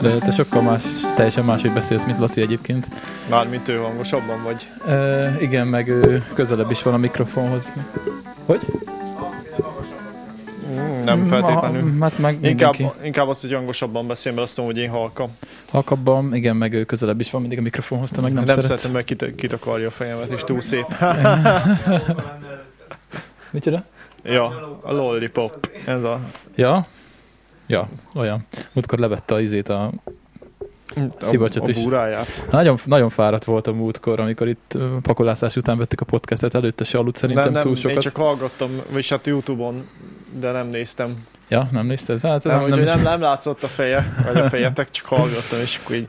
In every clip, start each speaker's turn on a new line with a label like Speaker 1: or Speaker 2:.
Speaker 1: de te sokkal más, teljesen máshogy beszélsz, mint Laci egyébként.
Speaker 2: Mármint ő hangosabban vagy.
Speaker 1: E, igen, meg ő közelebb is van a mikrofonhoz. Hogy?
Speaker 2: Mm, nem feltétlenül.
Speaker 1: Ma, hát meg
Speaker 2: Inkább,
Speaker 1: mindenki.
Speaker 2: inkább azt, hogy hangosabban beszél, mert azt mondom, hogy én halka.
Speaker 1: Halkabban, igen, meg ő közelebb is van mindig a mikrofonhoz, te meg nem,
Speaker 2: Nem, nem
Speaker 1: szeretsz.
Speaker 2: szeretem, mert kit- kitakarja a fejemet, és túl szép.
Speaker 1: Micsoda?
Speaker 2: ja, a lollipop. Ez a...
Speaker 1: Ja? Ja, olyan. Múltkor levette a izét a...
Speaker 2: a,
Speaker 1: Szivacsot
Speaker 2: a
Speaker 1: is.
Speaker 2: búráját.
Speaker 1: Nagyon, nagyon fáradt voltam múltkor, amikor itt ö, pakolászás után vettük a podcastet, előtte se aludt szerintem
Speaker 2: nem,
Speaker 1: túl
Speaker 2: nem, én
Speaker 1: sokat.
Speaker 2: csak hallgattam, vagyis hát Youtube-on, de nem néztem.
Speaker 1: Ja, nem nézted? Hát
Speaker 2: Nem,
Speaker 1: nem,
Speaker 2: úgyhogy
Speaker 1: is-
Speaker 2: nem, nem látszott a feje, vagy a fejetek, csak hallgattam, és akkor így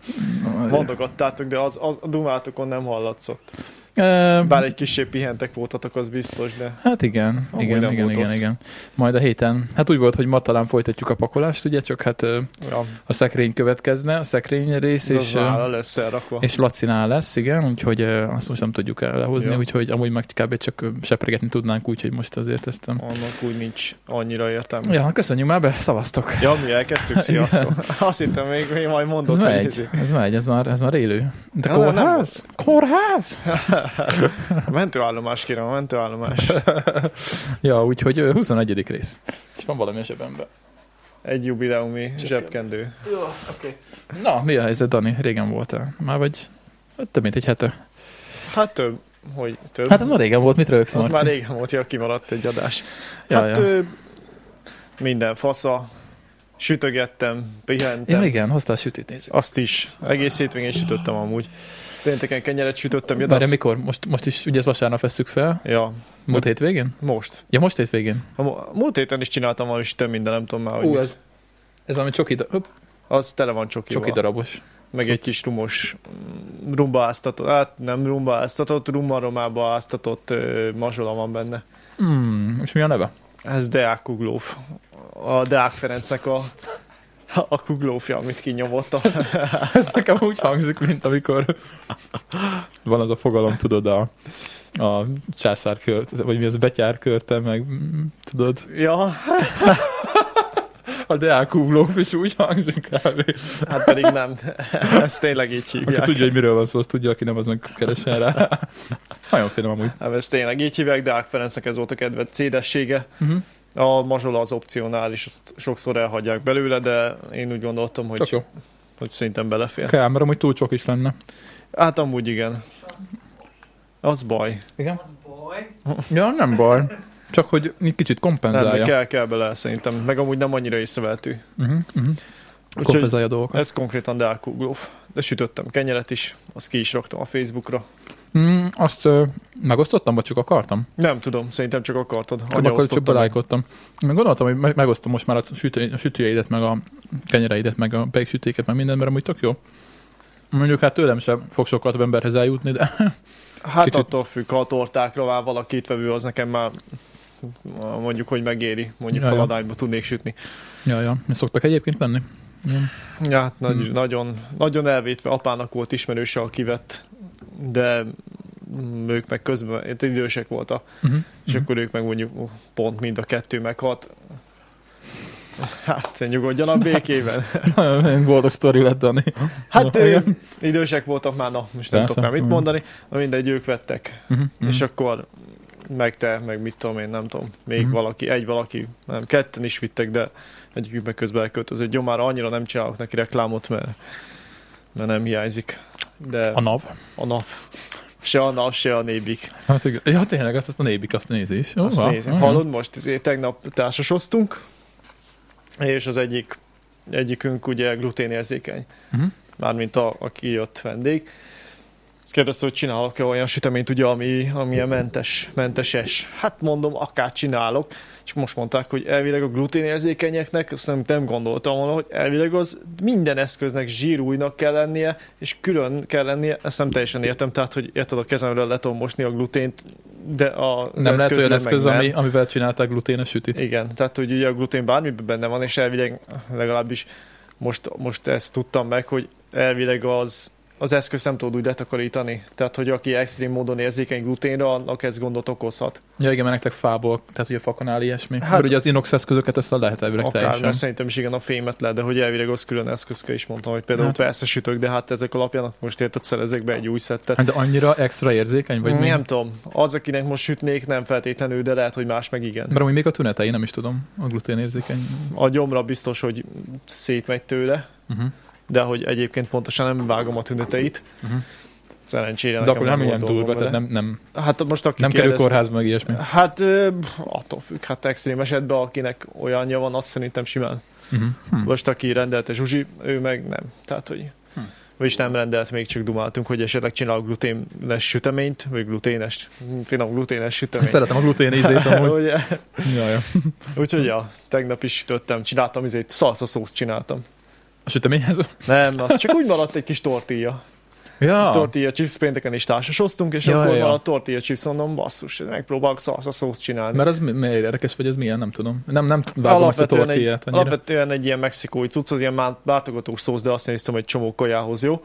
Speaker 2: mondogattátok, de az, az, a dumátokon nem hallatszott.
Speaker 1: Ö,
Speaker 2: Bár egy kicsi pihentek voltatok, az biztos, de
Speaker 1: Hát igen,
Speaker 2: Amúgy
Speaker 1: igen,
Speaker 2: nem
Speaker 1: igen,
Speaker 2: volt
Speaker 1: igen,
Speaker 2: rossz.
Speaker 1: igen. Majd a héten, hát úgy volt, hogy ma talán folytatjuk a pakolást, ugye, csak hát ö,
Speaker 2: ja,
Speaker 1: a szekrény következne, a szekrény rész,
Speaker 2: de az
Speaker 1: és, ö,
Speaker 2: vála lesz elrakva.
Speaker 1: és Lacinál lesz, igen, úgyhogy ö, azt most nem tudjuk el- lehozni,
Speaker 2: Ja.
Speaker 1: úgyhogy amúgy meg kb. csak ö, sepregetni tudnánk, úgyhogy most azért ezt... ö,
Speaker 2: Annak úgy nincs annyira értelme.
Speaker 1: Ja, köszönjük már be, szavaztok.
Speaker 2: ja mi elkezdtük, sziasztok. Azt hittem még, még majd
Speaker 1: Ez
Speaker 2: mondod, hogy
Speaker 1: megy,
Speaker 2: izé.
Speaker 1: ez megy, ez már, ez már élő. De
Speaker 2: Ja, nem, nem
Speaker 1: kórház? Kórház?
Speaker 2: A mentőállomás kérem, a mentőállomás.
Speaker 1: Ja, úgyhogy ö, 21. rész. És van valami a zsebemben.
Speaker 2: Egy jubileumi zsebkendő.
Speaker 1: Jó, oké. Na, mi a helyzet, Dani? Régen voltál. Már vagy hát több mint egy hete.
Speaker 2: Hát több, hogy több.
Speaker 1: Hát ez már régen volt, mit rögsz,
Speaker 2: az
Speaker 1: Marci?
Speaker 2: már régen volt, ja, kimaradt egy adás.
Speaker 1: Ja,
Speaker 2: hát
Speaker 1: ja.
Speaker 2: Ö, minden fasza, sütögettem, pihentem.
Speaker 1: Ja, igen, hoztál sütit, nézzük.
Speaker 2: Azt is. Egész hétvégén sütöttem amúgy. Pénteken kenyeret sütöttem. Ja, de
Speaker 1: Várj,
Speaker 2: azt...
Speaker 1: mikor? Most, most is, ugye ez vasárnap veszük fel.
Speaker 2: ja
Speaker 1: Múlt hétvégén?
Speaker 2: most.
Speaker 1: Ja, most hétvégén.
Speaker 2: A mu- Múlt héten is csináltam valami sütő minden, nem tudom már, hogy
Speaker 1: Ú,
Speaker 2: mit.
Speaker 1: ez, ez valami csoki, da- hopp,
Speaker 2: Az tele van csokival.
Speaker 1: csoki darabos.
Speaker 2: Meg egy kis rumos, mm, rumbaáztatott, hát nem rumbaáztatott, rummaromába áztatott ö, mazsola van benne.
Speaker 1: Hmm, és mi a neve?
Speaker 2: Ez Deák Kuglóf. A Deák Ferencnek a, a kuglófja, amit kinyomott a
Speaker 1: Ez nekem úgy hangzik, mint amikor van az a fogalom, tudod, a, a császárkört, vagy mi az, betyárkörte, meg mm, tudod,
Speaker 2: Ja,
Speaker 1: a deákúglóf is úgy hangzik kb.
Speaker 2: hát pedig nem. Ezt tényleg így
Speaker 1: Aki
Speaker 2: hívják.
Speaker 1: tudja, hogy miről van szó, az tudja, aki nem, az meg keresen rá. Nagyon finom amúgy.
Speaker 2: Nem, Hát ezt tényleg így hívják, Deák Ferencnek ez volt a kedvenc édessége.
Speaker 1: Uh-huh.
Speaker 2: A mazsola az opcionális, azt sokszor elhagyják belőle, de én úgy gondoltam,
Speaker 1: Csak
Speaker 2: hogy,
Speaker 1: jó.
Speaker 2: hogy szerintem belefér.
Speaker 1: Kell, mert amúgy túl csok is lenne.
Speaker 2: Hát amúgy igen. Az baj.
Speaker 1: Igen? Ja, nem baj. Csak hogy egy kicsit
Speaker 2: Nem, de
Speaker 1: kompenzálja.
Speaker 2: kell, kell bele szerintem. Meg amúgy nem annyira észrevehető.
Speaker 1: uh-huh, uh-huh.
Speaker 2: Úgyhogy
Speaker 1: Kompenzálja a dolgokat.
Speaker 2: ez konkrétan Deák Kuglóf. De sütöttem kenyeret is, azt ki is raktam a Facebookra.
Speaker 1: Mm, azt ö, megosztottam, vagy csak akartam?
Speaker 2: Nem tudom, szerintem csak akartad.
Speaker 1: Csak akkor csak
Speaker 2: Agyaosztottam.
Speaker 1: belájkodtam. Még gondoltam, hogy me- megosztom most már a, sütő, a sütőjeidet, meg a kenyereidet, meg a péksütéket, meg minden, mert amúgy tök jó. Mondjuk hát tőlem sem fog sokat emberhez eljutni, de
Speaker 2: Hát
Speaker 1: Kicsit-
Speaker 2: attól függ, ha a tortákra már valaki itt vevő, az nekem már mondjuk, hogy megéri, mondjuk
Speaker 1: Ja,
Speaker 2: ja,
Speaker 1: ja.
Speaker 2: haladányba tudnék sütni.
Speaker 1: ja, ja, mi szoktak egyébként lenni.
Speaker 2: Ja, hát nagy,
Speaker 1: Hmm.
Speaker 2: hmm. nagyon, nagyon elvétve apának volt ismerőse, aki vett, de mm, ők meg közben itt idősek voltak,
Speaker 1: Uh-huh.
Speaker 2: és akkor ők meg mondjuk ú, pont mind a kettő meghalt. Hát, nyugodjanak békében.
Speaker 1: Nagyon boldog sztori lett, Dani.
Speaker 2: Hát
Speaker 1: Ja,
Speaker 2: ő,
Speaker 1: igen.
Speaker 2: idősek voltak már, na, most nem
Speaker 1: Persze.
Speaker 2: tudok már mit
Speaker 1: Mm.
Speaker 2: mondani, na mindegy, ők vettek.
Speaker 1: Uh-huh.
Speaker 2: Mm. És akkor meg te, meg mit tudom én, nem tudom, még
Speaker 1: Mhm.
Speaker 2: mm. valaki, egy valaki, nem, ketten is vittek, de egyikük meg közben elköltözött. Gyomára annyira nem csinálok neki reklámot, mert, mert nem hiányzik. De
Speaker 1: A
Speaker 2: a,
Speaker 1: NAV.
Speaker 2: a nap, se a nap, se a nébik.
Speaker 1: Hát igen. Ja, tényleg, azt, azt a nébik azt nézi is. Ó,
Speaker 2: Azt
Speaker 1: va,
Speaker 2: nézzük.
Speaker 1: olyan.
Speaker 2: Hallod, most izé, tegnap társasoztunk, és az egyik, egyikünk ugye gluténérzékeny.
Speaker 1: Mhm.
Speaker 2: Mármint a, aki jött vendég. Azt kérdezte, hogy csinálok-e olyan süteményt, ugye, ami, ami a mentes, menteses. Hát mondom, akár csinálok. Csak most mondták, hogy elvileg a gluténérzékenyeknek, azt nem, nem gondoltam volna, hogy elvileg az minden eszköznek zsírújnak kell lennie, és külön kell lennie, ezt nem teljesen értem, tehát, hogy érted a kezemről le tudom mosni a glutént, de a az
Speaker 1: Nem lehet olyan
Speaker 2: eszközről
Speaker 1: eszköz,
Speaker 2: meg nem.
Speaker 1: ami, amivel csinálták gluténes sütit.
Speaker 2: Igen, tehát hogy ugye a glutén bármiben benne van, és elvileg legalábbis most, most ezt tudtam meg, hogy elvileg az az eszköz nem tud úgy letakarítani. Tehát, hogy aki extrém módon érzékeny gluténra, annak ez gondot okozhat.
Speaker 1: Ja igen, mert nektek fából, tehát ugye fakanál ilyesmi.
Speaker 2: Hát-
Speaker 1: Hát, mert ugye az inox eszközöket össze lehet elvileg
Speaker 2: Akár, mert
Speaker 1: teljesen.
Speaker 2: szerintem is igen a fémet le, de hogy elvileg az külön eszközke is mondtam, hogy például hát.
Speaker 1: Hát.
Speaker 2: persze sütök, de hát ezek alapján most érted szerezek be egy új szettet.
Speaker 1: Hát De annyira extra érzékeny, vagy
Speaker 2: Vagy
Speaker 1: mi?
Speaker 2: nem tudom, az, akinek most sütnék, nem feltétlenül, de lehet, hogy más meg igen.
Speaker 1: Mert amúgy még a tünetei, nem is tudom, a glutén érzékeny.
Speaker 2: A gyomra biztos, hogy szétmegy tőle,
Speaker 1: Uh-huh.
Speaker 2: de hogy egyébként pontosan nem vágom a tüneteit.
Speaker 1: Mhm.
Speaker 2: Szerencsére
Speaker 1: De
Speaker 2: nekem
Speaker 1: akkor nem
Speaker 2: volt
Speaker 1: ilyen
Speaker 2: dolgom
Speaker 1: durva, tehát
Speaker 2: vele.
Speaker 1: nem, nem,
Speaker 2: Hát most aki
Speaker 1: nem kerül
Speaker 2: kérdez-
Speaker 1: kórházba meg ilyesmi.
Speaker 2: Hát ö, attól függ, hát extrém esetben, akinek olyanja van, azt szerintem simán.
Speaker 1: Uh-huh. Hm.
Speaker 2: Most aki rendelte Zsuzsi, ő meg nem. Tehát, hogy
Speaker 1: Hm.
Speaker 2: vagyis nem rendelt, még csak dumáltunk, hogy esetleg csinál gluténes süteményt, vagy gluténes, finom gluténes süteményt.
Speaker 1: Szeretem a glutén ízét amúgy.
Speaker 2: Ugye?
Speaker 1: Jaj, jaj.
Speaker 2: Úgyhogy ja, tegnap is sütöttem, csináltam izét, szalszaszószt csináltam.
Speaker 1: A süteményhez?
Speaker 2: Nem, az csak úgy maradt egy kis tortilla.
Speaker 1: Ja.
Speaker 2: Tortilla chips pénteken is társasoztunk, és
Speaker 1: Ah. Ja,
Speaker 2: akkor
Speaker 1: ja, ja.
Speaker 2: maradt tortilla chips, mondom, basszus, megpróbálok szalszaszószt csinálni.
Speaker 1: Mert az mi- miért érdekes, vagy ez milyen, nem tudom. Nem, nem vágom ezt a
Speaker 2: Alapvetően egy,
Speaker 1: tortillát annyira.
Speaker 2: alapvetően egy ilyen mexikói cucc, az ilyen má- váltogatós szósz, de azt néztem, hogy csomó kajához jó.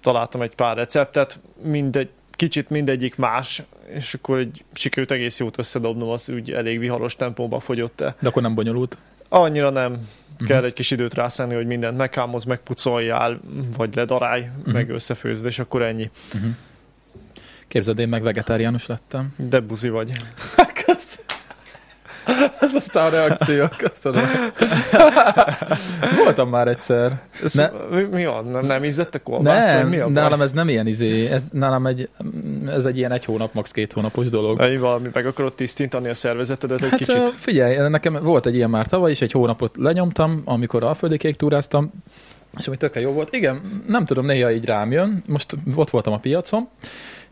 Speaker 2: Találtam egy pár receptet, mindegy, kicsit mindegyik más, és akkor egy sikerült egész jót összedobnom, az úgy elég viharos tempóban fogyott el.
Speaker 1: De akkor nem bonyolult.
Speaker 2: Annyira nem
Speaker 1: Mhm.
Speaker 2: uh-huh. kell egy kis időt rászállni, hogy mindent meghámoz, megpucoljál, vagy ledarálj,
Speaker 1: Mhm.
Speaker 2: uh-huh. meg összefőzd, és akkor ennyi.
Speaker 1: Képzeld, én meg vegetáriánus lettem.
Speaker 2: De buzi vagy.
Speaker 1: Ez aztán a reakció, köszönöm. Voltam már egyszer.
Speaker 2: Ez,
Speaker 1: Ne-
Speaker 2: mi, mi van? Nem, nem ízlett a kolbász? vagy
Speaker 1: Nem,
Speaker 2: mi a baj?
Speaker 1: nálam ez nem ilyen izé, ez, nálam egy, ez egy ilyen egy hónap, max két hónapos dolog.
Speaker 2: Ennyi valami, meg akarod tisztítani a szervezetedet egy
Speaker 1: Hát
Speaker 2: kicsit.
Speaker 1: ö, figyelj, nekem volt egy ilyen már tavaly is, egy hónapot lenyomtam, amikor alföldikék túráztam, és ami tökre jó volt. Igen, nem tudom, néha így rám jön. Most ott voltam a piacon,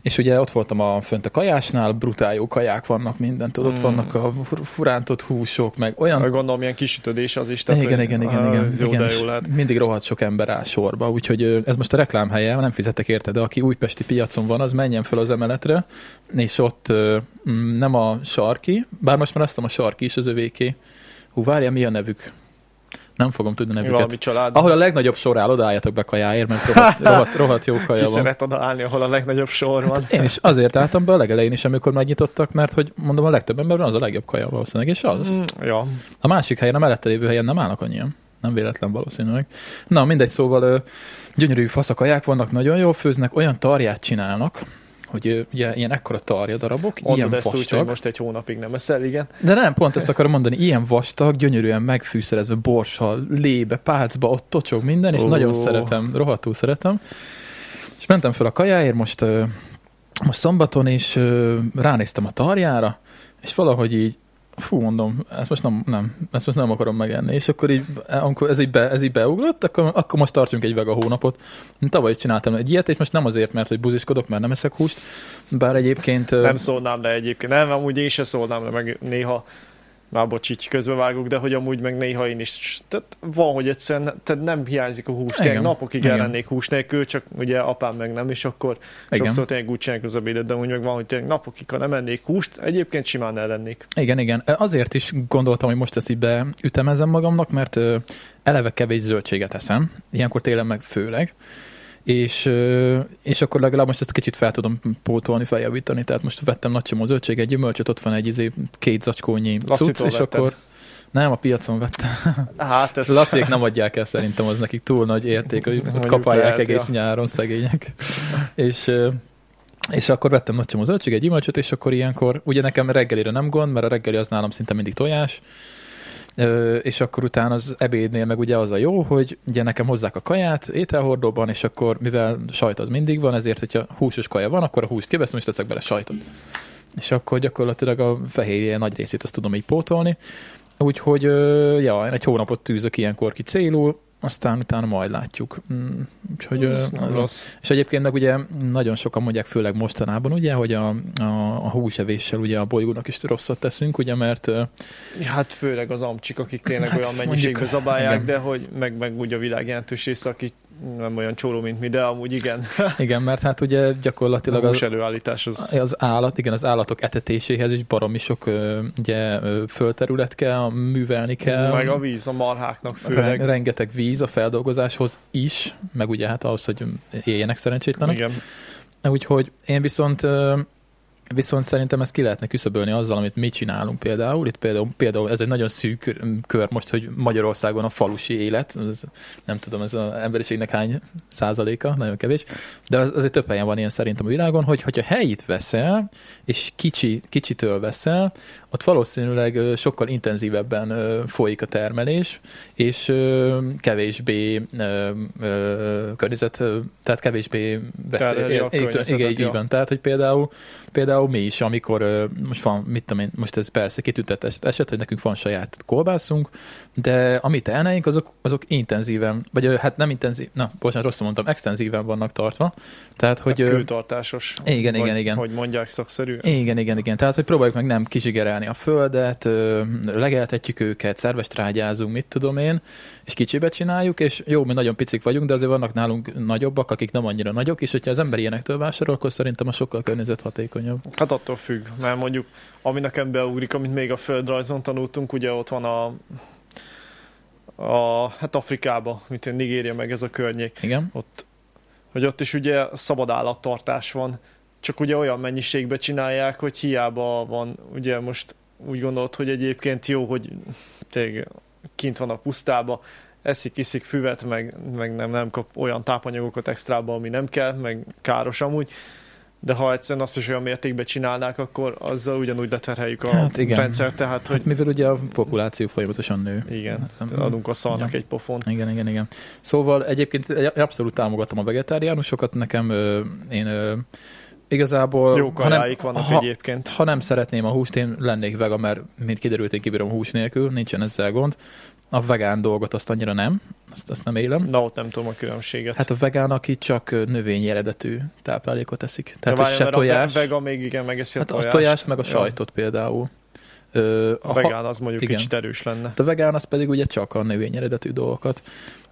Speaker 1: és ugye ott voltam a, fönt a kajásnál, brutál jó kaják vannak minden, tudod,
Speaker 2: Mm.
Speaker 1: ott vannak a fur- furántott húsok, meg olyan
Speaker 2: Meg Gondolom, ilyen kisütödés az is.
Speaker 1: Tehát,
Speaker 2: Tehát,
Speaker 1: igen,
Speaker 2: hogy-
Speaker 1: igen, igen,
Speaker 2: Ah,
Speaker 1: igen,
Speaker 2: ez Jó,
Speaker 1: igen.
Speaker 2: de
Speaker 1: és
Speaker 2: jó lehet.
Speaker 1: Mindig rohadt sok ember áll sorba, úgyhogy ö, ez most a reklám helye, nem fizetek érte, de aki újpesti piacon van, az menjen föl az emeletre, és ott ö, mm, nem a sarki, bár most már azt hiszem, a sarki is az övéké. Hú, várja, mi a nevük? Nem fogom tudni a nevüket.
Speaker 2: Valami család.
Speaker 1: Ahol a legnagyobb sor áll, odaálljatok be kajáért, mert rohadt, rohadt, rohadt jó
Speaker 2: Ki
Speaker 1: kaja van. Hát,
Speaker 2: szeret odaállni, ahol a legnagyobb sor van.
Speaker 1: Én is azért álltam be a legelején is, amikor megnyitottak, mert hogy mondom, a legtöbb emberben az a legjobb kaja valószínűleg, és az.
Speaker 2: Mm, ja.
Speaker 1: A másik helyen, a mellette lévő helyen nem állnak annyian. Nem véletlen valószínűleg. Na, mindegy, szóval ö, gyönyörű faszakaják vannak, nagyon jól főznek, olyan tarját csinálnak, hogy ö, ugye ilyen ekkora tarja darabok,
Speaker 2: Mondod
Speaker 1: ilyen
Speaker 2: ezt
Speaker 1: vastag.
Speaker 2: úgy, hogy most egy hónapig nem eszel, igen.
Speaker 1: De nem, pont ezt akarom mondani, ilyen vastag, gyönyörűen megfűszerezve borssal, lébe, pálcba, ott tocsog minden, és
Speaker 2: Ó.
Speaker 1: oh. nagyon szeretem, rohadtul szeretem. És mentem fel a kajáért, most, ö, most szombaton, és ö, ránéztem a tarjára, és valahogy így, fú, mondom, ezt most nem, nem, ezt most nem akarom megenni. És akkor így, amikor ez így, be, ez így beugrott, akkor, akkor most tartsunk egy vega hónapot. Tavaly is csináltam egy ilyet, és most nem azért, mert hogy buziskodok, mert nem eszek húst, bár egyébként... ö,
Speaker 2: Nem szólnám le egyébként. Nem, amúgy én se szólnám le, meg néha már bocs, így közbevágok, de hogy amúgy meg néha én is. Tehát van, hogy egyszerűen tehát nem hiányzik a hús. Tényleg
Speaker 1: Igen.
Speaker 2: napokig
Speaker 1: Igen.
Speaker 2: ellennék hús nélkül, csak ugye apám meg nem, és akkor
Speaker 1: igen.
Speaker 2: sokszor tényleg úgy csinálják az ebédet, de amúgy meg van, hogy tényleg napokig, ha nem ennék húst, egyébként simán ellennék.
Speaker 1: Igen, igen. Azért is gondoltam, hogy most ezt így beütemezem magamnak, mert ö, eleve kevés zöldséget eszem, ilyenkor télen meg főleg, és, ö, és akkor legalább most ezt kicsit fel tudom pótolni, feljavítani, tehát most vettem nagy csomó zöldséget, gyümölcsöt, ott van egy izé, két zacskónyi
Speaker 2: Lacitól
Speaker 1: cucc, és
Speaker 2: vetted?
Speaker 1: akkor nem, a piacon vettem.
Speaker 2: Hát ez...
Speaker 1: Laciék nem adják el szerintem, az nekik túl nagy érték, hogy ott
Speaker 2: Mondjuk
Speaker 1: kapálják
Speaker 2: lehet,
Speaker 1: egész
Speaker 2: ja.
Speaker 1: nyáron szegények. és, ö, és akkor vettem nagy csomó zöldség, egy gyümölcsöt, és akkor ilyenkor, ugye nekem reggelire nem gond, mert a reggeli az nálam szinte mindig tojás, Ö, és akkor utána az ebédnél meg ugye az a jó, hogy ugye nekem hozzák a kaját ételhordóban, és akkor mivel sajt az mindig van, ezért hogyha húsos kaja van, akkor a húst kiveszem, és teszek bele sajtot. És akkor gyakorlatilag a fehérje nagy részét azt tudom így pótolni. Úgyhogy ö, ja, én egy hónapot tűzök ilyenkor ki célul, aztán utána majd látjuk. Mm, Úgyhogy, ö,
Speaker 2: Ez nem
Speaker 1: az-
Speaker 2: rossz.
Speaker 1: és egyébként meg ugye nagyon sokan mondják, főleg mostanában ugye, hogy a, a, a húsevéssel ugye a bolygónak is rosszat teszünk, ugye, mert ö,
Speaker 2: Hát főleg az amcsik, akik tényleg
Speaker 1: Hát
Speaker 2: olyan
Speaker 1: mondjuk,
Speaker 2: mennyiségben zabálják,
Speaker 1: igen.
Speaker 2: de hogy meg, meg úgy a világ jelentős része, aki nem olyan csóló, mint mi, de amúgy igen.
Speaker 1: Igen, mert hát ugye
Speaker 2: A
Speaker 1: gyakorlatilag
Speaker 2: hús
Speaker 1: az,
Speaker 2: előállítás az...
Speaker 1: az állat, igen, az állatok etetéséhez is baromi sok ö, ugye, ö, földterület kell, művelni kell.
Speaker 2: Meg a víz, a marháknak
Speaker 1: Főleg.
Speaker 2: főleg.
Speaker 1: Rengeteg víz a feldolgozáshoz is, meg ugye hát ahhoz, hogy éljenek szerencsétlenek.
Speaker 2: Igen.
Speaker 1: Úgyhogy én viszont ö, viszont szerintem ezt ki lehetne küszöbölni azzal, amit mi csinálunk például. Itt például, például ez egy nagyon szűk kör most, hogy Magyarországon a falusi élet, ez, nem tudom, ez az emberiségnek hány százaléka, nagyon kevés, de az, azért több helyen van ilyen szerintem a világon, hogy hogyha helyit veszel, és kicsi, kicsitől veszel, ott valószínűleg ö, sokkal intenzívebben ö, folyik a termelés, és ö, kevésbé ö, ö, környezet, ö, tehát kevésbé
Speaker 2: Terheli a
Speaker 1: veszély. Igen,
Speaker 2: környezetet,
Speaker 1: igen, így
Speaker 2: ja.
Speaker 1: van. Tehát, hogy például, például mi is, amikor ö, most van, mit tudom én, most ez persze kitüntett eset, eset, hogy nekünk van saját kolbászunk, de amit elneink, azok, azok intenzíven, vagy ö, hát nem intenzív, na, bocsánat, rosszul mondtam, extenzíven vannak tartva. Tehát, hogy...
Speaker 2: Hogy hát
Speaker 1: ö,
Speaker 2: kőtartásos.
Speaker 1: igen,
Speaker 2: vagy,
Speaker 1: igen, igen.
Speaker 2: Hogy mondják szakszerűen.
Speaker 1: igen, igen, igen. Tehát, hogy próbáljuk meg nem kizsigerelni a földet, ö, legeltetjük őket, szerves trágyázunk, mit tudom én, és kicsibe csináljuk, és jó, mi nagyon picik vagyunk, de azért vannak nálunk nagyobbak, akik nem annyira nagyok, és hogyha az ember ilyenektől vásárol, akkor szerintem a sokkal környezethatékonyabb.
Speaker 2: Hát attól függ, mert mondjuk, ami nekem beugrik, amit még a földrajzon tanultunk, ugye ott van a, a hát Afrikába, mint én Nigéria meg ez a környék,
Speaker 1: Igen?
Speaker 2: ott, hogy ott is ugye szabad állattartás van, csak ugye olyan mennyiségbe csinálják, hogy hiába van, ugye most úgy gondolod, hogy egyébként jó, hogy tényleg kint van a pusztába, eszik, iszik füvet, meg, meg nem, nem kap olyan tápanyagokat extrába, ami nem kell, meg káros amúgy, de ha egyszerűen azt is olyan mértékben csinálnák, akkor azzal ugyanúgy leterheljük a
Speaker 1: Hát
Speaker 2: hát
Speaker 1: igen.
Speaker 2: rendszer, tehát hogy
Speaker 1: Hát mivel ugye a populáció folyamatosan nő.
Speaker 2: igen,
Speaker 1: Hát, nem-
Speaker 2: adunk a szarnak
Speaker 1: Ja.
Speaker 2: egy pofont.
Speaker 1: Igen, igen, igen. Szóval egyébként abszolút támogatom a vegetáriánusokat, nekem ö, én ö, igazából...
Speaker 2: Jó
Speaker 1: ha nem-
Speaker 2: kajáik vannak
Speaker 1: ha-
Speaker 2: egyébként.
Speaker 1: ha nem szeretném a húst, én lennék vega, mert mint kiderült, én kibírom hús nélkül, nincsen ezzel gond. A vegán dolgot azt annyira nem, azt, azt nem élem.
Speaker 2: Na ott nem tudom a különbséget.
Speaker 1: Hát a vegán, aki csak ö, növényi eredetű táplálékot eszik. Tehát,
Speaker 2: Ja,
Speaker 1: hogy se
Speaker 2: várjál, mert
Speaker 1: tojás,
Speaker 2: A vega még igen, megeszi
Speaker 1: hát
Speaker 2: a tojást.
Speaker 1: a tojást, meg a
Speaker 2: Ja.
Speaker 1: sajtot például. Ö,
Speaker 2: A
Speaker 1: ha-
Speaker 2: vegán az mondjuk
Speaker 1: igen.
Speaker 2: kicsit erős lenne.
Speaker 1: A vegán az pedig ugye csak a növény eredetű dolgokat.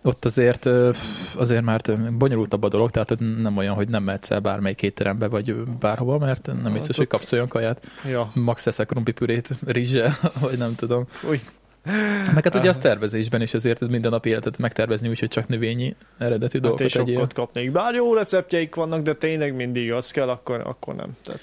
Speaker 1: Ott azért, ö, azért már tő- bonyolultabb a dolog, tehát nem olyan, hogy nem mehetsz el bármelyik étterembe, vagy bárhova, mert nem
Speaker 2: Hát
Speaker 1: biztos,
Speaker 2: ott-
Speaker 1: hogy kapsz olyan kaját.
Speaker 2: Ja.
Speaker 1: Max eszek krumpipürét rizssel, vagy nem tudom.
Speaker 2: Új, Ah.
Speaker 1: Meg hát ugye az tervezésben is, ezért ez minden nap életet megtervezni, úgyhogy csak növényi eredetű
Speaker 2: hát én
Speaker 1: dolgokat egyél.
Speaker 2: sokkot kapnék. Bár jó receptjeik vannak, de tényleg mindig az kell, akkor, akkor nem. Tehát,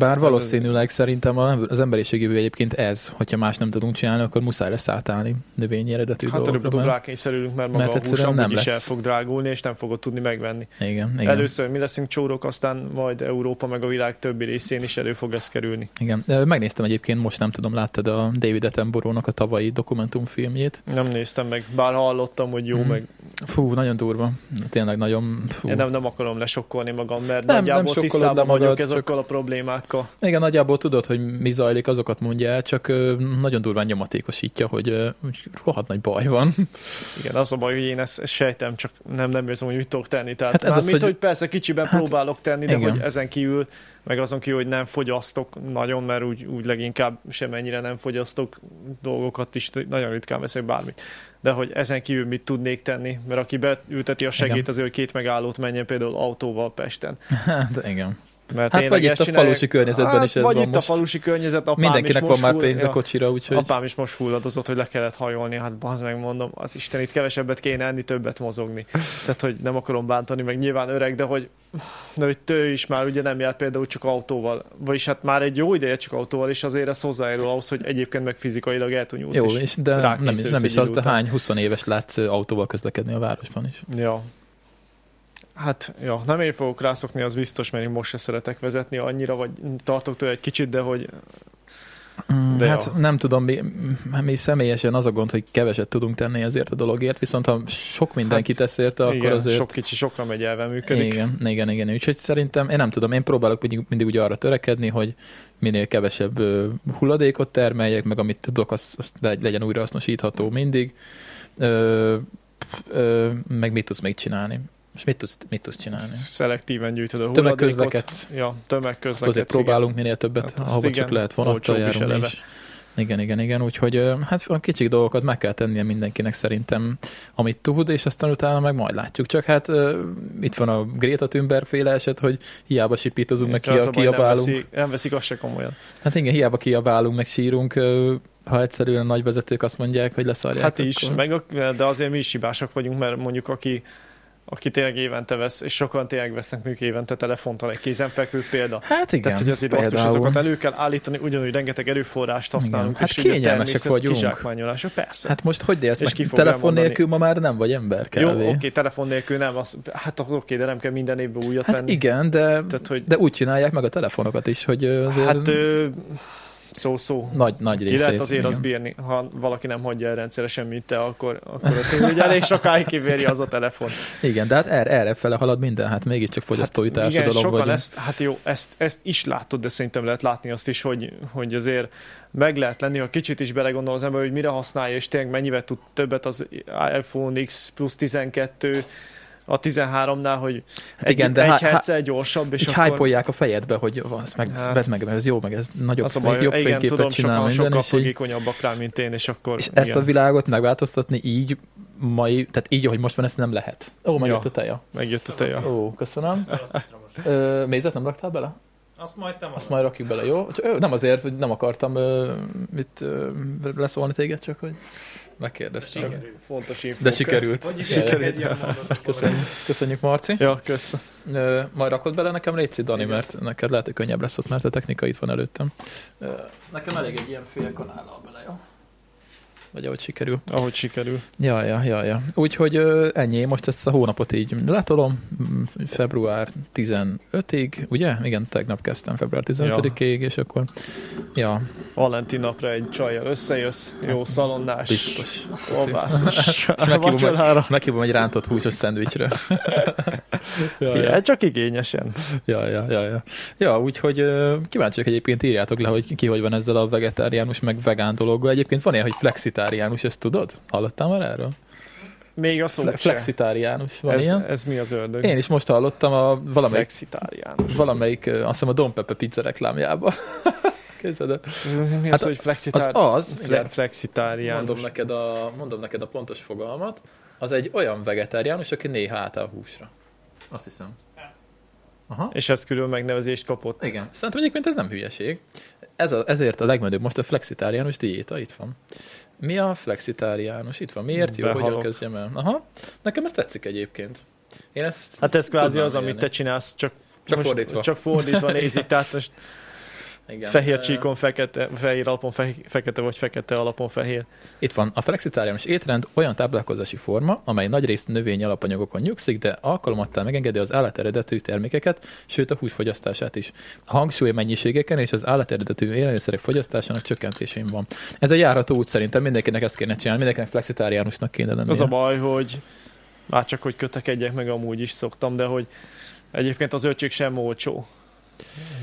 Speaker 2: Hát
Speaker 1: Bár valószínűleg szerintem a- az emberiség jövő egyébként ez, hogyha más nem tudunk csinálni, akkor muszáj lesz átállni növényi eredetű
Speaker 2: hát előbb-utóbb
Speaker 1: dolgokra. mert-
Speaker 2: rákényszerülünk, mert maga
Speaker 1: mert
Speaker 2: mert a hús
Speaker 1: egyszerűen
Speaker 2: amúgy
Speaker 1: nem
Speaker 2: is
Speaker 1: lesz.
Speaker 2: el fog drágulni, és nem fogod tudni megvenni.
Speaker 1: Igen, igen.
Speaker 2: Igen. Először mi leszünk csórok, aztán majd Európa meg a világ többi részén is elő fog ez kerülni.
Speaker 1: Igen, Ö, megnéztem egyébként, most nem tudom, láttad a David Attenborough-nak a tavalyi dokumentumfilmjét.
Speaker 2: Nem néztem meg, bár hallottam, hogy jó,
Speaker 1: Mhm.
Speaker 2: meg
Speaker 1: Fú, nagyon durva. Tényleg nagyon... Fú.
Speaker 2: én nem, nem akarom lesokkolni magam, mert
Speaker 1: Nem,
Speaker 2: nem,
Speaker 1: nem
Speaker 2: nagyjából nem
Speaker 1: sokkolod le
Speaker 2: tisztában
Speaker 1: magad,
Speaker 2: vagyok
Speaker 1: csak-
Speaker 2: ezokkal a problémákkal.
Speaker 1: Igen, nagyjából tudod, hogy mi zajlik, azokat mondja el, csak ö, nagyon durván nyomatékosítja, hogy ö, hogy rohadt nagy baj van.
Speaker 2: Igen, az a baj, hogy én ezt, ezt sejtem, csak nem, nem érzem, hogy mit tudok tenni. Tehát
Speaker 1: Hát
Speaker 2: hát
Speaker 1: ez
Speaker 2: ez
Speaker 1: az,
Speaker 2: mint, hogy...
Speaker 1: hogy-
Speaker 2: persze kicsiben
Speaker 1: hát
Speaker 2: próbálok tenni, de
Speaker 1: igen.
Speaker 2: hogy ezen kívül, meg azon kívül, hogy nem fogyasztok nagyon, mert úgy, úgy leginkább semennyire nem fogyasztok dolgokat is, nagyon ritkán veszek bármit. De hogy ezen kívül mit tudnék tenni, mert aki beülteti a segít
Speaker 1: Igen.
Speaker 2: azért, hogy két megállót menjen például autóval Pesten.
Speaker 1: Hát igen.
Speaker 2: Mert
Speaker 1: Hát
Speaker 2: tényleg
Speaker 1: vagy
Speaker 2: ezt
Speaker 1: itt a
Speaker 2: csinálják-
Speaker 1: falusi környezetben
Speaker 2: hát,
Speaker 1: is ez
Speaker 2: vagy
Speaker 1: van
Speaker 2: itt
Speaker 1: most.
Speaker 2: a falusi környezet, apám
Speaker 1: Mindenkinek van
Speaker 2: is most
Speaker 1: már
Speaker 2: full-
Speaker 1: pénz
Speaker 2: ja.
Speaker 1: a kocsira, úgyhogy...
Speaker 2: Apám is most fulladozott, hogy le kellett hajolni, hát bazd meg mondom, az Isten itt kevesebbet kéne enni, többet mozogni. Tehát, hogy nem akarom bántani, meg nyilván öreg, de hogy, de hogy tő is már ugye nem jár például csak autóval, vagyis hát már egy jó ideje csak autóval, és azért ez hozzájárul ahhoz, hogy egyébként meg fizikailag eltunyulsz
Speaker 1: Jó,
Speaker 2: is.
Speaker 1: és de nem, nem, is,
Speaker 2: rákészülsz
Speaker 1: nem is
Speaker 2: egy
Speaker 1: az,
Speaker 2: idő
Speaker 1: de
Speaker 2: után.
Speaker 1: hány 20 éves látsz ö, autóval közlekedni a városban is.
Speaker 2: Ja. Hát, ja, nem én fogok rászokni, az biztos, mert én most se szeretek vezetni annyira, vagy tartok tőle egy kicsit, de hogy
Speaker 1: Mm,
Speaker 2: De
Speaker 1: hát
Speaker 2: jó.
Speaker 1: nem tudom, mi, mi személyesen az a gond, hogy keveset tudunk tenni ezért a dologért, viszont ha sok mindenki
Speaker 2: Hát,
Speaker 1: tesz érte, akkor
Speaker 2: igen,
Speaker 1: azért...
Speaker 2: sok kicsi, sokra megy elve működik.
Speaker 1: Igen, igen, igen. Úgyhogy szerintem, én nem tudom, én próbálok mindig, mindig ugye arra törekedni, hogy minél kevesebb ö, hulladékot termeljek, meg amit tudok, azt, azt le- legyen újrahasznosítható mindig. Ö, ö, meg mit tudsz még csinálni? És mit tudsz, mit tudsz csinálni?
Speaker 2: Szelektíven gyűjtöd a hulladékot.
Speaker 1: Tömegközleket.
Speaker 2: Ja,
Speaker 1: Azt
Speaker 2: tömegközlekedés.
Speaker 1: azért próbálunk minél többet,
Speaker 2: Hát
Speaker 1: hát
Speaker 2: azt
Speaker 1: ahova
Speaker 2: igen,
Speaker 1: csak lehet
Speaker 2: olcsóbb
Speaker 1: vonattal
Speaker 2: is
Speaker 1: járunk mi
Speaker 2: eleve.
Speaker 1: is. Igen, igen, igen, úgyhogy ö, hát a kicsik dolgokat meg kell tennie mindenkinek szerintem, amit tud, és aztán utána meg majd látjuk. Csak hát ö, itt van a Greta Thunberg féle eset, hogy hiába sipítozunk, meg
Speaker 2: Itt az
Speaker 1: kia,
Speaker 2: a baj, nem,
Speaker 1: kiabálunk.
Speaker 2: veszik, nem veszik azt se komolyan.
Speaker 1: Hát igen, hiába kiabálunk, meg sírunk, ö, ha egyszerűen a nagyvezetők azt mondják, hogy leszarják.
Speaker 2: Hát is, meg a, de azért mi is hibásak vagyunk, mert mondjuk aki aki tényleg évente vesz, és sokan tényleg vesznek mondjuk évente telefontal egy kézenfekvő példa.
Speaker 1: Hát igen,
Speaker 2: Tehát, hogy azért basszus,
Speaker 1: például.
Speaker 2: azokat elő kell állítani, ugyanúgy rengeteg erőforrást használunk.
Speaker 1: Igen. Hát
Speaker 2: és így a
Speaker 1: kényelmesek
Speaker 2: természet
Speaker 1: vagyunk.
Speaker 2: Kizsákmányolása, persze.
Speaker 1: Hát most hogy élsz
Speaker 2: És
Speaker 1: meg?
Speaker 2: ki fog
Speaker 1: Telefon
Speaker 2: elmondani?
Speaker 1: nélkül ma már nem vagy ember
Speaker 2: Jó,
Speaker 1: Hát kb.
Speaker 2: oké, telefon nélkül nem, az, hát akkor oké, de nem kell minden évben újat
Speaker 1: Hát
Speaker 2: venni.
Speaker 1: igen, de,
Speaker 2: Tehát, hogy
Speaker 1: de úgy csinálják meg a telefonokat is, hogy ö, azért
Speaker 2: hát ö, szó-szó.
Speaker 1: nagy, nagy
Speaker 2: Ki
Speaker 1: részét.
Speaker 2: lehet azért
Speaker 1: igen.
Speaker 2: azt bírni, ha valaki nem hagyja el rendszeresen mit te, akkor, akkor azt mondja, hogy elég sokáig kivéri az a telefon.
Speaker 1: Igen, de hát erre, erre fele halad minden, hát mégiscsak fogyasztói
Speaker 2: hát, igen,
Speaker 1: társadalom
Speaker 2: sokan
Speaker 1: vagyunk.
Speaker 2: ezt, hát jó, ezt, ezt is látod, de szerintem lehet látni azt is, hogy, hogy azért meg lehet lenni, ha kicsit is belegondol az ember, hogy mire használja, és tényleg mennyivel tud többet az iPhone X plusz 12, a 13-nál, hogy
Speaker 1: Hát
Speaker 2: egy,
Speaker 1: igen, de
Speaker 2: egy
Speaker 1: há-
Speaker 2: herccel gyorsabb, és
Speaker 1: Így
Speaker 2: akkor...
Speaker 1: hype-olják a fejedbe, hogy van, ez meg,
Speaker 2: Hát.
Speaker 1: ez meg, ez jó, meg ez nagyobb,
Speaker 2: az a
Speaker 1: baj,
Speaker 2: baj,
Speaker 1: jobb
Speaker 2: igen,
Speaker 1: fényképet
Speaker 2: tudom,
Speaker 1: csinál
Speaker 2: sokan
Speaker 1: minden,
Speaker 2: sokkal
Speaker 1: és, így,
Speaker 2: fogékonyabbak rá, mint én, és akkor...
Speaker 1: és ezt
Speaker 2: igen,
Speaker 1: a világot megváltoztatni így mai, tehát így, ahogy most van, ezt nem lehet. Ó, megjött
Speaker 2: Ja.
Speaker 1: a teja.
Speaker 2: megjött a teja.
Speaker 1: Ó, köszönöm. Ö, mézet nem raktál bele?
Speaker 3: Azt majd te
Speaker 1: Azt majd rakjuk bele, jó? Csak, ö, nem azért, hogy nem akartam ö, mit ö, leszólni téged, csak hogy megkérdeztem.
Speaker 3: Sikerült.
Speaker 2: Fontos info.
Speaker 1: De sikerült.
Speaker 3: Hogy
Speaker 1: Sikerült.
Speaker 3: sikerült.
Speaker 1: Köszönjük, köszönjük Marci.
Speaker 2: Ja, kösz.
Speaker 1: Ö, majd rakod bele nekem, Léci Dani,
Speaker 2: Igen.
Speaker 1: mert neked lehet, hogy könnyebb lesz ott, mert a technika itt van előttem. Ö, nekem elég egy ilyen fél kanállal bele, jó? Vagy ahogy sikerül.
Speaker 2: Ahogy sikerül.
Speaker 1: Ja, ja, ja, ja. Úgyhogy ö, ennyi, most ezt a hónapot így letolom, m, február 15-ig, ugye? Igen, tegnap kezdtem február 15-ig, és akkor, ja,
Speaker 2: Valentin napra egy csajja összejössz, jó szalonnás.
Speaker 1: biztos.
Speaker 2: Kolbászos.
Speaker 1: meghívom egy-
Speaker 2: Vacsorára.
Speaker 1: Meghívom egy rántott húsos szendvicsre. ja,
Speaker 2: Ja, csak igényesen.
Speaker 1: Ja, ja, ja, ja. ja úgyhogy ö, kíváncsiak egyébként írjátok le, hogy ki hogy van ezzel a vegetáriánus meg vegán dologgal. Egyébként van ilyen, hogy flexitáriánus, ezt tudod? Hallottál már erről?
Speaker 2: Még a szót
Speaker 1: Fle-
Speaker 2: se.
Speaker 1: flexitáriánus, van
Speaker 2: Ez,
Speaker 1: ilyen?
Speaker 2: ez mi az ördög?
Speaker 1: Én is most hallottam a valamelyik,
Speaker 2: Flexitáriánus.
Speaker 1: valamelyik ö, azt hiszem a Don Pepe pizza reklámjába. Képzeld el.
Speaker 2: Mi
Speaker 1: Hát
Speaker 2: az, hogy
Speaker 1: Az
Speaker 2: flexitár...
Speaker 1: az,
Speaker 2: Fle-
Speaker 1: mindjárt mondom
Speaker 2: flexitáriánus.
Speaker 1: neked, a, mondom neked a pontos fogalmat, az egy olyan vegetáriánus, aki néha átáll húsra. Azt hiszem. Aha.
Speaker 2: És ez külön megnevezést kapott.
Speaker 1: Igen. Szerintem egyébként ez nem hülyeség. Ez a, ezért a legmenőbb most a flexitáriánus diéta, itt van. Mi a flexitáriánus? Itt van. Miért jó,
Speaker 2: Behalok.
Speaker 1: hogy kezdjem el? Aha. Nekem ez tetszik egyébként. Én ezt...
Speaker 2: Hát ez kvázi
Speaker 1: Tudnám
Speaker 2: az, amit
Speaker 1: élni.
Speaker 2: te csinálsz, csak
Speaker 1: Csak fordítva.
Speaker 2: Csak fordítva nézik, tehát most
Speaker 1: igen.
Speaker 2: fehér
Speaker 1: Eh,
Speaker 2: csíkon fekete, fehér alapon fe- fekete, vagy fekete alapon fehér.
Speaker 1: Itt van. A flexitáriánus étrend olyan táplálkozási forma, amely nagyrészt növény alapanyagokon nyugszik, de alkalomattal megengedi az állateredetű termékeket, sőt a húsfogyasztását is. A hangsúly mennyiségeken és az állateredetű élelmiszerek fogyasztásának csökkentésén van. Ez egy járható út szerintem mindenkinek ezt kéne csinálni, mindenkinek flexitáriánusnak kéne lenni.
Speaker 2: Az a baj, hogy már csak, hogy kötekedjek meg, amúgy is szoktam, de hogy egyébként az öltség sem olcsó.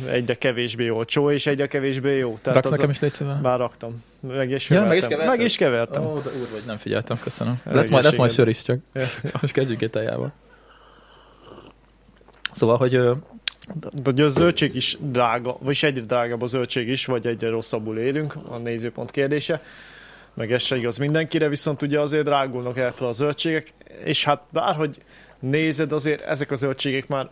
Speaker 2: Egyre kevésbé olcsó, és egyre kevésbé jó. Tehát
Speaker 1: Raksz
Speaker 2: az
Speaker 1: nekem
Speaker 2: a...
Speaker 1: is légy szíven?
Speaker 2: Már raktam. Meg is
Speaker 1: Ja,
Speaker 2: kevertem.
Speaker 1: meg is keverted?
Speaker 2: Meg is kevertem.
Speaker 1: Ó, de úr vagy, nem figyeltem, köszönöm.
Speaker 2: Elég
Speaker 1: Lesz majd, lesz majd
Speaker 2: egészséged.
Speaker 1: sör is csak.
Speaker 2: Ja.
Speaker 1: Most kezdjük egy tejával. Szóval, hogy ö,
Speaker 2: De ugye a zöldség is drága, vagyis egyre drágább a zöldség is, vagy egyre rosszabbul élünk, a nézőpont kérdése. Meg ez se igaz mindenkire, viszont ugye azért drágulnak el fel a zöldségek, és hát bárhogy nézed, azért ezek a zöldségek már,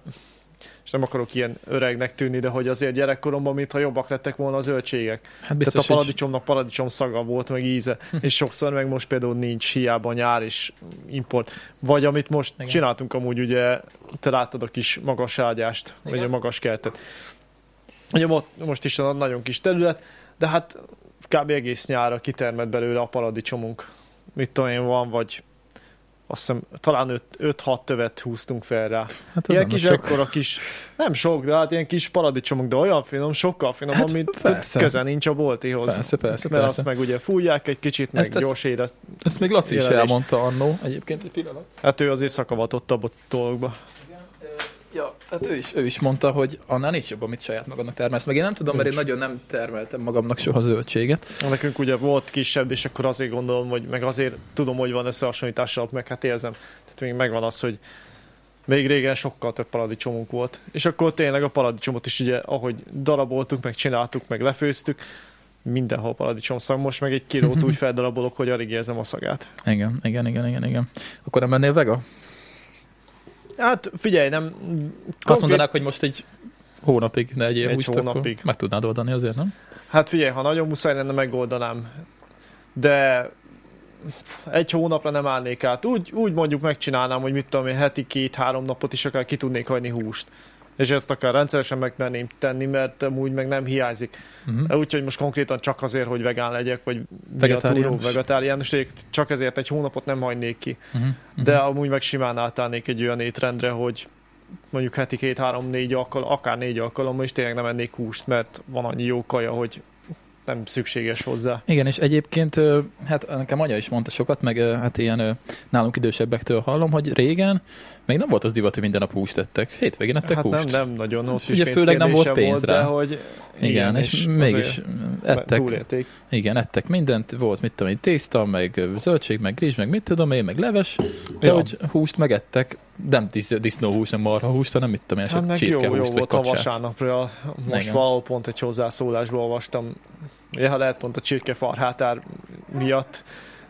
Speaker 2: és nem akarok ilyen öregnek tűnni, de hogy azért gyerekkoromban, mintha jobbak lettek volna a zöldségek.
Speaker 1: hát
Speaker 2: Biztos,
Speaker 1: biztos,
Speaker 2: Tehát a
Speaker 1: hogy Hm.
Speaker 2: paradicsomnak paradicsom szaga volt, meg íze, és sokszor meg most például nincs, hiába nyár és import. Vagy amit most
Speaker 1: Igen.
Speaker 2: Igen. csináltunk amúgy, ugye te láttad a kis magas ágyást, vagy
Speaker 1: Igen.
Speaker 2: a magas kertet. Ugye mo- most is van nagyon kis terület, de hát kb. egész nyára kitermett belőle a paradicsomunk. Mit tudom én, van, vagy azt hiszem, talán 5-6 tövet húztunk fel rá.
Speaker 1: hát az
Speaker 2: Ilyen
Speaker 1: nem
Speaker 2: kis,
Speaker 1: sok.
Speaker 2: ekkora kis, nem sok, de hát ilyen kis paradicsomok, de olyan finom, sokkal finom,
Speaker 1: Hát
Speaker 2: hát, amit
Speaker 1: persze.
Speaker 2: köze nincs a boltihoz.
Speaker 1: Persze, persze,
Speaker 2: Mert
Speaker 1: persze.
Speaker 2: azt meg ugye fújják egy kicsit, meg
Speaker 1: Ezt-
Speaker 2: ezt,
Speaker 1: ezt-
Speaker 2: gyors érez.
Speaker 1: Ezt még Laci is
Speaker 2: Jelenés.
Speaker 1: elmondta annó, egyébként egy pillanat.
Speaker 2: Hát ő azért szakavatottabb a dolgokba.
Speaker 1: Ja, hát ő is, ő is mondta, hogy annál nincs jobb, amit saját magadnak termelsz. Meg én nem tudom, mert én nagyon nem termeltem magamnak soha zöldséget.
Speaker 2: Nekünk ugye volt kisebb, és akkor azért gondolom, hogy meg azért tudom, hogy van összehasonlítás alap, meg hát érzem. Tehát még megvan az, hogy még régen sokkal több paradicsomunk volt. És akkor tényleg a paradicsomot is ugye, ahogy daraboltuk, meg csináltuk, meg lefőztük, mindenhol paradicsomszag, most meg egy kilót úgy feldarabolok, hogy alig érzem a szagát.
Speaker 1: Igen, igen, igen, igen, igen. Akkor nem lennél vega?
Speaker 2: Hát figyelj, nem...
Speaker 1: Azt
Speaker 2: konkrét-
Speaker 1: mondanák, hogy most egy hónapig ne egyél
Speaker 2: Egy
Speaker 1: húst, akkor
Speaker 2: hónapig.
Speaker 1: meg tudnád oldani azért, nem?
Speaker 2: Hát figyelj, ha nagyon muszáj lenne, megoldanám. De egy hónapra nem állnék át. Úgy, úgy mondjuk megcsinálnám, hogy mit tudom én, heti két-három napot is akár ki tudnék hagyni húst. És ezt akár rendszeresen megmerném tenni, mert amúgy meg nem hiányzik.
Speaker 1: Mhm.
Speaker 2: Úgyhogy most konkrétan csak azért, hogy vegán legyek, vagy
Speaker 1: Vegetáriánus.
Speaker 2: vegetáriánus, vegetáriánus legyek, csak ezért egy hónapot nem hagynék ki.
Speaker 1: Mhm, mhm.
Speaker 2: De amúgy meg simán átállnék egy olyan étrendre, hogy mondjuk heti két, három, négy alkalom, akár négy alkalommal is tényleg nem ennék húst, mert van annyi jó kaja, hogy nem szükséges hozzá.
Speaker 1: Igen, és egyébként, ö, hát nekem anya is mondta sokat, meg ö, hát ilyen ö, nálunk idősebbektől hallom, hogy régen még nem volt az divat, hogy minden nap húst ettek. Hétvégén ettek
Speaker 2: hát
Speaker 1: húst.
Speaker 2: nem, nem nagyon, ott is
Speaker 1: Ugye főleg nem volt
Speaker 2: pénzkérdése
Speaker 1: pénz rá.
Speaker 2: volt, de hogy
Speaker 1: Igen, és mégis
Speaker 2: azért
Speaker 1: ettek,
Speaker 2: túlélték.
Speaker 1: igen, ettek mindent, volt mit tudom én, tészta, meg ö, zöldség, meg rizs, meg mit tudom én, meg leves, de
Speaker 2: Ja.
Speaker 1: hogy húst megettek, nem disz, disznóhúst, nem marhahúst, hanem mit tudom én,
Speaker 2: Hát
Speaker 1: hát
Speaker 2: meg
Speaker 1: csirkehúst,
Speaker 2: jó, jó
Speaker 1: vagy
Speaker 2: volt a
Speaker 1: kacsát.
Speaker 2: vasárnapra, most
Speaker 1: Igen.
Speaker 2: valahol pont egy hozzászólásból olvastam, ja, ha lehet pont a csirkefarhátár miatt,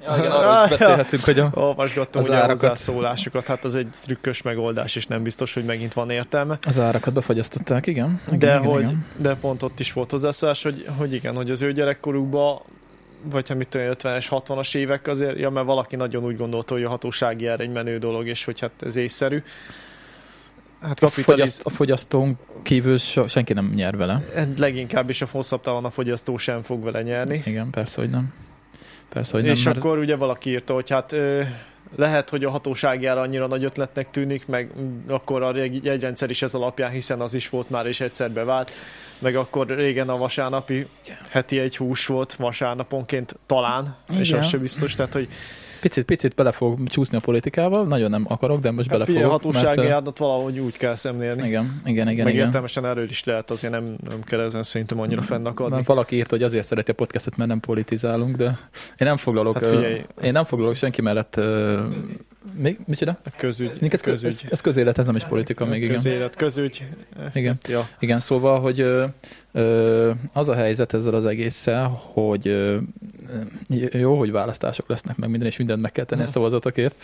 Speaker 1: Ja, igen, arról is beszélhetünk, hogy a...
Speaker 2: Olvasgattam
Speaker 1: Az
Speaker 2: ugye a
Speaker 1: árakat.
Speaker 2: hozzászólásokat, hát az egy trükkös megoldás, és nem biztos, hogy megint van értelme.
Speaker 1: Az árakat befagyasztották, igen. igen
Speaker 2: De,
Speaker 1: igen,
Speaker 2: hogy,
Speaker 1: Igen.
Speaker 2: de pont ott is volt hozzászólás, hogy, hogy igen, hogy az ő gyerekkorukban, vagy ha mit tudom, én, 50-es, 60-as évek azért, ja, mert valaki nagyon úgy gondolta, hogy a hatósági ár egy menő dolog, és hogy hát ez észszerű. Hát
Speaker 1: A,
Speaker 2: kapitaliz...
Speaker 1: fogyaszt, a fogyasztón kívül so, senki nem nyer vele.
Speaker 2: hát leginkább és a hosszabb távon a fogyasztó sem fog vele nyerni.
Speaker 1: Igen, persze, hogy nem. Persze, hogy
Speaker 2: Hogy és
Speaker 1: nem,
Speaker 2: akkor ugye valaki írta, hogy hát ö, lehet, hogy a hatóságjára annyira nagy ötletnek tűnik, meg mm, akkor a reg- jegyrendszer is ez alapján, hiszen az is volt már és egyszer bevált, meg akkor régen a vasárnapi heti egy hús volt vasárnaponként talán, Igen. és
Speaker 1: Igen.
Speaker 2: az sem biztos, tehát hogy
Speaker 1: Picit, picit bele fog csúszni a politikába, nagyon nem akarok, de most
Speaker 2: hát
Speaker 1: bele
Speaker 2: figyelj, a
Speaker 1: fogok, mert... ö,
Speaker 2: hatósági árnat valahogy úgy kell szemlélni.
Speaker 1: Igen, igen, igen.
Speaker 2: meg
Speaker 1: igen.
Speaker 2: értelmesen erről is lehet, azért nem, nem kell ezen szerintem annyira
Speaker 1: Már
Speaker 2: fennakadni.
Speaker 1: valaki írta, hogy azért szereti a podcastet, mert nem politizálunk, de én nem foglalok,
Speaker 2: Hát
Speaker 1: ö,
Speaker 2: figyelj.
Speaker 1: én nem foglalok senki mellett. ö, Még, mit csinál?
Speaker 2: Közügy,
Speaker 1: Ez, köz, ez,
Speaker 2: közügy,
Speaker 1: ez közélet, ez nem is politika még, igen.
Speaker 2: közélet, közügy.
Speaker 1: Igen.
Speaker 2: Ja.
Speaker 1: Igen, szóval, hogy ö, ö, az a helyzet ezzel az egésszel, hogy ö, ö, jó, hogy választások lesznek, meg minden, és mindent meg kell tenni a szavazatokért,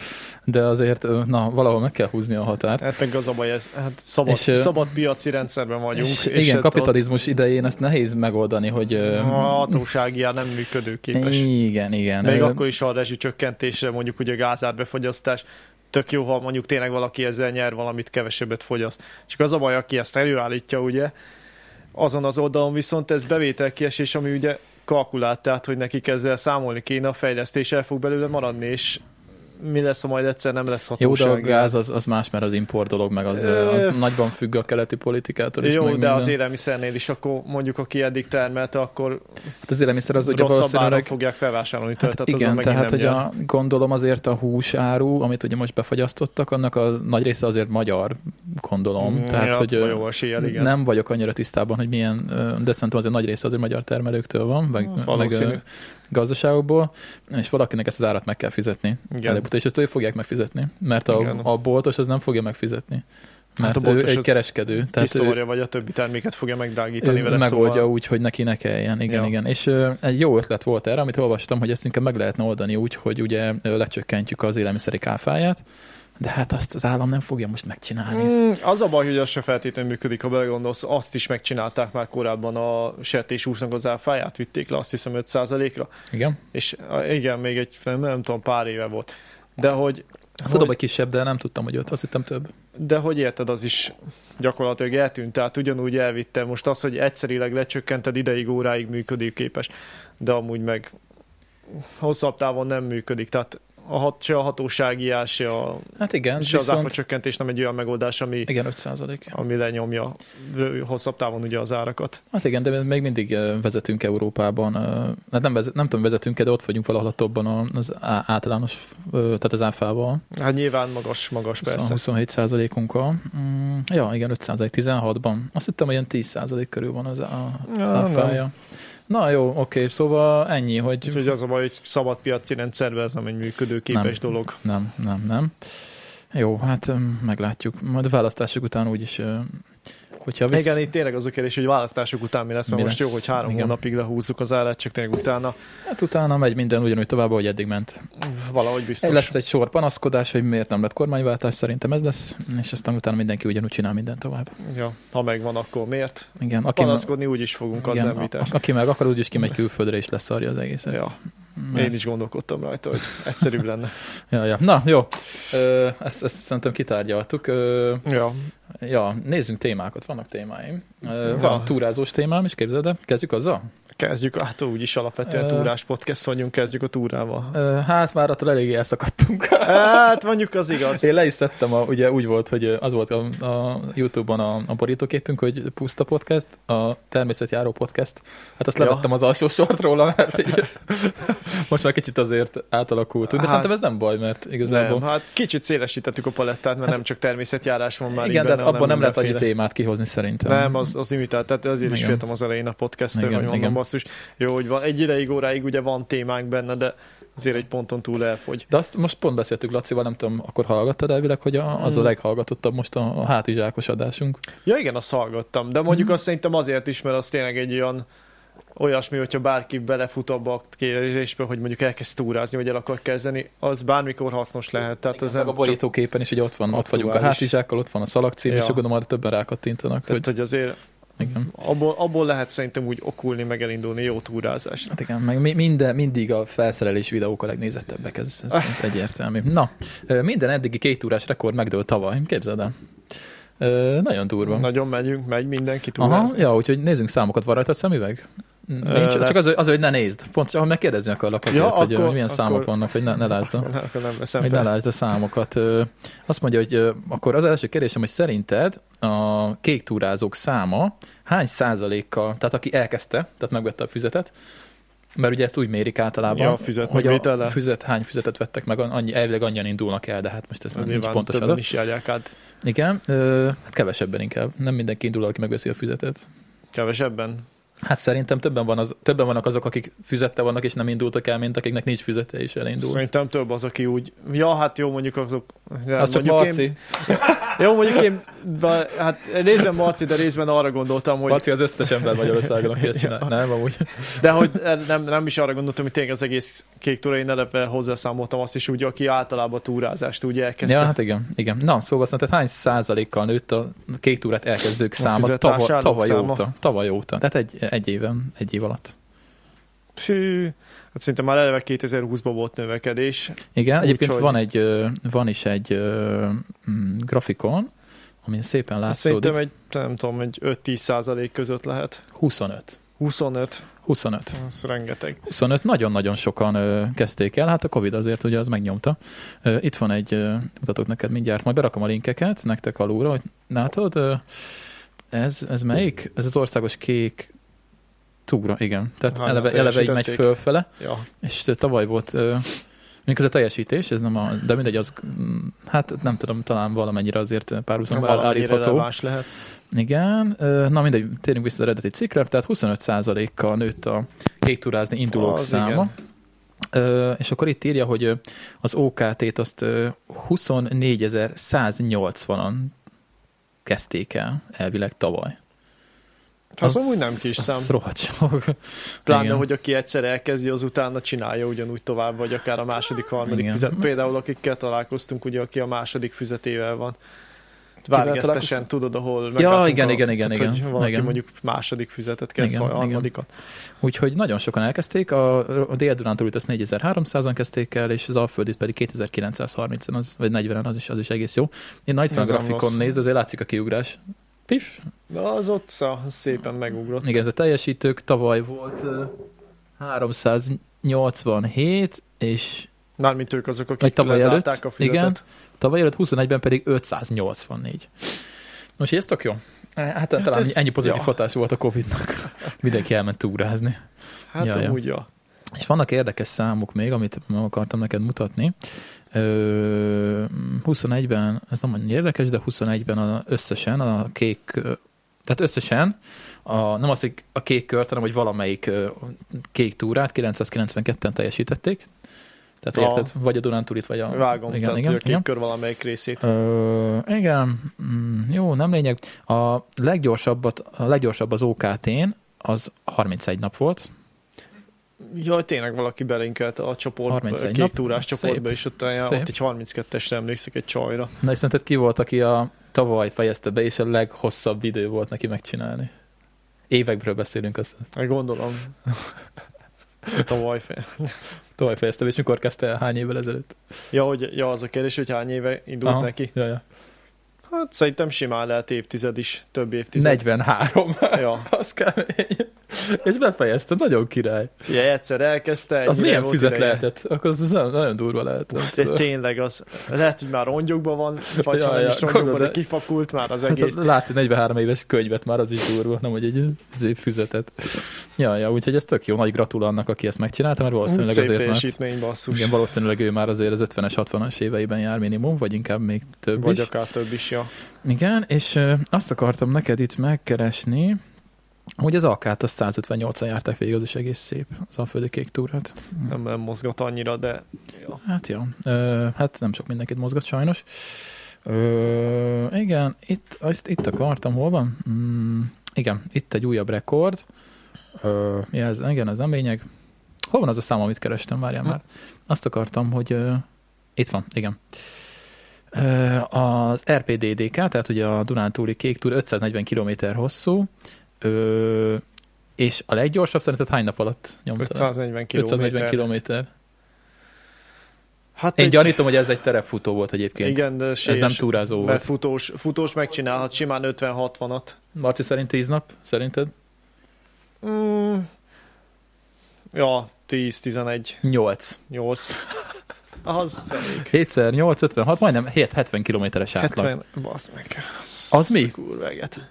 Speaker 1: de azért, ö, na, valahol meg kell húzni a határt.
Speaker 2: Hát meg az a baj, ez, hát szabad,
Speaker 1: És, ö,
Speaker 2: és, szabad piaci rendszerben vagyunk.
Speaker 1: És,
Speaker 2: és
Speaker 1: igen,
Speaker 2: hát
Speaker 1: kapitalizmus idején ezt nehéz megoldani, hogy...
Speaker 2: ott
Speaker 1: ö,
Speaker 2: A hatóságjár nem működőképes.
Speaker 1: igen, igen.
Speaker 2: Még
Speaker 1: Ö,
Speaker 2: akkor is a rezsicsökkentésre, mondjuk ugye gázárbefogyasztás, tök jó, ha mondjuk tényleg valaki ezzel nyer valamit, kevesebbet fogyaszt. Csak az a baj, aki ezt előállítja, ugye, azon az oldalon viszont ez bevételkiesés, ami ugye kalkulált, tehát hogy nekik ezzel számolni kéne, a fejlesztés el fog belőle maradni, és mi lesz, ha majd egyszer nem lesz
Speaker 1: Jó, de a
Speaker 2: hatóság.
Speaker 1: gáz az, az más, mert az import dolog, meg az, ö, az
Speaker 2: Ö,
Speaker 1: nagyban függ a keleti politikától is.
Speaker 2: Jó, de
Speaker 1: meg minden.
Speaker 2: az élelmiszernél is, akkor mondjuk aki eddig termelte, akkor
Speaker 1: Hát az élelmiszer az ugye
Speaker 2: rosszabb áron
Speaker 1: valószínűleg
Speaker 2: fogják felvásárolni tőle,
Speaker 1: Hát
Speaker 2: tehát azon
Speaker 1: igen,
Speaker 2: megint
Speaker 1: tehát
Speaker 2: nem
Speaker 1: hogy a,
Speaker 2: jön.
Speaker 1: gondolom azért a húsáru, amit ugye most befagyasztottak, annak a nagy része azért magyar, gondolom.
Speaker 2: Mm,
Speaker 1: tehát,
Speaker 2: ja,
Speaker 1: hogy ö,
Speaker 2: jó eséllyel, igen.
Speaker 1: nem vagyok annyira tisztában, hogy milyen, ö, de szerintem azért nagy része azért magyar termelőktől van, meg,
Speaker 2: Hát,
Speaker 1: meg
Speaker 2: valószínű.
Speaker 1: ö, gazdaságokból, és valakinek ezt az árat meg kell fizetni.
Speaker 2: Igen.
Speaker 1: Előbb, és ezt ők fogják megfizetni, mert a,
Speaker 2: Igen.
Speaker 1: a boltos az nem fogja megfizetni.
Speaker 2: Hát
Speaker 1: Mert
Speaker 2: a
Speaker 1: hát ő
Speaker 2: boltos
Speaker 1: egy
Speaker 2: az
Speaker 1: kereskedő.
Speaker 2: Tehát
Speaker 1: Tehát ő,
Speaker 2: Kiszórja, vagy a többi terméket fogja megdrágítani
Speaker 1: ő
Speaker 2: vele,
Speaker 1: megoldja
Speaker 2: szóval...
Speaker 1: úgy, hogy neki ne kelljen, igen,
Speaker 2: Ja.
Speaker 1: igen. És ö, egy jó ötlet volt erre, amit olvastam, hogy ezt inkább meg lehetne oldani úgy, hogy ugye ö, lecsökkentjük az élelmiszeri káfáját, de hát azt az állam nem fogja most megcsinálni.
Speaker 2: Mm, az a baj, hogy az se feltétlenül működik, ha belegondolsz, azt is megcsinálták már korábban a sertéshúsnak az áfáját, vitték le azt hiszem 5%-ra,
Speaker 1: Igen.
Speaker 2: és a- igen, még egy, nem, nem tudom, pár éve volt. De hogy,
Speaker 1: Azt tudom, hogy Szóval kisebb, de nem tudtam, hogy öt, azt hittem több.
Speaker 2: de hogy érted, az is gyakorlatilag eltűnt, tehát ugyanúgy elvitte most az, hogy egyszerileg lecsökkented ideig, óráig működőképes, de amúgy meg hosszabb távon nem működik, tehát a hat, se a hatósági ár, se a
Speaker 1: Hát igen,
Speaker 2: És az
Speaker 1: viszont...
Speaker 2: áfacsökkentés nem egy olyan megoldás, ami,
Speaker 1: Igen, 5 százalék.
Speaker 2: ami lenyomja ö, hosszabb távon ugye az árakat.
Speaker 1: Hát igen, de még mindig ö, vezetünk Európában. ö, Hát nem, vezet, nem tudom, vezetünk de ott vagyunk valahol a topban a- az á- általános, ö, tehát az áfával.
Speaker 2: Hát nyilván magas, magas persze.
Speaker 1: 27 százalékunkkal. Mm, ja, igen, 5 százalék, 16-ban. Azt hittem, hogy ilyen 10 százalék körül van az, á- az
Speaker 2: Ja,
Speaker 1: áfája. Na jó, oké, szóval ennyi, hogy
Speaker 2: Úgyhogy az a baj, hogy szabad piaci rendszerben ez nem egy működőképes
Speaker 1: Nem.
Speaker 2: dolog.
Speaker 1: nem, nem, nem. Jó, hát öm, meglátjuk. Majd a választások után úgyis ö, Hogyha
Speaker 2: Visz...
Speaker 1: visz...
Speaker 2: Igen, itt tényleg az a kérdés, hogy választások után mi lesz, mert
Speaker 1: Mi
Speaker 2: most
Speaker 1: lesz?
Speaker 2: jó, hogy három
Speaker 1: Igen.
Speaker 2: Igen. hónapig lehúzzuk az árát, csak tényleg utána
Speaker 1: Hát utána megy minden ugyanúgy tovább, ahogy eddig ment.
Speaker 2: valahogy biztos.
Speaker 1: Egy lesz egy sor panaszkodás, hogy miért nem lett kormányváltás, szerintem ez lesz, és aztán utána mindenki ugyanúgy csinál minden tovább.
Speaker 2: Ja, ha megvan, akkor miért?
Speaker 1: Igen, aki,
Speaker 2: Panaszkodni úgy is fogunk az
Speaker 1: igen, a,
Speaker 2: említás.
Speaker 1: aki meg akar, úgyis kimegy külföldre, és leszarja az egészet.
Speaker 2: Ja,
Speaker 1: Mert-
Speaker 2: én is gondolkodtam rajta, hogy egyszerűbb lenne.
Speaker 1: Ja, ja. Na, jó. Ö, ezt, ezt szerintem kitárgyaltuk. Ö,
Speaker 2: Ja,
Speaker 1: ja, nézzünk témákat. Vannak témáim. Ö,
Speaker 2: Ja.
Speaker 1: van túrázós témám is, képzeld el. Kezdjük azzal?
Speaker 2: kezdjük, hát úgyis alapvetően
Speaker 1: Ö.
Speaker 2: túrás podcast vagyunk, kezdjük a túrával.
Speaker 1: Ö, hát már attól eléggé elszakadtunk.
Speaker 2: Hát mondjuk az igaz.
Speaker 1: Én le is szedtem, a, ugye úgy volt, hogy az volt a, a YouTube-on a, a borítóképünk, hogy puszta podcast, a természetjáró podcast. Hát azt
Speaker 2: Ja.
Speaker 1: levettem az alsó sort róla, mert így, most már kicsit azért átalakultunk. De
Speaker 2: Hát-
Speaker 1: szerintem ez nem baj, mert igazából...
Speaker 2: Nem, hát kicsit szélesítettük a palettát, mert
Speaker 1: Hát-
Speaker 2: nem csak természetjárás van már
Speaker 1: igen,
Speaker 2: így benne,
Speaker 1: tehát abban nem
Speaker 2: hanem
Speaker 1: lehet annyi
Speaker 2: mindenféle.
Speaker 1: témát kihozni szerintem.
Speaker 2: Nem, az, az imitált, tehát azért is
Speaker 1: Igen.
Speaker 2: féltem az elején a podcasttől,
Speaker 1: Igen,
Speaker 2: hogy mondom
Speaker 1: igen.
Speaker 2: basszus. Jó, hogy van, egy ideig, óráig ugye van témánk benne, de azért egy ponton túl elfogy.
Speaker 1: De azt most pont beszéltük Lacival, nem tudom, akkor hallgattad elvileg, hogy a, az a
Speaker 2: Mm.
Speaker 1: leghallgatottabb most a, a hátizsákos adásunk.
Speaker 2: Ja igen, azt hallgattam, de mondjuk
Speaker 1: Mhm.
Speaker 2: azt szerintem azért is, mert az tényleg egy olyan olyasmi, hogyha bárki belefut abba a kérdésbe, hogy mondjuk elkezd túrázni, vagy el akar kezdeni, az bármikor hasznos lehet. Tehát
Speaker 1: Igen,
Speaker 2: Hát ez
Speaker 1: meg
Speaker 2: nem
Speaker 1: a
Speaker 2: csak,
Speaker 1: borítóképen is, ugye ott van, ott vagyunk a
Speaker 2: aktuális.
Speaker 1: hátizsákkal, ott van a szalagcím, ja.
Speaker 2: Ja.
Speaker 1: és akkor már többen rákattintanak.
Speaker 2: tehát,
Speaker 1: Hogy,
Speaker 2: hogy azért
Speaker 1: igen.
Speaker 2: abból, abból lehet szerintem úgy okulni, meg elindulni jó túrázást.
Speaker 1: Hát igen, meg mi- minden, mindig a felszerelés videók a legnézettebbek, ez, ez, ez egyértelmű. Na, ö, minden eddigi két órás rekord megdőlt tavaly, képzeld el. Ö, Nagyon durva.
Speaker 2: Nagyon megyünk, megy mindenki
Speaker 1: Aha,
Speaker 2: túrázni.
Speaker 1: ja, úgyhogy nézzünk számokat, van rajta a szemüveg? Nincs,
Speaker 2: Ö,
Speaker 1: csak
Speaker 2: lesz.
Speaker 1: az, az, hogy ne nézd. Pont, ha megkérdezni akarlak azért,
Speaker 2: Ja,
Speaker 1: ja, hogy,
Speaker 2: akkor-
Speaker 1: akkor, milyen
Speaker 2: akkor-
Speaker 1: számok vannak, hogy ne, ne lásd. a-
Speaker 2: Akkor nem veszem
Speaker 1: Hogy ne
Speaker 2: fel.
Speaker 1: lásd a számokat. Ö, Azt mondja, hogy ö, akkor az első kérdésem, hogy szerinted a kék túrázók száma hány százalékkal, tehát aki elkezdte, tehát megvette a füzetet, mert ugye ezt úgy mérik általában,
Speaker 2: Ja, a füzet
Speaker 1: hogy a
Speaker 2: megvétele.
Speaker 1: füzet, hány füzetet vettek meg, annyi, elvileg annyian indulnak el, de hát most ez nem nincs
Speaker 2: Nyilván
Speaker 1: pontos
Speaker 2: többen
Speaker 1: adat.
Speaker 2: is járják át.
Speaker 1: Igen, ö, hát kevesebben inkább. Nem mindenki indul, aki megveszi a füzetet.
Speaker 2: Kevesebben?
Speaker 1: Hát szerintem többen, van az, többen vannak azok, akik füzette vannak, és nem indultak el, mint akiknek nincs füzete, és elindul.
Speaker 2: Szerintem több az, aki úgy... Ja, hát jó, mondjuk azok... Ja,
Speaker 1: Az csak
Speaker 2: mondjuk
Speaker 1: Marci.
Speaker 2: én, Jó, mondjuk én... Be, hát részben Marci, de részben arra gondoltam, hogy...
Speaker 1: Marci az összes ember Magyarországon, aki ezt csinál. Nem, amúgy.
Speaker 2: De hogy er, nem, nem is arra gondoltam, hogy tényleg az egész kék túra, én eleve hozzászámoltam azt is úgy, aki általában túrázást úgy elkezdte.
Speaker 1: Ja, hát igen, igen. Na, szóval szerinted hány százalékkal nőtt a kék túrát elkezdők száma
Speaker 2: fizetásállók
Speaker 1: tavaly, tavaly
Speaker 2: száma?
Speaker 1: óta? Tavaly óta. Tehát egy, egy éven, egy év alatt.
Speaker 2: Hű, hát szinte már eleve 2020-ban volt növekedés.
Speaker 1: Igen,
Speaker 2: Úgy,
Speaker 1: egyébként
Speaker 2: hogy-
Speaker 1: van, egy, ö, van is egy ö, mm, grafikon, amin szépen látszódik.
Speaker 2: Szerintem egy, nem tudom, egy 5-10 százalék között lehet.
Speaker 1: 25.
Speaker 2: 25,
Speaker 1: 25.
Speaker 2: az rengeteg.
Speaker 1: 25 nagyon-nagyon sokan ö, kezdték el, hát a Covid azért ugye az megnyomta. Ö, itt van egy, ö, mutatok neked mindjárt, majd berakom a linkeket nektek alulra, hogy látod, ö, ez, ez melyik? Ez az országos kék túra, igen. Tehát
Speaker 2: Hányan
Speaker 1: eleve, eleve így megy
Speaker 2: teljesítették?
Speaker 1: fölfele,
Speaker 2: Ja,
Speaker 1: és ö, tavaly volt, ö, mondjuk ez a teljesítés, ez nem a, de mindegy, az, mm, hát nem tudom, talán valamennyire azért párhuzamban
Speaker 2: valamennyire
Speaker 1: állítható.
Speaker 2: releváns lehet.
Speaker 1: Igen, ö, na mindegy, térjünk vissza az eredeti cikkre, tehát 25%-kal nőtt a kéktúrázni indulók
Speaker 2: Az
Speaker 1: száma.
Speaker 2: igen.
Speaker 1: Ö, és akkor itt írja, hogy ö, az OKT-t azt ö, 24.180-an kezdték el, elvileg tavaly.
Speaker 2: Az, az Hát amúgy nem kis
Speaker 1: az
Speaker 2: szám.
Speaker 1: Rohadt sok.
Speaker 2: Pláne,
Speaker 1: Igen.
Speaker 2: Igen. hogy aki egyszer elkezdi, az utána csinálja ugyanúgy tovább, vagy akár a második, harmadik
Speaker 1: Igen.
Speaker 2: Igen. füzet. Például akikkel találkoztunk, ugye, aki a második füzetével van.
Speaker 1: Kivel
Speaker 2: Várgesztesen
Speaker 1: találkoztunk?
Speaker 2: tudod, ahol
Speaker 1: igen,
Speaker 2: a,
Speaker 1: igen, igen,
Speaker 2: tehát,
Speaker 1: igen.
Speaker 2: Hogy valaki
Speaker 1: Igen.
Speaker 2: mondjuk második füzetet kezd,
Speaker 1: Igen,
Speaker 2: vagy
Speaker 1: igen.
Speaker 2: harmadikat.
Speaker 1: Úgyhogy nagyon sokan elkezdték, a, a dél dunántúlit azt 4300-an kezdték el, és az Alföldit pedig 2930-en, az, vagy 40-en, az is, az is egész jó. Én nagy fel a
Speaker 2: Ez nem
Speaker 1: grafikon
Speaker 2: rossz.
Speaker 1: nézd, azért látszik a kiugrás. Pif,
Speaker 2: Na, az ott szá, szépen megugrott.
Speaker 1: Igen, ez a teljesítők tavaly volt ö, 387, és
Speaker 2: Mármint ők azok,
Speaker 1: Vagy
Speaker 2: akik
Speaker 1: tavaly
Speaker 2: lezárták a
Speaker 1: előtt. Igen.
Speaker 2: füzetet.
Speaker 1: tavaly előtt 21-ben pedig 584. Most így ez tök jó. Hát talán
Speaker 2: ez-
Speaker 1: ennyi pozitív
Speaker 2: ja.
Speaker 1: hatás volt a Covid-nak. Mindenki elment túrázni.
Speaker 2: Hát
Speaker 1: Ja, ja.
Speaker 2: amúgy, ja.
Speaker 1: És vannak érdekes számok még, amit meg akartam neked mutatni. Ö, 21-ben, ez nem annyira érdekes, de 21-ben a, összesen a kék, ö, tehát összesen, a, nem az, hogy a kék kört, hanem hogy valamelyik ö, kék túrát 992-en teljesítették. Tehát Tehát
Speaker 2: Aha.
Speaker 1: érted, vagy a Dunántúlit, vagy a...
Speaker 2: Vágom, igen, tehát igen, a kékkör valamelyik részét.
Speaker 1: Ö, igen, mm, jó, nem lényeg. A leggyorsabbat, a leggyorsabb az OKT-n, az 31 nap volt.
Speaker 2: Jaj, tényleg valaki belinkelt a csoport,
Speaker 1: 31
Speaker 2: két
Speaker 1: nap.
Speaker 2: túrás
Speaker 1: Szép.
Speaker 2: csoportba, és ott, olyan-
Speaker 1: Szép.
Speaker 2: ott egy 32-esre emlékszik egy csajra.
Speaker 1: Na és szerinted ki volt, aki a tavaly fejezte be, és a leghosszabb idő volt neki megcsinálni? Évekről beszélünk, azt
Speaker 2: Hát Gondolom. Hát Tavaly fél.
Speaker 1: tavaly fejezte be, és mikor kezdte el, hány évvel ezelőtt?
Speaker 2: Ja, hogy, ja, az a kérdés, hogy hány éve indult
Speaker 1: Aha,
Speaker 2: neki.
Speaker 1: Ja, ja.
Speaker 2: Hát szerintem simán lehet évtized is, több évtized.
Speaker 1: 43,
Speaker 2: Ja.
Speaker 1: az kemény. És befejezte, nagyon király.
Speaker 2: Ugye egyszer elkezdte.
Speaker 1: az
Speaker 2: ennyire
Speaker 1: milyen
Speaker 2: volt
Speaker 1: füzet
Speaker 2: ideje.
Speaker 1: lehetett? Akkor az nagyon, nagyon durva lehetett.
Speaker 2: Most egy tényleg az, lehet, hogy már rongyokban van, vagy
Speaker 1: Ja,
Speaker 2: ha nem
Speaker 1: ja,
Speaker 2: is rongyokban, de
Speaker 1: gondolod,
Speaker 2: kifakult már az
Speaker 1: Hát
Speaker 2: egész.
Speaker 1: az látsz, hogy 43 éves könyvet már az is durva, nem hogy egy izé, füzetet. Ja, ja, úgyhogy ez tök jó, nagy gratul annak, aki ezt megcsinálta, mert valószínűleg
Speaker 2: Szép
Speaker 1: azért már...
Speaker 2: teljesítmény, basszus.
Speaker 1: Igen, valószínűleg ő már azért az 50-es, 60-as éveiben jár minimum, vagy inkább még több
Speaker 2: Vagy
Speaker 1: is.
Speaker 2: akár több is, ja.
Speaker 1: Igen, és ö, azt akartam neked itt megkeresni, hogy az Alkát azt 158-an járták végig, az is egész szép, az Alföldi Kék túrát.
Speaker 2: Nem, nem mozgat annyira, de
Speaker 1: Hát jó. Ö, hát nem sok mindenkit mozgat sajnos. Ö, igen, itt, azt itt akartam, hol van? Mm, igen, itt egy újabb rekord. Ö, ja, ez, igen, ez nem lényeg. Hol van az a szám, amit kerestem? Várjál
Speaker 2: Hm.
Speaker 1: már. Azt akartam, hogy ö, itt van, igen. Ö, az RPDDK, tehát ugye a Dunántúli Kék Túr 540 km hosszú, ö, és a leggyorsabb szerinted hány nap alatt nyomta? le?
Speaker 2: 540
Speaker 1: 540
Speaker 2: km.
Speaker 1: kilométer.
Speaker 2: Hát
Speaker 1: Én
Speaker 2: egy-
Speaker 1: gyanítom, hogy ez egy terepfutó volt egyébként. Igen,
Speaker 2: Igen, de
Speaker 1: ez
Speaker 2: sélyes,
Speaker 1: nem túrázó
Speaker 2: Mert
Speaker 1: volt.
Speaker 2: futós, futós megcsinálhat simán 50-60-at.
Speaker 1: Marci szerint 10 nap, szerinted?
Speaker 2: Mm. Ja, 10-11,
Speaker 1: 8.
Speaker 2: 8. Az nem még.
Speaker 1: 7 8, 56, majdnem 7, 70 kilométeres átlag. 70.
Speaker 2: 70, basz meg.
Speaker 1: Az mi?
Speaker 2: Kurveget.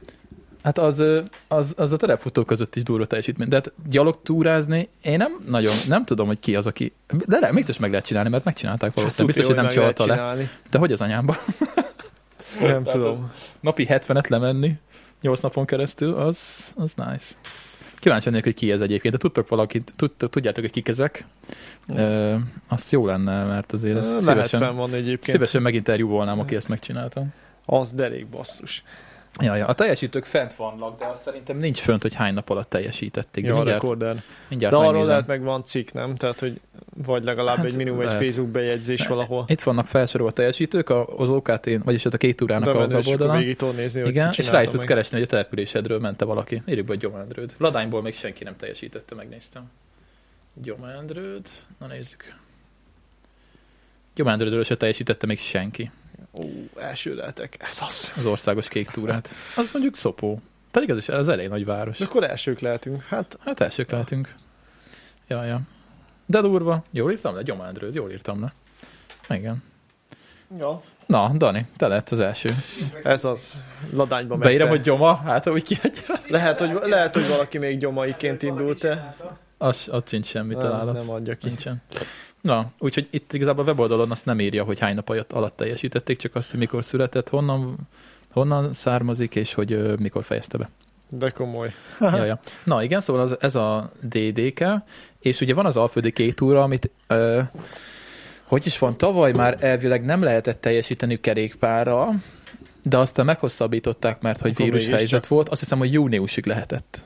Speaker 1: Hát az, ö, az, az a terepfutó között is durva teljesítmény. De hát gyalogtúrázni, én nem nagyon, nem tudom, hogy ki az, aki... De le, mégis meg lehet csinálni, mert megcsinálták valószínűleg. Biztos, Hát hogy nem csalta le. De hogy az anyámba?
Speaker 2: Nem
Speaker 1: Tehát
Speaker 2: tudom.
Speaker 1: Napi 70-et lemenni, 8 napon keresztül, az, az nice. Kíváncsi lennék, hogy ki ez egyébként, de tudtok valakit, tudtok, tudjátok, hogy kik ezek.
Speaker 2: Mm.
Speaker 1: Ö, azt jó lenne, mert azért ezt
Speaker 2: Lehet
Speaker 1: szívesen...
Speaker 2: fenn van egyébként.
Speaker 1: Szívesen meginterjúvolnám, aki ezt megcsinálta.
Speaker 2: Az derék basszus.
Speaker 1: Ja, ja. A teljesítők fent vannak, de azt szerintem nincs fönt, hogy hány nap alatt teljesítették. De
Speaker 2: Ja, a
Speaker 1: mindjárt,
Speaker 2: rekorder.
Speaker 1: mindjárt
Speaker 2: De arról
Speaker 1: megnézem.
Speaker 2: lehet meg van cikk, nem? Tehát, hogy vagy legalább
Speaker 1: Hát
Speaker 2: egy minimum egy
Speaker 1: lehet.
Speaker 2: Facebook bejegyzés valahol.
Speaker 1: Itt vannak felsorolva a teljesítők, a- az OKT-n, vagyis ott a két túrának a
Speaker 2: Bemenő, és akkor
Speaker 1: weboldalon.
Speaker 2: végig tudod nézni, hogy
Speaker 1: Igen,
Speaker 2: ki
Speaker 1: és rá is
Speaker 2: csinálta
Speaker 1: tudsz
Speaker 2: meg.
Speaker 1: keresni, hogy a településedről mente valaki. Írjuk be a Gyomendrőd. Ladányból még senki nem teljesítette, megnéztem. Gyomendrőd, na nézzük. Gyomendrődről se teljesítette még senki
Speaker 2: Ó, első lehetek. Ez az.
Speaker 1: az országos kék túrát. Az mondjuk Szopó. Pedig ez is az elég nagy város.
Speaker 2: És akkor elsők lehetünk. Hát
Speaker 1: Hát elsők lehetünk. Ja, ja. De durva. Jól írtam le? Gyomándrőd, jól írtam le. Igen.
Speaker 2: Ja.
Speaker 1: Na, Dani, te lett az első.
Speaker 2: Ez az. Ladányba ment
Speaker 1: Beírem,
Speaker 2: el.
Speaker 1: hogy gyoma, hát úgy kiadja.
Speaker 2: lehet, hogy, lehet, hogy valaki még gyomaiként indult el.
Speaker 1: Az, ott sincs semmi
Speaker 2: Nem,
Speaker 1: találat.
Speaker 2: nem adja ki.
Speaker 1: Nincsen. Na, úgyhogy itt igazából a weboldalon azt nem írja, hogy hány nap alatt- alatt teljesítették, csak azt, hogy mikor született, honnan, honnan származik, és hogy ö, mikor fejezte be.
Speaker 2: De komoly.
Speaker 1: Ja, ja. Na igen, szóval az, ez a DDK, és ugye van az Alföldi két túra, amit ö, hogy is van, tavaly már elvileg nem lehetett teljesíteni kerékpárra, de aztán meghosszabbították, mert hogy
Speaker 2: Akkor
Speaker 1: vírushelyzet
Speaker 2: mégiscsak.
Speaker 1: volt, azt hiszem, hogy júniusig lehetett.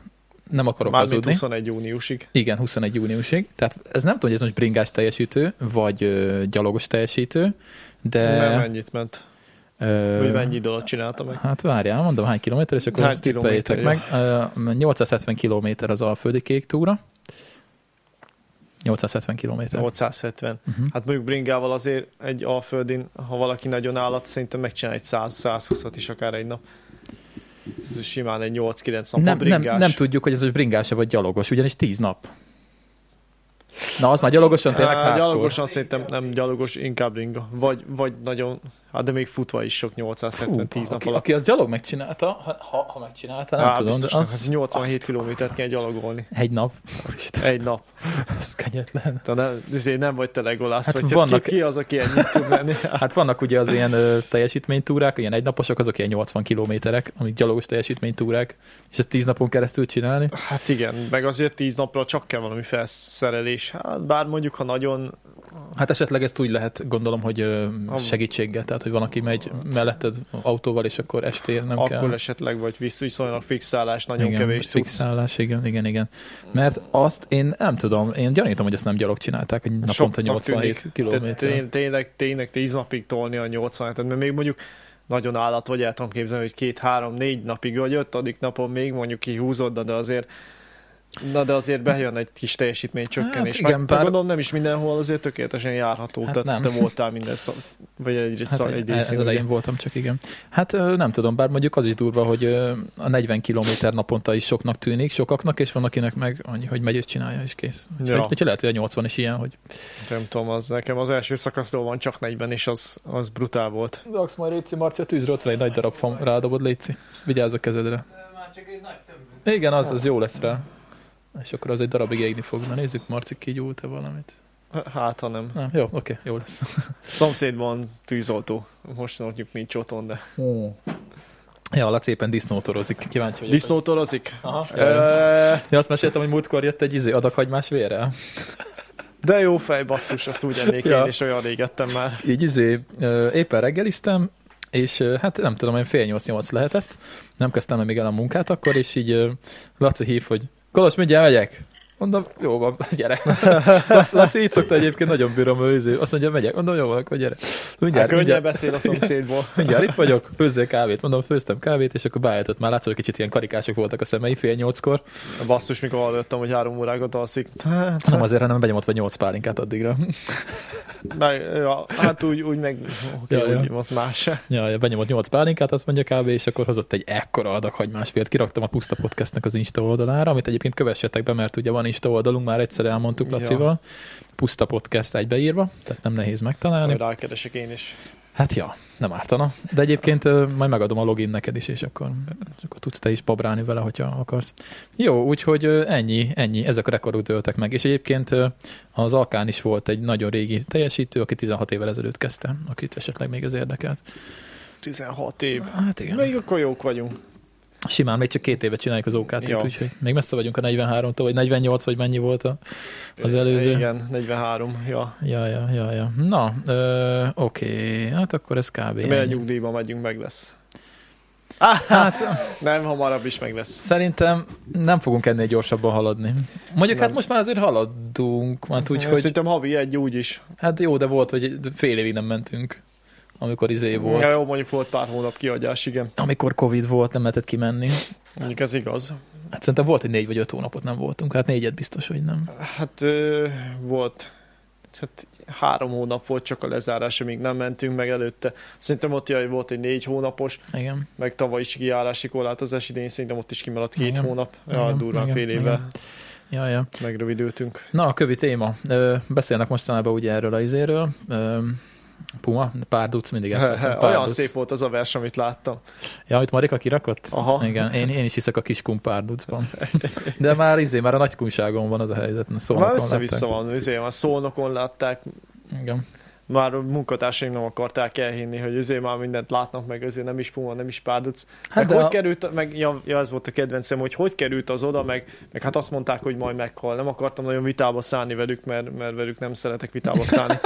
Speaker 1: Nem akarok
Speaker 2: Mármint
Speaker 1: hazudni.
Speaker 2: 21 júniusig.
Speaker 1: Igen, 21 júniusig. Tehát ez nem tudom, hogy ez most bringás teljesítő, vagy ö, gyalogos teljesítő, de...
Speaker 2: Nem mennyit ment.
Speaker 1: E- ö,
Speaker 2: Hogy mennyi idő alatt csinálta meg.
Speaker 1: Hát várjál, mondom hány kilométer, és akkor
Speaker 2: Hány
Speaker 1: most tippeljétek meg.
Speaker 2: kilométer,
Speaker 1: Ö, 870 kilométer az Alföldi Kék túra. 870 kilométer.
Speaker 2: 870.
Speaker 1: Uh-huh.
Speaker 2: Hát mondjuk bringával azért egy alföldin, ha valaki nagyon állat, szerintem megcsinál egy 100-120-at is akár egy nap. Ez simán egy 8-9 nap
Speaker 1: Nem, nem,
Speaker 2: bringás.
Speaker 1: nem tudjuk, hogy ez most bringás vagy gyalogos, ugyanis 10 nap. Na, az már gyalogosan tényleg
Speaker 2: Á,
Speaker 1: hátkor.
Speaker 2: gyalogosan szerintem nem gyalogos, inkább ringa. Vagy, vagy nagyon Hát de még futva is sok 870-10 nap
Speaker 1: aki,
Speaker 2: alatt.
Speaker 1: aki azt gyalog megcsinálta, ha, ha, ha megcsinálta, nem
Speaker 2: Á,
Speaker 1: tudom,
Speaker 2: biztos,
Speaker 1: de
Speaker 2: nem.
Speaker 1: az
Speaker 2: Hát 87
Speaker 1: azt-
Speaker 2: kilométert kell gyalogolni.
Speaker 1: egy nap,
Speaker 2: Egy nap.
Speaker 1: az kenyetlen.
Speaker 2: Te nem, azért nem vagy te legolász,
Speaker 1: Hát
Speaker 2: hát vagy
Speaker 1: vannak-
Speaker 2: vannak... ki, ki az, aki ennyit tud menni.
Speaker 1: Hát vannak ugye az ilyen ö, teljesítménytúrák, ilyen egynaposok, azok ilyen 80 kilométerek, amik gyalogos teljesítménytúrák, és ezt 10 napon keresztül csinálni.
Speaker 2: Hát igen, meg azért 10 napra csak kell valami felszerelés. Hát bár mondjuk, ha nagyon...
Speaker 1: Hát esetleg ezt úgy lehet, gondolom, hogy ö,
Speaker 2: Ha-
Speaker 1: segítséggel, tehát hogy van, aki megy melletted autóval, és akkor estél nem
Speaker 2: akkor
Speaker 1: kell.
Speaker 2: esetleg vagy visz, viszonylag fixálás, nagyon
Speaker 1: igen,
Speaker 2: kevés tudsz.
Speaker 1: fixálás, igen, igen, igen. Mert azt én nem tudom, én gyanítom, hogy ezt nem gyalog csinálták, hogy naponta
Speaker 2: Soknak
Speaker 1: 87
Speaker 2: tűnik. Tehát
Speaker 1: kilométer.
Speaker 2: tény- Tényleg, tényleg 10 napig tolni a 80 et mert még mondjuk nagyon állat vagy el tudom képzelni, hogy két, három, négy napig vagy öt, addig napon még mondjuk kihúzod, na de azért Na de azért bejön egy kis teljesítménycsökkenés.
Speaker 1: Hát
Speaker 2: Hát
Speaker 1: igen,
Speaker 2: igen,
Speaker 1: bár-
Speaker 2: bár... Gondolom nem is mindenhol azért tökéletesen járható,
Speaker 1: Hát
Speaker 2: hát tehát
Speaker 1: nem.
Speaker 2: nem. te voltál minden szab... vagy egy, hát
Speaker 1: Hát
Speaker 2: szab...
Speaker 1: egy,
Speaker 2: egy
Speaker 1: egy az
Speaker 2: részén. ugye.
Speaker 1: elején voltam csak, igen. Hát ö, nem tudom, bár mondjuk az is durva, hogy ö, a 40 km naponta is soknak tűnik, sokaknak, és van akinek meg annyi, hogy megy és csinálja, és kész. Ja.
Speaker 2: Ja.
Speaker 1: Úgyhogy úgyhogy lehet, hogy a 80 is ilyen, hogy...
Speaker 2: Nem tudom, az nekem az első szakaszról van csak 40, és az, az brutál volt.
Speaker 1: Raksz majd Réci Marci a tűzre, ott van egy nagy darab fam, rádobod, Léci. Vigyázz a kezedre.
Speaker 3: Már csak egy nagy tömb.
Speaker 1: Igen, az, az jó lesz rá. És akkor az egy darabig égni fog. Na nézzük, Marci kigyújt-e valamit.
Speaker 2: Hát, ha nem.
Speaker 1: Nem, jó, oké, jó lesz.
Speaker 2: Szomszédban tűzoltó. Most mondjuk nincs otthon, de...
Speaker 1: Ja, Laci éppen disznótorozik. Kíváncsi vagyok. hogy-
Speaker 2: Disznótorozik?
Speaker 1: Aha.
Speaker 2: Ö,
Speaker 1: Ja, azt meséltem, hogy múltkor jött egy izé, adakhagymás vérrel.
Speaker 2: De jó fej, basszus, azt úgy ennék
Speaker 1: Ja.
Speaker 2: én, és olyan régettem már.
Speaker 1: így izé, ö, éppen reggeliztem, és ö, hát nem tudom, én fél nyolc-nyolc lehetett, nem kezdtem el még el a munkát akkor, és így ö, Laci hív, hogy Kolos, mindjárt megyek. Mondom, jó van, gyere. Laci, Laci így szokta egyébként, nagyon bírom, ő izé, azt mondja, megyek. Mondom, jó van, akkor gyere.
Speaker 2: Hát
Speaker 1: Mindjárt,
Speaker 2: könnyen
Speaker 1: mindjárt,
Speaker 2: beszél a szomszédból.
Speaker 1: mindjárt, itt vagyok, főzzél kávét. Mondom, főztem kávét, és akkor beállított. Már látszott, hogy kicsit ilyen karikások voltak a szemei fél nyolckor.
Speaker 2: Basszus, mikor hallottam, hogy három órákat alszik.
Speaker 1: Hát Nem azért, hanem begyomott vagy nyolc pálinkát addigra.
Speaker 2: Na, ja, hát úgy, úgy meg, oké,
Speaker 1: Ja,
Speaker 2: ja,
Speaker 1: ja.
Speaker 2: úgy, az más.
Speaker 1: Ja, ja, benyomott 8 pálinkát, azt mondja kb. és akkor hozott egy ekkora adag hagymásfért. Kiraktam a Puszta Podcastnek az Insta oldalára, amit egyébként kövessetek be, mert ugye van Insta oldalunk, már egyszer elmondtuk
Speaker 2: Ja.
Speaker 1: Lacival. Puszta Podcast egybeírva, tehát nem nehéz megtalálni.
Speaker 2: Rákeresek én is.
Speaker 1: Hát ja, nem ártana. De egyébként ö, majd megadom a login neked is, és akkor, és akkor tudsz te is babrálni vele, hogyha akarsz. Jó, úgyhogy ö, ennyi, ennyi, ezek a rekordok dőltek meg. És egyébként ö, az Alkán is volt egy nagyon régi teljesítő, aki 16 évvel ezelőtt kezdte, akit esetleg még ez érdekelt.
Speaker 2: 16 év.
Speaker 1: Hát igen.
Speaker 2: Még akkor jók vagyunk.
Speaker 1: Simán, még csak két éve csináljuk az OK-t,
Speaker 2: Ja.
Speaker 1: úgyhogy még messze vagyunk a 43-tól, vagy 48, vagy mennyi volt a, az előző.
Speaker 2: Igen, 43, ja.
Speaker 1: Ja, ja, ja, ja. Na, ö, oké, hát akkor ez kb.
Speaker 2: Mire
Speaker 1: ennyi.
Speaker 2: nyugdíjba megyünk, meg lesz.
Speaker 1: Hát
Speaker 2: Nem, hamarabb is meg lesz.
Speaker 1: szerintem nem fogunk ennél gyorsabban haladni. Mondjuk
Speaker 2: Nem.
Speaker 1: hát most már azért haladunk, mert úgy, hogy
Speaker 2: Szerintem havi egy úgy is.
Speaker 1: hát jó, de volt, hogy fél évig nem mentünk, amikor izé volt.
Speaker 2: Ja, jó, mondjuk volt pár hónap kiadás, igen.
Speaker 1: Amikor Covid volt, nem lehetett kimenni.
Speaker 2: Mondjuk ez igaz.
Speaker 1: Hát szerintem volt, hogy négy vagy öt hónapot nem voltunk. Hát négyet biztos, hogy nem.
Speaker 2: Hát ö, volt, hát három hónap volt csak a lezárás, amíg nem mentünk meg előtte. Szerintem ott jaj, volt egy négy hónapos,
Speaker 1: Igen.
Speaker 2: meg tavaly is kiállási korlátozás idén, szerintem ott is kimaradt két
Speaker 1: Igen.
Speaker 2: hónap, ja,
Speaker 1: Igen,
Speaker 2: durván
Speaker 1: igen,
Speaker 2: fél
Speaker 1: igen.
Speaker 2: éve
Speaker 1: Ja, ja.
Speaker 2: megrövidültünk.
Speaker 1: Na, a kövi téma. Ö, beszélnek mostanában ugye erről a izéről. Ö, Puma, pár duc mindig elfelejtem. Pár
Speaker 2: Olyan
Speaker 1: duc.
Speaker 2: szép volt az a vers, amit láttam.
Speaker 1: Ja, amit Marika kirakott?
Speaker 2: Aha.
Speaker 1: Igen, én, én is hiszek a kiskun pár ducban. De már izé, már a nagykunságon van az a helyzet. Na, szóval
Speaker 2: Már össze-vissza van, izé, már szónokon látták,
Speaker 1: Igen.
Speaker 2: már a munkatársaim nem akarták elhinni, hogy azért már mindent látnak meg, azért nem is Puma, nem is Párduc.
Speaker 1: Hát
Speaker 2: Hát
Speaker 1: de
Speaker 2: meg hogy
Speaker 1: a-
Speaker 2: került, meg ja, ja, ez volt a kedvencem, hogy hogy került az oda, meg, meg hát azt mondták, hogy majd meghal. Nem akartam nagyon vitába szállni velük, mert, mert velük nem szeretek vitába szállni.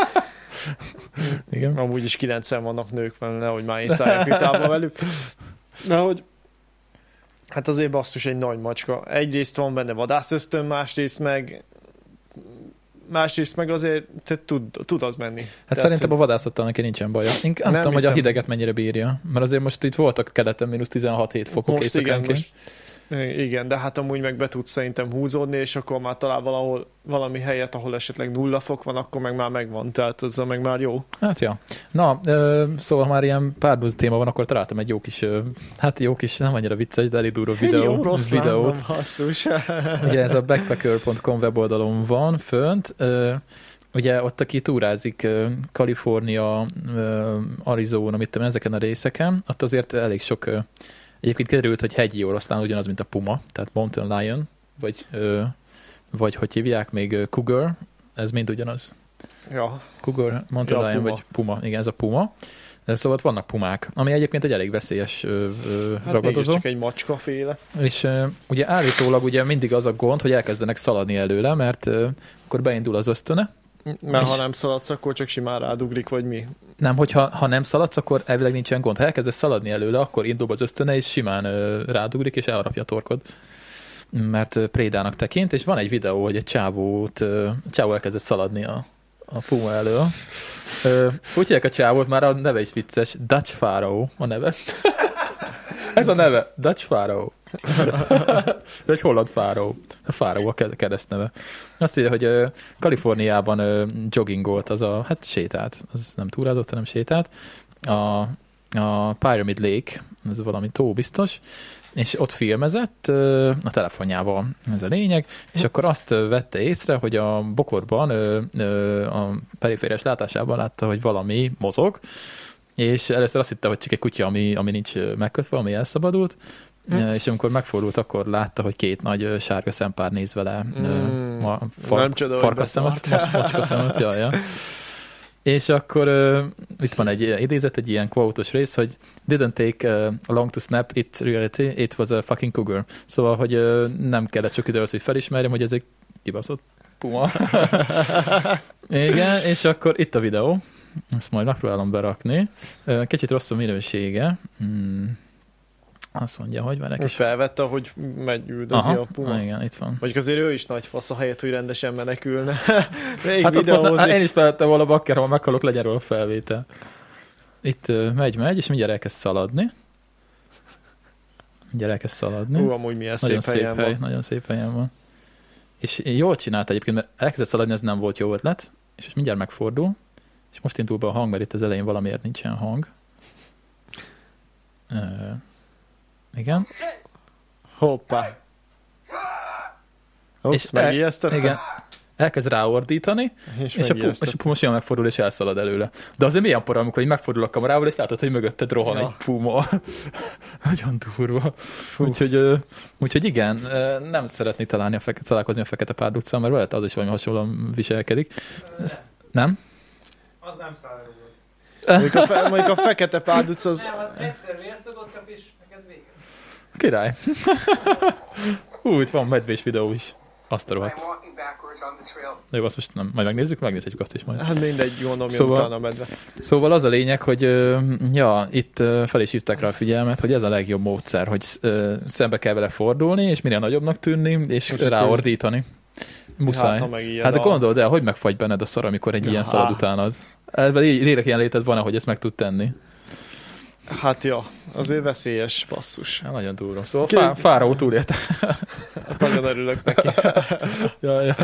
Speaker 1: Igen.
Speaker 2: Amúgy is kilencen vannak nők, mert nehogy már én szálljak vitába velük. De hogy Hát azért basszus egy nagy macska. Egyrészt van benne vadászösztön, másrészt meg másrészt meg azért te tud, tud az menni.
Speaker 1: Hát
Speaker 2: Tehát,
Speaker 1: szerintem a vadászattal neki nincsen baja. Inkább nem,
Speaker 2: Nem
Speaker 1: tudom, hogy a
Speaker 2: hiszem.
Speaker 1: hideget mennyire bírja. Mert azért most itt voltak keleten mínusz 16-7 fokok
Speaker 2: Most igen,
Speaker 1: éjszakánként.
Speaker 2: most, igen, de hát amúgy meg be tudsz szerintem húzódni, és akkor már talál valahol valami helyet, ahol esetleg nulla fok van, akkor meg már megvan, tehát az meg már jó.
Speaker 1: Hát ja. Na, ö, szóval ha már ilyen párbuz téma van, akkor találtam egy jó kis, ö, hát jó kis, nem annyira vicces, de elég durva videó, videót.
Speaker 2: basszus.
Speaker 1: Ugye ez a backpacker.com weboldalon van fönt, ö, ugye ott, aki túrázik, ö, Kalifornia, ö, Arizona, mit tudom, én, ezeken a részeken, ott azért elég sok, ö, egyébként kiderült, hogy hegyi oroszlán ugyanaz, mint a puma, tehát mountain lion, vagy, ö, vagy hogy hívják még, ö, cougar, ez mind ugyanaz.
Speaker 2: Ja, hát
Speaker 1: Cougar, Mountain
Speaker 2: Ja,
Speaker 1: Lion,
Speaker 2: puma.
Speaker 1: vagy Puma. Igen, ez a Puma. De Szóval ott vannak pumák, ami egyébként egy elég veszélyes ö, ö,
Speaker 2: hát
Speaker 1: ragadozó.
Speaker 2: csak egy macska féle.
Speaker 1: És ö, ugye állítólag ugye mindig az a gond, hogy elkezdenek szaladni előle, mert ö, akkor beindul az ösztöne.
Speaker 2: Mert ha
Speaker 1: És-
Speaker 2: nem szaladsz, akkor csak simán rádugrik, vagy mi.
Speaker 1: Nem, hogyha ha nem szaladsz, akkor elvileg nincsen gond. Ha elkezdesz szaladni előle, akkor indul be az ösztöne, és simán ö, rádugrik, és elrapja a torkod. Mert ö, prédának tekint, és van egy videó, hogy egy csávót, ö, csávó elkezdett szaladni a, a puma elől. Ö, Úgy hívják a csávót, már a neve is vicces, Dutch Pharaoh a neve. Ez a neve, Dutch Pharaoh. Ez egy holland fáró. A fáró a ke- keresztneve. Azt írja, hogy ö, Kaliforniában ö, joggingolt az a, hát sétált, az nem túrázott, hanem sétált, a, a Pyramid Lake, ez valami tó biztos, és ott filmezett ö, a telefonjával, ez a lényeg, és akkor azt ö, vette észre, hogy a bokorban, ö, ö, a perifériás látásában látta, hogy valami mozog, és először azt hitte, hogy csak egy kutya, ami, ami nincs ö, megkötve, ami elszabadult,
Speaker 2: Hm.
Speaker 1: Ö, és amikor megfordult, akkor látta, hogy két nagy ö, sárga szempár néz vele
Speaker 2: Mm.
Speaker 1: mm. a
Speaker 2: Nem
Speaker 1: fark,
Speaker 2: csoda, hogy
Speaker 1: farkas szemet,
Speaker 2: beszartál.
Speaker 1: mac- macska szemet, ja, ja. És akkor uh, itt van egy ilyen idézet, egy ilyen quotos rész, hogy didn't take uh, long to snap it reality, it was a fucking cougar. Szóval, hogy uh, nem kellett sok idő az, hogy felismerjem, hogy ez egy kibaszott puma. Igen, és akkor itt a videó. Ezt majd megpróbálom berakni. Ö, Kicsit rossz a minősége. Mm. Azt mondja, hogy van egy
Speaker 2: És
Speaker 1: kis...
Speaker 2: felvette, hogy megy üldözi a puma.
Speaker 1: Ah, igen, itt van.
Speaker 2: Vagy azért ő is nagy fasz a helyet, hogy rendesen menekülne. Még hát
Speaker 1: Hát ott
Speaker 2: videózik.
Speaker 1: mondta, hát én is felettem volna bakker, ha meghalok, legyen róla felvétel. Itt ö, megy, megy, és mindjárt elkezd szaladni. Mindjárt elkezd szaladni.
Speaker 2: Ú, amúgy milyen
Speaker 1: nagyon
Speaker 2: szép, helyen
Speaker 1: hely,
Speaker 2: van.
Speaker 1: Nagyon szép helyen van. És jól csinált egyébként, mert elkezdett szaladni, ez nem volt jó ötlet, és most mindjárt megfordul, és most indul be a hang, mert itt az elején valamiért nincsen hang. Ö, igen.
Speaker 2: Hoppá. Ups, és
Speaker 1: És el-
Speaker 2: megijesztette?
Speaker 1: igen. Elkezd ráordítani,
Speaker 2: És,
Speaker 1: És, a, pu- és a puma simán megfordul, és elszalad előle. De azért milyen para, amikor így megfordul a kamerával, és látod, hogy mögötted rohan
Speaker 2: Ja.
Speaker 1: ja. egy puma. Nagyon durva. Úgyhogy, ö, úgyhogy igen, ö, nem szeretni találni a feke, találkozni a fekete párduccal, mert veled az is valami hasonlóan viselkedik. Ez, nem?
Speaker 3: Az nem szálló volt.
Speaker 2: Mondjuk a, fe, mondjuk a fekete páduc az...
Speaker 3: Nem, az egyszer vérszakot kap, és neked vége.
Speaker 1: Király. Úgy, van medvés videó is. Azt a rohadt.
Speaker 4: I'm walking backwards on the trail.
Speaker 1: Jó, azt most nem. Majd megnézzük, megnézhetjük azt is majd.
Speaker 2: Hát mindegy, gondolom, jön
Speaker 1: Szóval-
Speaker 2: utána a medve.
Speaker 1: Szóval az a lényeg, hogy ö, ja, itt ö, fel is hívták rá a figyelmet, hogy ez a legjobb módszer, hogy ö, szembe kell vele fordulni, és minél nagyobbnak tűnni, és
Speaker 2: És
Speaker 1: ráordítani. Muszáj.
Speaker 2: Hát, ha meg ilyen
Speaker 1: Hát
Speaker 2: a-
Speaker 1: gondold el, hogy megfagy benned a szar, amikor egy
Speaker 2: Ja.
Speaker 1: ilyen szalad utánad. Ebben így- lélek ilyen léted van, ahogy ezt meg tud tenni.
Speaker 2: Hát ja, azért veszélyes basszus.
Speaker 1: Hát, nagyon durva. Szóval
Speaker 2: Ki-
Speaker 1: fá, fáraó túlélte.
Speaker 2: Hát Nagyon örülök neki.
Speaker 1: ja, ja.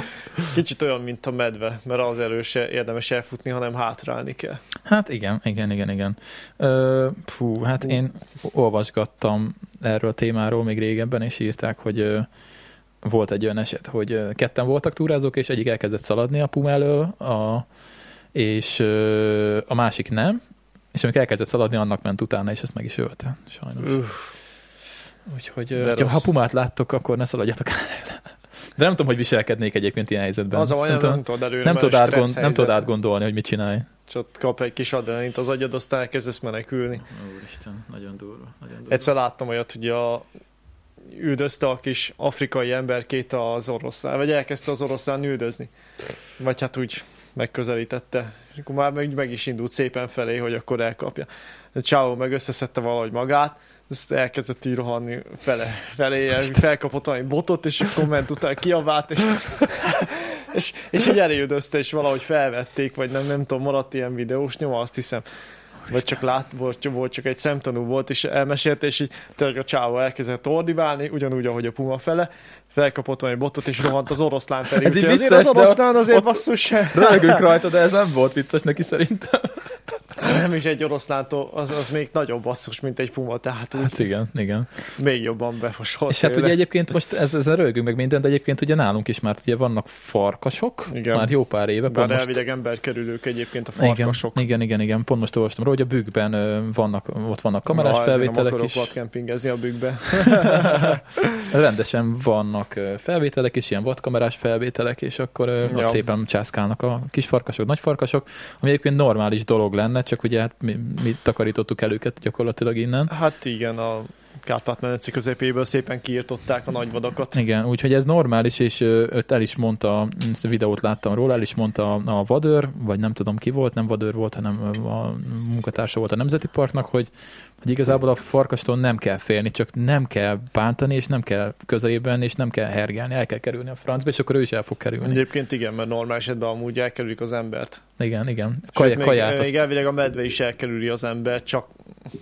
Speaker 2: Kicsit olyan, mint a medve, mert az erőse érdemes elfutni, hanem hátrálni kell.
Speaker 1: Hát igen, igen, igen, igen. Ö, fú, hát én olvasgattam erről a témáról még régebben, és írták, hogy ö, volt egy olyan eset, hogy ö, ketten voltak túrázók, és egyik elkezdett szaladni a puma elől, a, és ö, a másik nem, és amikor elkezdett szaladni, annak ment utána, és ezt meg is ölte, sajnos.
Speaker 2: Uff,
Speaker 1: Úgyhogy,
Speaker 2: de
Speaker 1: ö, hogyha
Speaker 2: rossz.
Speaker 1: ha pumát láttok, akkor ne szaladjatok el. De nem tudom, hogy viselkednék egyébként ilyen helyzetben.
Speaker 2: az a baj,
Speaker 1: Szerintem
Speaker 2: nem tudod előre,
Speaker 1: nem,
Speaker 2: mert
Speaker 1: tud
Speaker 2: stressz
Speaker 1: átgond, nem
Speaker 2: helyzet.
Speaker 1: tud átgondolni, hogy mit csinálj.
Speaker 2: Csak ott kap egy kis adrenalint az agyad, aztán elkezdesz menekülni.
Speaker 1: Úristen, nagyon durva. Nagyon durva.
Speaker 2: Egyszer láttam olyat, hogy a üldözte a kis afrikai emberkét az oroszlán, vagy elkezdte az oroszlán üldözni. Vagy hát úgy megközelítette. És akkor már meg, meg is indult szépen felé, hogy akkor elkapja. A csávó meg összeszedte valahogy magát, ezt elkezdett így rohanni fele, felé, felkapott valami botot, és akkor ment utána, kiabált, és, és, és így eléüldözte, és valahogy felvették, vagy nem, nem tudom, maradt ilyen videós nyoma, azt hiszem. Vagy csak lát, volt, volt, csak egy szemtanú volt, és elmesélte, és így tényleg a csávó elkezdett ordibálni, ugyanúgy, ahogy a puma fele, felkapott valami botot, és rohant az oroszlán felé.
Speaker 1: Ez így
Speaker 2: Úgyhogy azért
Speaker 1: vicces,
Speaker 2: az
Speaker 1: de
Speaker 2: oroszlán azért
Speaker 1: ott-
Speaker 2: basszus.
Speaker 1: Röhögünk rajta, de ez nem volt vicces neki szerintem.
Speaker 2: Nem is egy oroszlántól, az, az még nagyobb basszus, mint egy puma, tehát úgy
Speaker 1: Hát igen, igen.
Speaker 2: még jobban befosolt.
Speaker 1: És hát
Speaker 2: tőle.
Speaker 1: ugye egyébként most ez, ezzel rögünk meg mindent, de egyébként ugye nálunk is már ugye vannak farkasok,
Speaker 2: Igen.
Speaker 1: igen. már jó pár éve.
Speaker 2: Bár
Speaker 1: Pont most,
Speaker 2: elvileg emberkerülők egyébként a
Speaker 1: igen,
Speaker 2: farkasok.
Speaker 1: igen, igen, igen, pont most olvastam róla, hogy a bükkben ö, vannak, ott vannak kamerás
Speaker 2: Na, ezért
Speaker 1: felvételek
Speaker 2: nem
Speaker 1: is.
Speaker 2: akarok vadkempingezni a bükkbe.
Speaker 1: Rendesen vannak ö, felvételek is, ilyen vadkamerás felvételek, és akkor ja.
Speaker 2: Ja.
Speaker 1: ott szépen császkálnak a kis farkasok, nagy farkasok, ami egyébként normális dolog lenne, csak ugye hát mi, mi takarítottuk el őket gyakorlatilag innen.
Speaker 2: Hát igen, a Kárpát-medenci közepéből szépen kiirtották a nagy vadakat.
Speaker 1: Igen, úgyhogy ez normális, és ö, őt el is mondta, ezt a videót láttam róla, el is mondta a, a vadőr, vagy nem tudom ki volt, nem vadőr volt, hanem ö, a munkatársa volt a Nemzeti Parknak, hogy, hogy igazából a farkastól nem kell félni, csak nem kell bántani, és nem kell közelében, és nem kell hergelni, el kell kerülni a francba, és akkor ő is el fog kerülni.
Speaker 2: Egyébként igen, mert normál esetben amúgy elkerülik az embert.
Speaker 1: Igen, igen.
Speaker 2: Sőt,
Speaker 1: Kaj,
Speaker 2: még, eh,
Speaker 1: kaját
Speaker 2: még
Speaker 1: azt
Speaker 2: elvileg a medve is elkerüli az embert, csak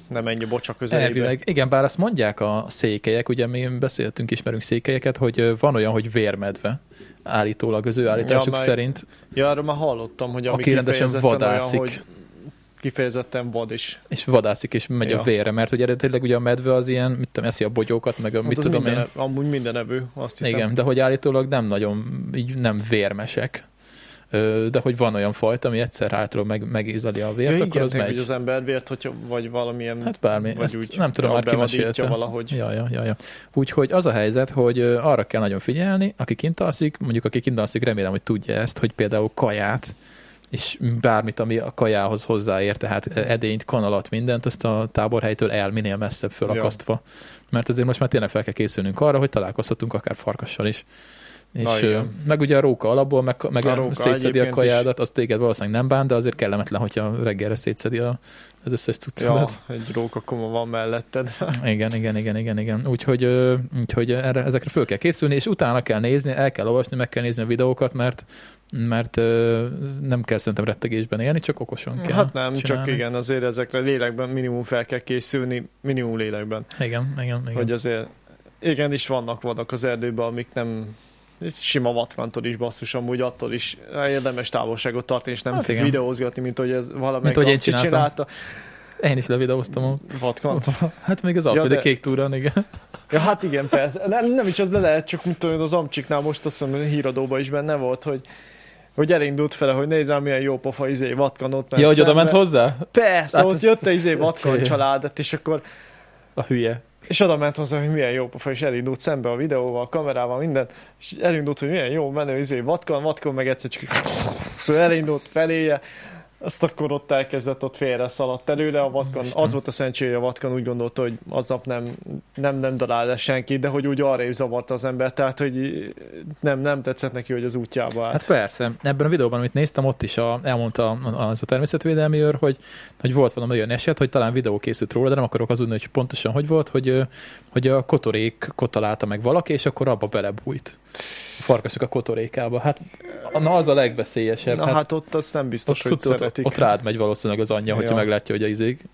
Speaker 2: nem ennyi bocsa közelébe.
Speaker 1: elvileg. Igen, bár azt mondják a székelyek, ugye mi beszéltünk, ismerünk székelyeket, hogy ö, van olyan, hogy vérmedve állítólag az ő állításuk
Speaker 2: meg-
Speaker 1: szerint.
Speaker 2: Ja, erről már hallottam, hogy ami
Speaker 1: Aki rendesen
Speaker 2: kifejezetten
Speaker 1: vadászik.
Speaker 2: Olyan, hogy kifejezetten vad is.
Speaker 1: és vadászik, és megy
Speaker 2: Ja.
Speaker 1: a vére, mert ugye eredetileg ugye a medve az ilyen, mit tudom, eszi a bogyókat, meg a
Speaker 2: Hát
Speaker 1: mit
Speaker 2: az
Speaker 1: tudom
Speaker 2: minden,
Speaker 1: én.
Speaker 2: ev- Amúgy minden evő, azt hiszem.
Speaker 1: Igen, de hogy állítólag nem nagyon, így nem vérmesek. Ö, De hogy van olyan fajta, ami egyszer hátról meg, megízleli a
Speaker 2: Ja,
Speaker 1: vért, ja,
Speaker 2: igen,
Speaker 1: akkor az
Speaker 2: meg,
Speaker 1: megy.
Speaker 2: hogy az ember vért, hogyha, vagy valamilyen...
Speaker 1: Hát bármi,
Speaker 2: vagy
Speaker 1: ezt
Speaker 2: úgy
Speaker 1: nem tudom, már
Speaker 2: bevadítja
Speaker 1: kimesélte.
Speaker 2: valahogy.
Speaker 1: Ja, ja, ja, ja. Úgyhogy az a helyzet, hogy ö, arra kell nagyon figyelni, aki kint alszik, mondjuk aki kint alszik, remélem, hogy tudja ezt, hogy például kaját, és bármit, ami a kajához hozzáér, tehát edényt, kanalat, mindent, azt a táborhelytől el minél messzebb fölakasztva. Ja. Mert azért most már tényleg fel kell készülnünk arra, hogy találkozhatunk akár farkassal is. És
Speaker 2: Na,
Speaker 1: ö,
Speaker 2: igen.
Speaker 1: meg ugye a róka alapból, meg, meg
Speaker 2: A
Speaker 1: a
Speaker 2: róka
Speaker 1: róka szétszedi a
Speaker 2: egyébként is.
Speaker 1: kajádat, az téged valószínűleg nem bán, de azért kellemetlen, hogyha reggelre szétszedi a, az összes
Speaker 2: Ja,
Speaker 1: cuccodat.
Speaker 2: egy róka koma van melletted.
Speaker 1: Igen, igen, igen, igen, igen. Úgyhogy, ö, úgyhogy erre, ezekre föl kell készülni, és utána kell nézni, el kell olvasni, meg kell nézni a videókat, mert mert ö, nem kell szerintem rettegésben élni, csak okosan kell.
Speaker 2: Hát nem, csinálni.
Speaker 1: csinálni.
Speaker 2: csak igen, azért ezekre lélekben minimum fel kell készülni, minimum lélekben,
Speaker 1: Igen, igen, igen.
Speaker 2: igen. hogy azért igenis vannak vadak az erdőben, amik nem ez sima vatkantól is basszus, amúgy attól is érdemes távolságot tartani, és nem hát
Speaker 1: Hát igen.
Speaker 2: videózgatni, mint hogy ez
Speaker 1: Mint
Speaker 2: valamelyik
Speaker 1: hogy én
Speaker 2: nap ki
Speaker 1: csináltam.
Speaker 2: csinálta.
Speaker 1: Én is levideóztam a...
Speaker 2: Vatkant.
Speaker 1: Hát még az
Speaker 2: Ja,
Speaker 1: alapja, ja, de...
Speaker 2: de-
Speaker 1: kék túrán, igen.
Speaker 2: Ja, hát igen, persze. Nem, nem is az, de lehet, csak mint tudom, az Amcsiknál most azt hiszem híradóban is benne volt, hogy hogy elindult fele, hogy nézzem, milyen jó pofa izé vatkanot ment
Speaker 1: Ja, hogy oda
Speaker 2: szembe.
Speaker 1: ment hozzá?
Speaker 2: Persze,
Speaker 1: Hát
Speaker 2: hát ott
Speaker 1: ez-
Speaker 2: jött a izé vatkan
Speaker 1: Oké.
Speaker 2: családat, és akkor
Speaker 1: A hülye.
Speaker 2: És oda ment hozzá, hogy milyen jó pofa, és elindult szembe a videóval, a kamerával, minden, és elindult, hogy milyen jó menő, izé, vatkan, vatkan, meg egyszer csak szóval elindult feléje, azt akkor ott elkezdett, ott félre szaladt előle a vatkan.
Speaker 1: Isten.
Speaker 2: Az volt a szentsége, hogy a vatkan úgy gondolta, hogy aznap nem, nem, nem dalál le senki, de hogy úgy arra is zavarta az ember, tehát hogy nem, nem tetszett neki, hogy az útjába állt.
Speaker 1: Hát persze, ebben a videóban, amit néztem, ott is a, elmondta az a természetvédelmi őr, hogy, hogy volt valami olyan eset, hogy talán videó készült róla, de nem akarok azudni, hogy pontosan hogy volt, hogy, ö, hogy a kotorék kotalálta meg valaki, és akkor abba belebújt. A farkasok a kotorékába. Hát na az a legveszélyesebb.
Speaker 2: Na hát, hát ott azt nem biztos,
Speaker 1: ott,
Speaker 2: hogy
Speaker 1: ott, ott,
Speaker 2: szeretik.
Speaker 1: ott rád megy valószínűleg az anyja, hogyha
Speaker 2: Ja.
Speaker 1: meglátja, hogy a izék.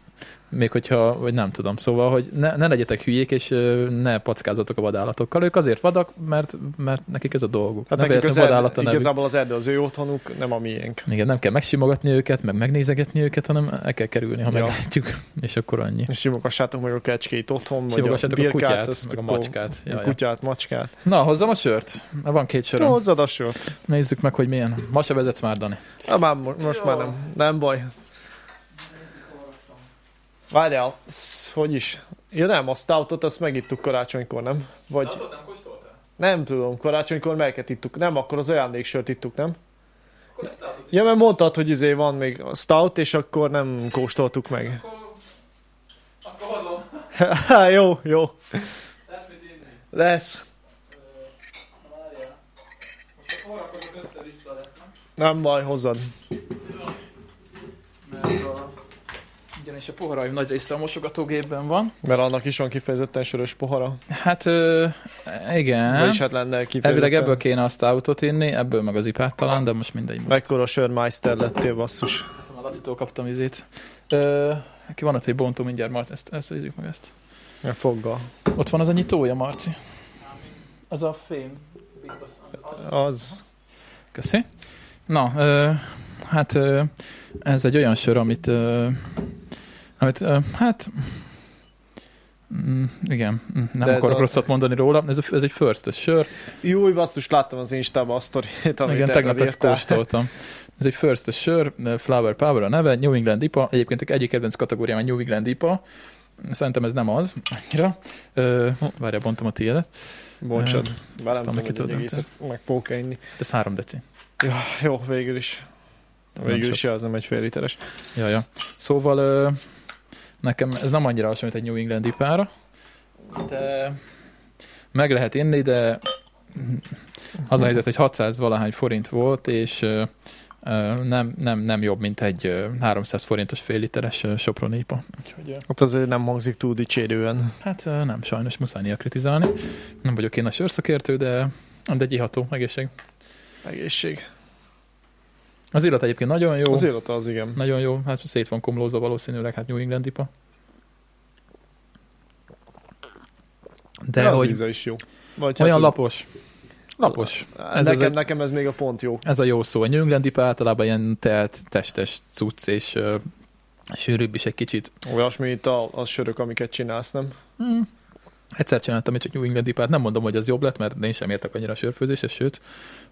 Speaker 1: Még hogyha, vagy nem tudom. Szóval, hogy ne, ne legyetek hülyék, és ö, ne packázatok a vadállatokkal. Ők azért vadak, mert, mert nekik ez a dolguk.
Speaker 2: Hát
Speaker 1: nem
Speaker 2: nekik az
Speaker 1: véletlen vadállat
Speaker 2: erdő,
Speaker 1: a nevük.
Speaker 2: igazából az erdő az ő otthonuk, nem a miénk.
Speaker 1: Igen, nem kell megsimogatni őket, meg megnézegetni őket, hanem el kell kerülni, ha
Speaker 2: Ja.
Speaker 1: ja. meglátjuk, és akkor annyi.
Speaker 2: És simogassátok meg a kecskét otthon, vagy a
Speaker 1: Simogassátok a
Speaker 2: birkát,
Speaker 1: kutyát,
Speaker 2: azt
Speaker 1: meg a
Speaker 2: akkor-
Speaker 1: macskát.
Speaker 2: A
Speaker 1: Ja, ja.
Speaker 2: kutyát, macskát.
Speaker 1: Na, hozzam a sört. Na, Van két
Speaker 2: Jó,
Speaker 1: söröm.
Speaker 2: hozzad a sört.
Speaker 1: Nézzük meg, hogy milyen. Ma se vezetsz már, Dani.
Speaker 2: Na, már, mo- most
Speaker 3: Jó.
Speaker 2: már nem, nem baj. Várjál, sz- hogy is? Ja nem, a stoutot azt megittuk karácsonykor, nem? Vagy
Speaker 3: Adott nem kóstoltál?
Speaker 2: nem tudom, karácsonykor melyiket ittuk? Nem, akkor az ajándéksört ittuk, nem?
Speaker 3: Akkor ezt látod is.
Speaker 2: Ja, mert mondtad, hogy izé van még a stout, és akkor nem kóstoltuk meg.
Speaker 3: Akkor... Akkor hozom.
Speaker 2: Há, jó, jó,
Speaker 3: Lesz mit inni.
Speaker 2: lesz.
Speaker 3: Ö, Várjál. Most akkor rakodok össze-vissza lesz, nem?
Speaker 2: Nem baj, hozzad.
Speaker 1: Mert a... Ugyanis a poharaim nagy része a mosogatógépben van.
Speaker 2: Mert annak is van kifejezetten sörös pohara.
Speaker 1: Hát, ö, igen.
Speaker 2: Vagyis hát lenne kifejezetten.
Speaker 1: Elvileg ebből kéne azt autót inni, ebből meg az ipát talán, de most mindegy. Most.
Speaker 2: Mekkora sörmeister lettél, basszus.
Speaker 1: A Lacitól kaptam izét. Ö, Neki van ott egy bontó mindjárt, Mart, ezt, ezt nézzük meg ezt.
Speaker 2: Ja, foggal.
Speaker 1: Ott van az a nyitója, Marci. Az a fém.
Speaker 2: Az.
Speaker 1: Köszi. Na, ö, Hát ö, ez egy olyan sör, amit, ö, amit ö, hát mm, igen, mm, nem
Speaker 2: De ez
Speaker 1: akarok
Speaker 2: a-
Speaker 1: rosszat mondani róla, ez, a, ez egy first sör.
Speaker 2: Jó, basszus, láttam az Instában a sztorit, amit
Speaker 1: igen,
Speaker 2: erről
Speaker 1: tegnap ezt
Speaker 2: írtál.
Speaker 1: kóstoltam. Ez egy first sör, Flower Power a neve, New England IPA, egyébként egyik kedvenc kategóriám a New England IPA, szerintem ez nem az annyira. Ö, Várjál, bontom a tiédet.
Speaker 2: Bocsad, már
Speaker 1: aztán
Speaker 2: nem
Speaker 1: neki tudom,
Speaker 2: tudom, hogy egy egészet meg fogok enni.
Speaker 1: Ez három deci.
Speaker 2: Ja, jó, végül is.
Speaker 1: Ez nem
Speaker 2: Végül
Speaker 1: sok.
Speaker 2: is ja, az nem egy fél literes.
Speaker 1: Ja, ja. Szóval ö, nekem ez nem annyira hasonlít egy New England ipára, de meg lehet inni, de az a helyzet, hogy 600 valahány forint volt, és ö, ö, nem, nem, nem jobb, mint egy ö, 300 forintos fél literes ö, Sopron IPA. Úgyhogy, ö,
Speaker 2: Hát azért nem hangzik túl dicsérően.
Speaker 1: hát ö, nem, sajnos muszáj néha kritizálni. Nem vagyok én a sörszakértő, de, de egy iható egészség.
Speaker 2: Egészség.
Speaker 1: Az illat egyébként nagyon jó.
Speaker 2: Az illata az igen.
Speaker 1: Nagyon jó, hát szét van komlózva valószínűleg, hát New England ipa. De
Speaker 2: De az
Speaker 1: hogy
Speaker 2: íze is jó. Vagy
Speaker 1: olyan
Speaker 2: hát,
Speaker 1: lapos. Lapos.
Speaker 2: ez
Speaker 1: ez az
Speaker 2: nekem,
Speaker 1: egy-
Speaker 2: nekem ez még a pont jó.
Speaker 1: Ez a jó szó. A New England ipa általában ilyen telt, testes cucc, és ö, sűrűbb is egy kicsit.
Speaker 2: Olyasmi itt a, a sörök, amiket csinálsz, nem?
Speaker 1: Hmm. Egyszer csináltam egy csak New England ipát, nem mondom, hogy az jobb lett, mert én sem értek annyira a sörfőzéshez, sőt,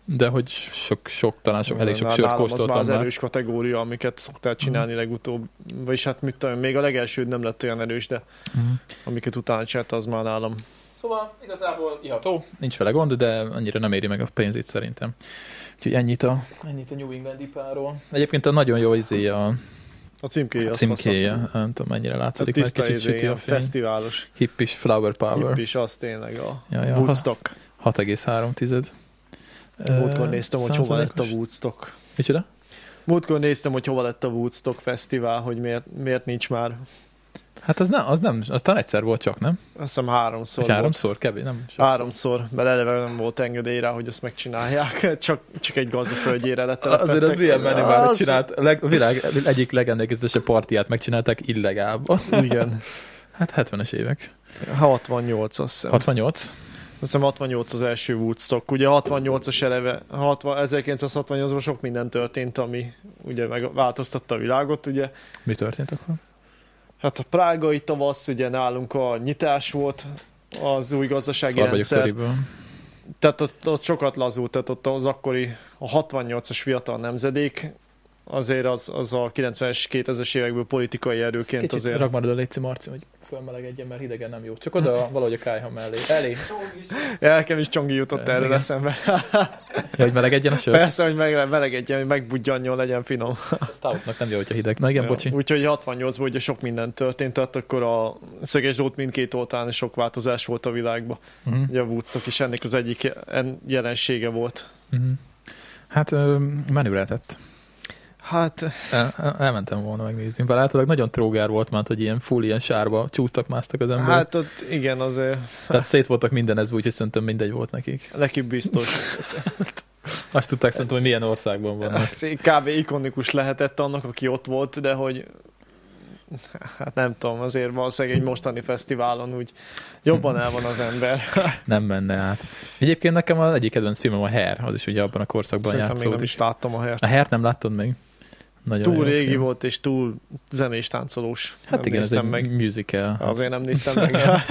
Speaker 1: de hogy sok, sok talán sok, elég sok
Speaker 2: Nál-
Speaker 1: sört
Speaker 2: nálam az már.
Speaker 1: kóstoltam
Speaker 2: az
Speaker 1: már. Mhm.
Speaker 2: erős kategória, amiket szoktál csinálni legutóbb. Vagyis hát mit tudom, én, még a legelsőd nem lett olyan erős, de
Speaker 1: Mhm.
Speaker 2: amiket utána csinált, az már nálam.
Speaker 1: Szóval igazából iható, nincs vele gond, de annyira nem éri meg a pénzét szerintem. Úgyhogy ennyit a, ennyit a New England ipáról. Egyébként a nagyon jó izé a
Speaker 2: A címkéje. az
Speaker 1: címkéje, nem tudom mennyire
Speaker 2: faszabb. A
Speaker 1: látszódik, mert
Speaker 2: tiszta
Speaker 1: kicsit
Speaker 2: izé,
Speaker 1: süti a
Speaker 2: ilyen
Speaker 1: fény.
Speaker 2: fesztiválos.
Speaker 1: Hippis Flower Power,
Speaker 2: Hipp is az tényleg a
Speaker 1: Ja,
Speaker 2: ja,
Speaker 1: ja.
Speaker 2: ja. Woodstock.
Speaker 1: 6,3 tized.
Speaker 2: Múltkor néztem, hogy hova lett a
Speaker 1: Százalékos.
Speaker 2: Woodstock.
Speaker 1: Micsoda?
Speaker 2: Múltkor néztem, hogy hova lett a Woodstock Fesztivál, hogy miért, miért nincs már.
Speaker 1: Hát az nem, az nem, az talán egyszer volt csak, nem?
Speaker 2: Azt hiszem háromszor
Speaker 1: Vagy háromszor, kevés, nem?
Speaker 2: Volt. Háromszor, mert eleve nem volt engedély rá, hogy ezt megcsinálják. Csak, csak egy gazdaföldjére lett
Speaker 1: Azért az milyen menő már, hogy csinált, a leg, a világ egyik legemlékezetesebb partiját megcsinálták illegálban.
Speaker 2: Igen. Hát
Speaker 1: Hát 70-es évek.
Speaker 2: 68 azt hiszem.
Speaker 1: 68?
Speaker 2: Azt hiszem 68 az első Woodstock. Ugye 68-as eleve, 60, 1968-ban sok minden történt, ami ugye megváltoztatta a világot, ugye.
Speaker 1: Mi történt akkor?
Speaker 2: Hát a prágai tavasz, ugye nálunk a nyitás volt, az új gazdasági
Speaker 1: Szar vagyok
Speaker 2: rendszer.
Speaker 1: töriből.
Speaker 2: Tehát ott, ott sokat lazult, tehát ott az akkori, a 68-as fiatal nemzedék, azért az, az a 90-es, 2000-es évekből politikai erőként
Speaker 1: Kicsit azért.
Speaker 2: azért.
Speaker 1: Rakd már oda Léci Marci, hogy fölmelegedjen, mert hidegen nem jó. Csak oda valahogy a kájha mellé. Elé.
Speaker 3: Csók is.
Speaker 2: Elkem is csongi jutott
Speaker 1: Igen.
Speaker 2: erre eszembe.
Speaker 1: Ja, hogy melegedjen a sör?
Speaker 2: Persze, hogy meg, melegedjen, hogy megbudjanjon, legyen finom.
Speaker 1: A Stoutnak nem jó, hogyha hideg. Na igen,
Speaker 2: Ja.
Speaker 1: bocsi.
Speaker 2: Úgyhogy 68-ban ugye sok minden történt, tehát akkor a Szöges Zsolt mindkét oltán sok változás volt a világban.
Speaker 1: Mhm.
Speaker 2: Ugye a Woodstock is ennek az egyik en- jelensége volt.
Speaker 1: Mhm. Hát ö, menő lehetett.
Speaker 2: Hát
Speaker 1: El, el- elmentem volna megnézni. Bár általában nagyon trógár volt már, hogy ilyen full ilyen sárba csúsztak, másztak az emberek. Hát,
Speaker 2: Hát ott igen, azért
Speaker 1: Tehát szét voltak minden ez, úgyhogy szerintem mindegy volt nekik.
Speaker 2: neki biztos.
Speaker 1: Azt tudták szerintem, hogy milyen országban vannak.
Speaker 2: Hát, Kb. ikonikus lehetett annak, aki ott volt, de hogy hát nem tudom, azért valószínűleg egy mostani fesztiválon úgy jobban el van az ember.
Speaker 1: Nem menne át. Egyébként nekem az egyik kedvenc filmem a Hair, az is ugye abban a korszakban
Speaker 2: Szerintem még nem
Speaker 1: játszódik.
Speaker 2: is láttam a helyet.
Speaker 1: A Hair nem láttad még? Nagyon jó
Speaker 2: Túl régi
Speaker 1: film.
Speaker 2: volt és túl zenés táncolós.
Speaker 1: Hát
Speaker 2: nem
Speaker 1: igen, ez egy
Speaker 2: néztem meg.
Speaker 1: musical.
Speaker 2: Azért nem néztem meg.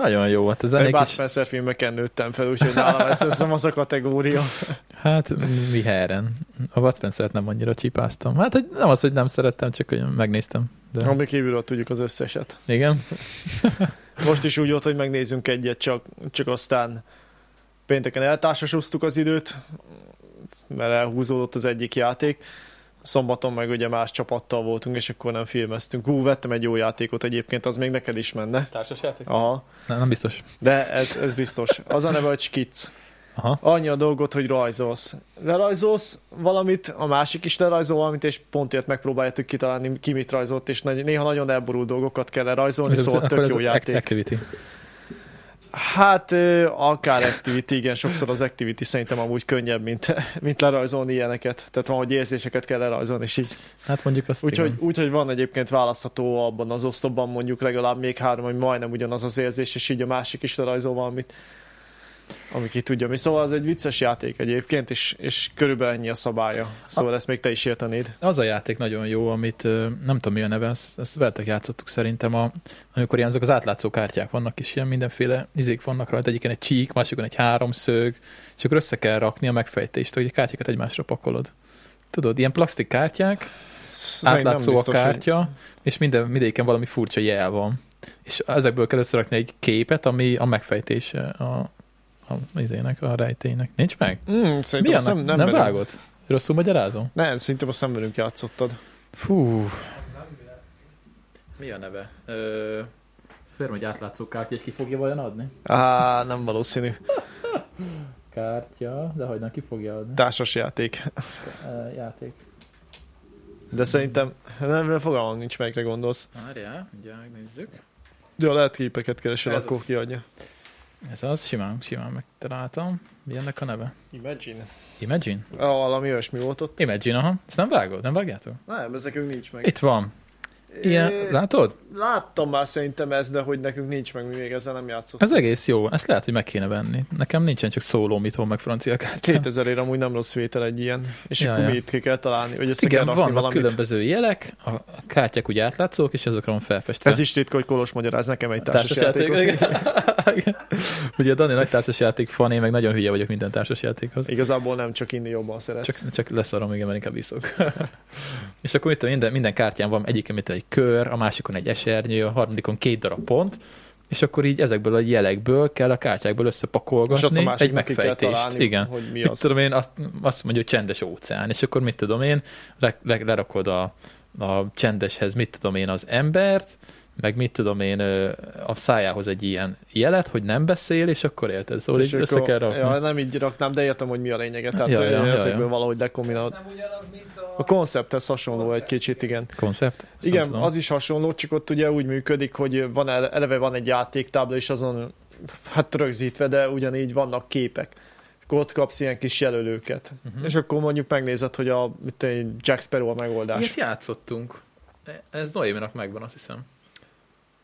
Speaker 1: Nagyon jó volt a
Speaker 2: Én
Speaker 1: zenék is.
Speaker 2: Bud Spencer filmeken nőttem fel, úgyhogy nálam ez, ez nem az a kategória.
Speaker 1: Hát mi heren. A Bud spencer nem annyira csipáztam. Hát hogy nem az, hogy nem szerettem, csak hogy megnéztem. De,
Speaker 2: Ami kívülről tudjuk az összeset.
Speaker 1: igen.
Speaker 2: Most is úgy volt, hogy megnézünk egyet, csak, csak aztán pénteken eltársasoztuk az időt, mert elhúzódott az egyik játék. Szombaton meg ugye más csapattal voltunk, és akkor nem filmeztünk. Hú, vettem egy jó játékot egyébként, az még neked is menne.
Speaker 1: Társas játék?
Speaker 2: Aha.
Speaker 1: Nem, nem biztos.
Speaker 2: De ez, ez biztos. Az a neve, hogy skic.
Speaker 1: Aha.
Speaker 2: Annyi a dolgot, hogy rajzolsz. Lerajzolsz valamit, a másik is lerajzol valamit, és pontért megpróbáljátok kitalálni, ki mit rajzolt, és nagy, néha nagyon elborult dolgokat kell lerajzolni, szóval tök jó
Speaker 1: az
Speaker 2: játék.
Speaker 1: Activity.
Speaker 2: Hát ö, akár activity, igen, sokszor az activity szerintem amúgy könnyebb, mint, mint lerajzolni ilyeneket. Tehát van, hogy érzéseket kell lerajzolni, és így.
Speaker 1: Hát mondjuk azt
Speaker 2: Úgyhogy
Speaker 1: igen.
Speaker 2: úgy, hogy van egyébként választható abban az oszlopban mondjuk legalább még három, hogy majdnem ugyanaz az érzés, és így a másik is lerajzol valamit. Ami ki tudja mi. Szóval az egy vicces játék egyébként, és, és körülbelül ennyi a szabálya. Szóval ezt még te is értenéd.
Speaker 1: Az a játék nagyon jó, amit ö, nem tudom mi a neve, ezt, ezt veletek játszottuk szerintem, a, amikor ilyen azok az átlátszó kártyák vannak, és ilyen mindenféle izék vannak rajta, egyiken egy csík, másikon egy háromszög, és akkor össze kell rakni a megfejtést, hogy a kártyákat egymásra pakolod. Tudod, ilyen plastik kártyák,
Speaker 2: Ez
Speaker 1: átlátszó a kártya, és minden, mindegyiken valami furcsa jel van. És ezekből kell összerakni egy képet, ami a megfejtése a, a, izének, a rejtélynek. Nincs meg?
Speaker 2: Hogy... Mm, szerintem
Speaker 1: Mi
Speaker 2: azt
Speaker 1: annak?
Speaker 2: nem,
Speaker 1: Nem,
Speaker 2: nem,
Speaker 1: nem
Speaker 2: velünk-
Speaker 1: vágott? Rosszul magyarázom?
Speaker 2: Nem, szerintem azt nem velünk játszottad.
Speaker 1: Fú. Mi a neve? Ö... Férjem egy átlátszó kártya, és ki fogja vajon adni?
Speaker 2: Á, nem valószínű.
Speaker 1: Kártya, de hogy nem, ki fogja adni?
Speaker 2: Társas játék.
Speaker 1: Ö, játék.
Speaker 2: De szerintem nem, nem fogalmam nincs, melyikre gondolsz.
Speaker 1: Várjál, mindjárt megnézzük.
Speaker 2: Ja, lehet képeket keresel,
Speaker 1: Ez
Speaker 2: akkor
Speaker 1: az.
Speaker 2: kiadja.
Speaker 1: Ez az, simán, simán megtaláltam. Mi ennek a neve?
Speaker 2: Imagine.
Speaker 1: Imagine?
Speaker 2: Ah, valami olyasmi volt ott.
Speaker 1: Imagine, aha. Ezt nem vágod, nem vágjátok?
Speaker 2: Nem, ez nekünk nincs meg.
Speaker 1: Itt van.
Speaker 2: É,
Speaker 1: Ilyen, látod?
Speaker 2: Láttam már szerintem ezt, de hogy nekünk nincs meg, mi még ezzel nem játszottunk.
Speaker 1: Ez egész jó. Ezt lehet, hogy meg kéne venni. Nekem nincsen csak szólóm itthon, meg francia kártya.
Speaker 2: 2000 ér amúgy nem rossz vétel egy ilyen, és
Speaker 1: Ja,
Speaker 2: ja, akkor
Speaker 1: ja. Hát
Speaker 2: ja. mit ki kell találni, hogy össze
Speaker 1: Igen,
Speaker 2: kell rakni
Speaker 1: vannak
Speaker 2: valamit.
Speaker 1: különböző jelek, a a kártyák úgy átlátszók, és azokra van felfestve.
Speaker 2: Ez is ritka, hogy Kolos magyaráz nekem egy
Speaker 1: társasjáték.
Speaker 2: társasjátékot. Társas
Speaker 1: igen. Ugye Dani nagy társasjáték fan, én meg nagyon hülye vagyok minden társasjátékhoz.
Speaker 2: Igazából nem csak inni jobban szeret.
Speaker 1: Csak, csak leszarom, igen, mert inkább iszok. és akkor itt minden, minden kártyán van egyik, mint egy kör, a másikon egy esernyő, a harmadikon két darab pont, és akkor így ezekből a jelekből kell a kártyákból
Speaker 2: és azt a
Speaker 1: összepakolgatni egy
Speaker 2: másiknak ki kell
Speaker 1: megfejtést.
Speaker 2: találni,
Speaker 1: Igen.
Speaker 2: hogy mi
Speaker 1: Mit
Speaker 2: az.
Speaker 1: tudom én, azt, azt mondja, hogy csendes óceán, és akkor mit tudom én, le, le, lerakod a, a csendeshez, mit tudom én, az embert, meg mit tudom én, ö, a szájához egy ilyen jelet, hogy nem beszél, és akkor érted, szóval
Speaker 2: És
Speaker 1: így össze
Speaker 2: akkor-
Speaker 1: kell rakni.
Speaker 2: ja, nem így raknám, de értem, hogy mi a lényege. Tehát
Speaker 1: Ja,
Speaker 2: ja,
Speaker 1: ja, ja,
Speaker 2: ezekből
Speaker 1: ja.
Speaker 2: valahogy lekombinálod.
Speaker 3: Nem ugyanaz, mint a...
Speaker 2: A koncepthez hasonló egy kicsit, igen.
Speaker 1: Koncept? Azt nem
Speaker 2: Igen,
Speaker 1: tudom.
Speaker 2: az is hasonló, csak ott ugye úgy működik, hogy van ele- eleve van egy játéktábla, és azon hát rögzítve, de ugyanígy vannak képek. Akkor ott kapsz ilyen kis jelölőket.
Speaker 1: Mhm.
Speaker 2: Uh-huh. És akkor mondjuk megnézed, hogy a mit tudom én, Jack Sparrow a megoldás.
Speaker 1: Ilyet játszottunk. Ez Noéminak megvan, azt hiszem.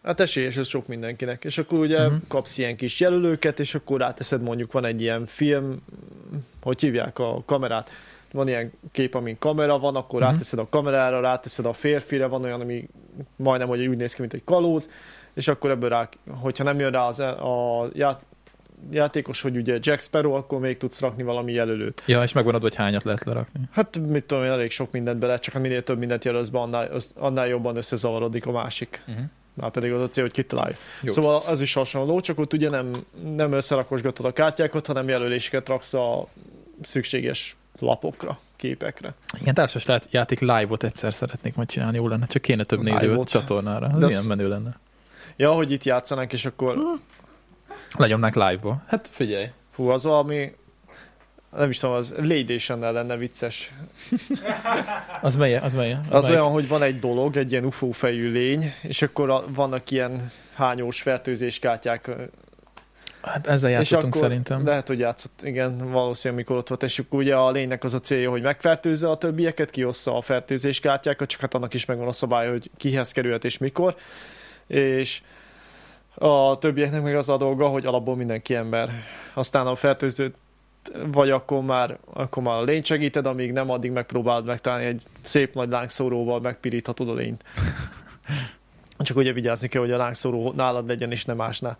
Speaker 2: Hát esélyes ez sok mindenkinek. És akkor ugye
Speaker 1: Mhm.
Speaker 2: uh-huh. kapsz ilyen kis jelölőket, és akkor ráteszed mondjuk van egy ilyen film, hogy hívják a kamerát, van ilyen kép, amin kamera van, akkor
Speaker 1: Mhm.
Speaker 2: uh-huh. ráteszed a kamerára, ráteszed a férfire, van olyan, ami majdnem hogy úgy néz ki, mint egy kalóz, és akkor ebből rá, hogyha nem jön rá az, a ját, játékos, hogy ugye Jack Sparrow, akkor még tudsz rakni valami jelölőt.
Speaker 1: Ja, és megvan adva, hogy hányat lehet lerakni.
Speaker 2: Hát mit tudom én, elég sok mindent bele, csak ha minél több mindent jelölsz be, annál, az- annál jobban összezavarodik a másik.
Speaker 1: Uh-huh.
Speaker 2: Már pedig az a cél, hogy kitalálj.
Speaker 1: Jó.
Speaker 2: Jó. Szóval az is hasonló, csak ott ugye nem, nem összerakosgatod a kártyákat, hanem jelöléseket raksz a szükséges lapokra, képekre.
Speaker 1: Igen, társas lát- játék live-ot egyszer szeretnék majd csinálni, jó lenne, csak kéne több néző
Speaker 2: Live-ot?
Speaker 1: csatornára. Az
Speaker 2: De
Speaker 1: ilyen
Speaker 2: az-
Speaker 1: menő lenne.
Speaker 2: Ja, hogy itt játszanánk, és akkor
Speaker 1: Legyomnák live-ba. Hát figyelj.
Speaker 2: hú, az valami, nem is tudom, az lédésennel lenne vicces.
Speaker 1: Az melye? Az melye?
Speaker 2: Az
Speaker 1: melyik?
Speaker 2: olyan, hogy van egy dolog, egy ilyen UFO fejű lény, és akkor a, vannak ilyen hányós fertőzéskártyák,
Speaker 1: Hát ezzel játszottunk szerintem. De...
Speaker 2: Lehet, hogy játszott, igen, valószínűleg mikor ott volt, és akkor ugye a lénynek az a célja, hogy megfertőzze a többieket, kiossza a fertőzés kártyákat, csak hát annak is megvan a szabály, hogy kihez kerülhet és mikor, és a többieknek meg az a dolga, hogy alapból mindenki ember. Aztán a fertőző vagy akkor már, akkor már a lényt segíted, amíg nem, addig megpróbálod megtalálni egy szép nagy lángszóróval megpiríthatod a lényt. Csak ugye vigyázni kell, hogy a lángszóró nálad legyen, és nem másnál.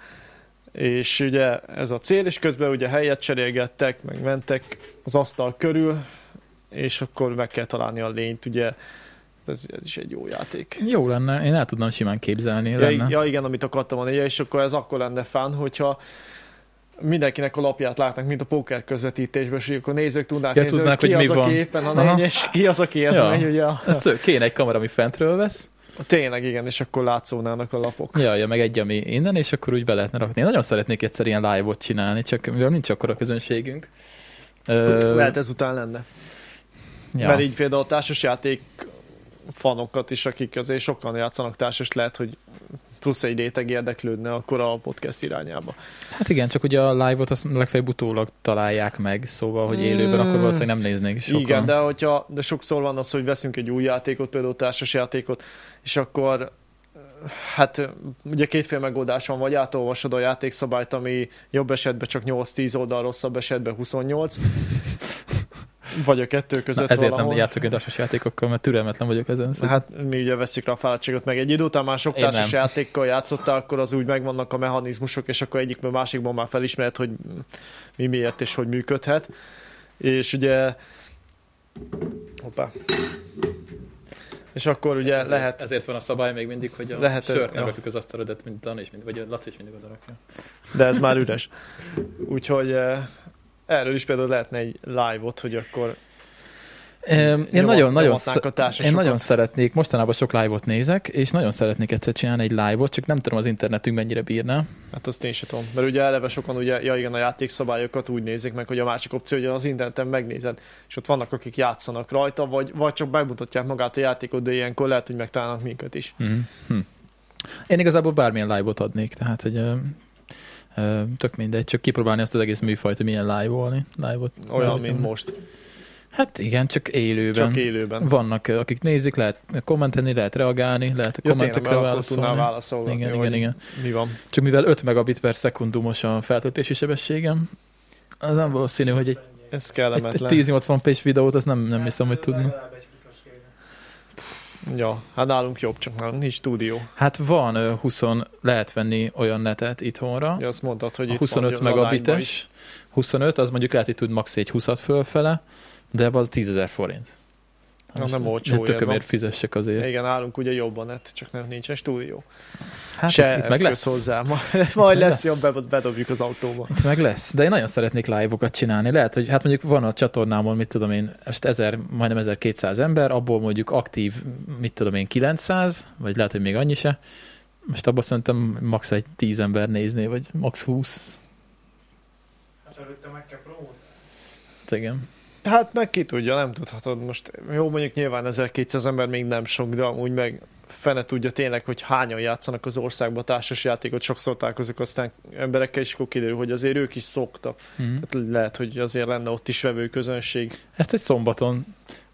Speaker 2: És ugye ez a cél, és közben ugye helyet cserélgettek, meg mentek az asztal körül, és akkor meg kell találni a lényt, ugye ez, ez is egy jó játék.
Speaker 1: Jó lenne, én el tudnám simán képzelni.
Speaker 2: Ja,
Speaker 1: lenne.
Speaker 2: i- ja igen, amit akartam mondani, ja, és akkor ez akkor lenne fán, hogyha mindenkinek a lapját látnak, mint a póker közvetítésben, és akkor nézők tudnák,
Speaker 1: Ja,
Speaker 2: nézni,
Speaker 1: tudnák,
Speaker 2: ki
Speaker 1: hogy
Speaker 2: az,
Speaker 1: mi van.
Speaker 2: aki éppen a
Speaker 1: Aha.
Speaker 2: lény, és ki az, aki ez
Speaker 1: Ja.
Speaker 2: ja. megy, ugye.
Speaker 1: Ezt tök- kéne egy kamera, ami fentről vesz,
Speaker 2: Tényleg igen, és akkor látszónának a lapok.
Speaker 1: ja, ja, meg egy, ami innen, és akkor úgy be lehetne rakni. Én nagyon szeretnék egyszer ilyen live-ot csinálni, csak mivel nincs akkora közönségünk. Ö,
Speaker 2: Lehet ezután lenne. Ja. Mert így például a társasjáték fanokat is, akik azért sokan játszanak társas, lehet, hogy plusz egy réteg érdeklődne akkor a podcast irányába.
Speaker 1: Hát igen, csak ugye a live-ot azt legfeljebb utólag találják meg, szóval, hogy élőben,
Speaker 2: Mm.
Speaker 1: akkor valószínűleg nem néznék sokan.
Speaker 2: Sokan. Igen, de, hogyha, de sokszor van az, hogy veszünk egy új játékot, például társasjátékot, és akkor hát ugye kétféle megoldás van, vagy átolvasod a játékszabályt, ami jobb esetben csak 8-10 oldal, rosszabb esetben 28, vagy a kettő
Speaker 1: Na,
Speaker 2: között
Speaker 1: ezért
Speaker 2: valahol.
Speaker 1: nem játszok én társas játékokkal, mert türelmetlen vagyok ezen. Szóval. Hát,
Speaker 2: Hát mi ugye veszik rá a fáradtságot, meg egy idő után már sok
Speaker 1: Én nem.
Speaker 2: társas játékkal játszottál, akkor az úgy megvannak a mechanizmusok, és akkor egyikben másikban már felismered, hogy mi miért és hogy működhet. És ugye... Hoppá. És akkor ugye
Speaker 1: ezért,
Speaker 2: Hát, lehet...
Speaker 1: Ezért van a szabály még mindig, hogy a
Speaker 2: Lehet-
Speaker 1: lehet, sört nem
Speaker 2: ja.
Speaker 1: rakjuk az asztalra, de mint Dan is, mind, vagy a Laci is mindig oda rakja.
Speaker 2: de ez már üres. Úgyhogy eh, erről is például lehetne egy live-ot, hogy akkor
Speaker 1: Én
Speaker 2: nyomat-
Speaker 1: nagyon-nagyon
Speaker 2: nyomatnánk a
Speaker 1: Én
Speaker 2: társasokat.
Speaker 1: nagyon szeretnék, mostanában sok live-ot nézek, és nagyon szeretnék egyszer csinálni egy live-ot, csak nem tudom az internetünk mennyire bírná.
Speaker 2: Hát azt én sem tudom, mert ugye eleve sokan ugye, ja igen, a játékszabályokat úgy nézik meg, hogy a másik opció, hogy az interneten megnézed, és ott vannak, akik játszanak rajta, vagy, vagy csak megmutatják magát a játékot, de ilyenkor lehet, hogy megtalálnak minket is.
Speaker 1: Mm. Hm. Én igazából bármilyen live-ot adnék, tehát hogy ö, ö, tök mindegy, csak kipróbálni azt az egész műfajt, hogy milyen live-olni. Live-ot.
Speaker 2: Olyan,
Speaker 1: live-ot-
Speaker 2: mint most,
Speaker 1: Hát igen, csak élőben.
Speaker 2: csak élőben.
Speaker 1: Vannak, ö, akik nézik, lehet kommentelni, lehet reagálni, lehet a
Speaker 2: Ja, tényleg,
Speaker 1: kommentekre
Speaker 2: mert akkor tudnál
Speaker 1: válaszolni.
Speaker 2: válaszolni.
Speaker 1: Igen, igen, igen.
Speaker 2: Mi van?
Speaker 1: Csak mivel 5 megabit per szekundumos a feltöltési sebességem, az nem valószínű, hogy egy,
Speaker 2: Ez
Speaker 1: egy, egy
Speaker 2: kellemetlen.
Speaker 1: 1080p-s videót azt nem, nem hiszem, hogy tudna.
Speaker 3: Legalább egy 20-as kéne.
Speaker 2: Ja, hát nálunk jobb, csak nálunk nincs stúdió.
Speaker 1: Hát van ö, 20, lehet venni olyan netet itthonra,
Speaker 2: Ja, azt mondtad, hogy
Speaker 1: a
Speaker 2: itt
Speaker 1: 25
Speaker 2: van, hogy a lányban is.
Speaker 1: megabites, 25, az mondjuk lehet, hogy tud max. egy 20-at fölfele, de ebben az 10 ezer forint.
Speaker 2: Na, nem olcsó ilyen
Speaker 1: Tökömért
Speaker 2: van.
Speaker 1: fizessek azért.
Speaker 2: Igen, nálunk ugye jobban, net, csak nem nincsen stúdió.
Speaker 1: Hát
Speaker 2: Se
Speaker 1: itt, itt meg
Speaker 2: eszköz
Speaker 1: lesz.
Speaker 2: hozzá. Majd, majd
Speaker 1: lesz.
Speaker 2: lesz, lesz. jobb, bedobjuk az autóba.
Speaker 1: Itt meg lesz. De én nagyon szeretnék live-okat csinálni. Lehet, hogy hát mondjuk van a csatornámon, mit tudom én, most 1000, majdnem 1200 ember, abból mondjuk aktív, mit tudom én, 900, vagy lehet, hogy még annyi se. Most abban szerintem max. egy 10 ember nézné, vagy max. 20.
Speaker 3: Hát előtte meg kell promótálni.
Speaker 1: Hát Igen.
Speaker 2: Hát meg ki tudja, nem tudhatod most. Jó, mondjuk nyilván 1200 ember még nem sok, de amúgy meg fene tudja tényleg, hogy hányan játszanak az országban társas játékot, sokszor találkozok aztán emberekkel, és akkor kiderül, hogy azért ők is szoktak.
Speaker 1: Mm.
Speaker 2: Tehát lehet, hogy azért lenne ott is vevő közönség.
Speaker 1: Ezt egy szombaton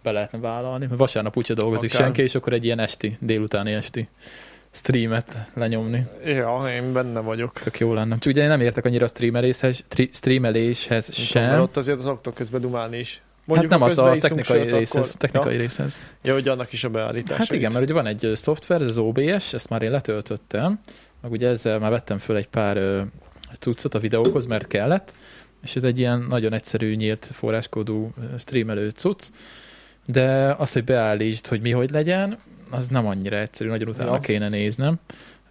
Speaker 1: be lehetne vállalni, mert vasárnap úgyse dolgozik
Speaker 2: Akár.
Speaker 1: senki, és akkor egy ilyen esti, délutáni esti streamet lenyomni.
Speaker 2: Ja, én benne vagyok.
Speaker 1: Tök jó lenne. Csak ugye én nem értek annyira a streameléshez, tri- streameléshez
Speaker 2: Nem tudom, Mert
Speaker 1: sem.
Speaker 2: ott azért szoktak közben dumálni is.
Speaker 1: Hát nem
Speaker 2: ha
Speaker 1: az
Speaker 2: közben
Speaker 1: a
Speaker 2: iszunk
Speaker 1: technikai
Speaker 2: sört,
Speaker 1: részhez,
Speaker 2: akkor-
Speaker 1: technikai
Speaker 2: Ja,
Speaker 1: részhez.
Speaker 2: ja, hogy annak is a beállítása.
Speaker 1: Hát igen,
Speaker 2: itt.
Speaker 1: mert ugye van egy ö, szoftver, ez az OBS, ezt már én letöltöttem, meg ugye ezzel már vettem föl egy pár ö, cuccot a videókhoz, mert kellett, és ez egy ilyen nagyon egyszerű, nyílt forráskódú ö, streamelő cucc, de az, hogy beállítsd, hogy mi hogy legyen, az nem annyira egyszerű, nagyon utána
Speaker 2: Ja.
Speaker 1: kéne néznem.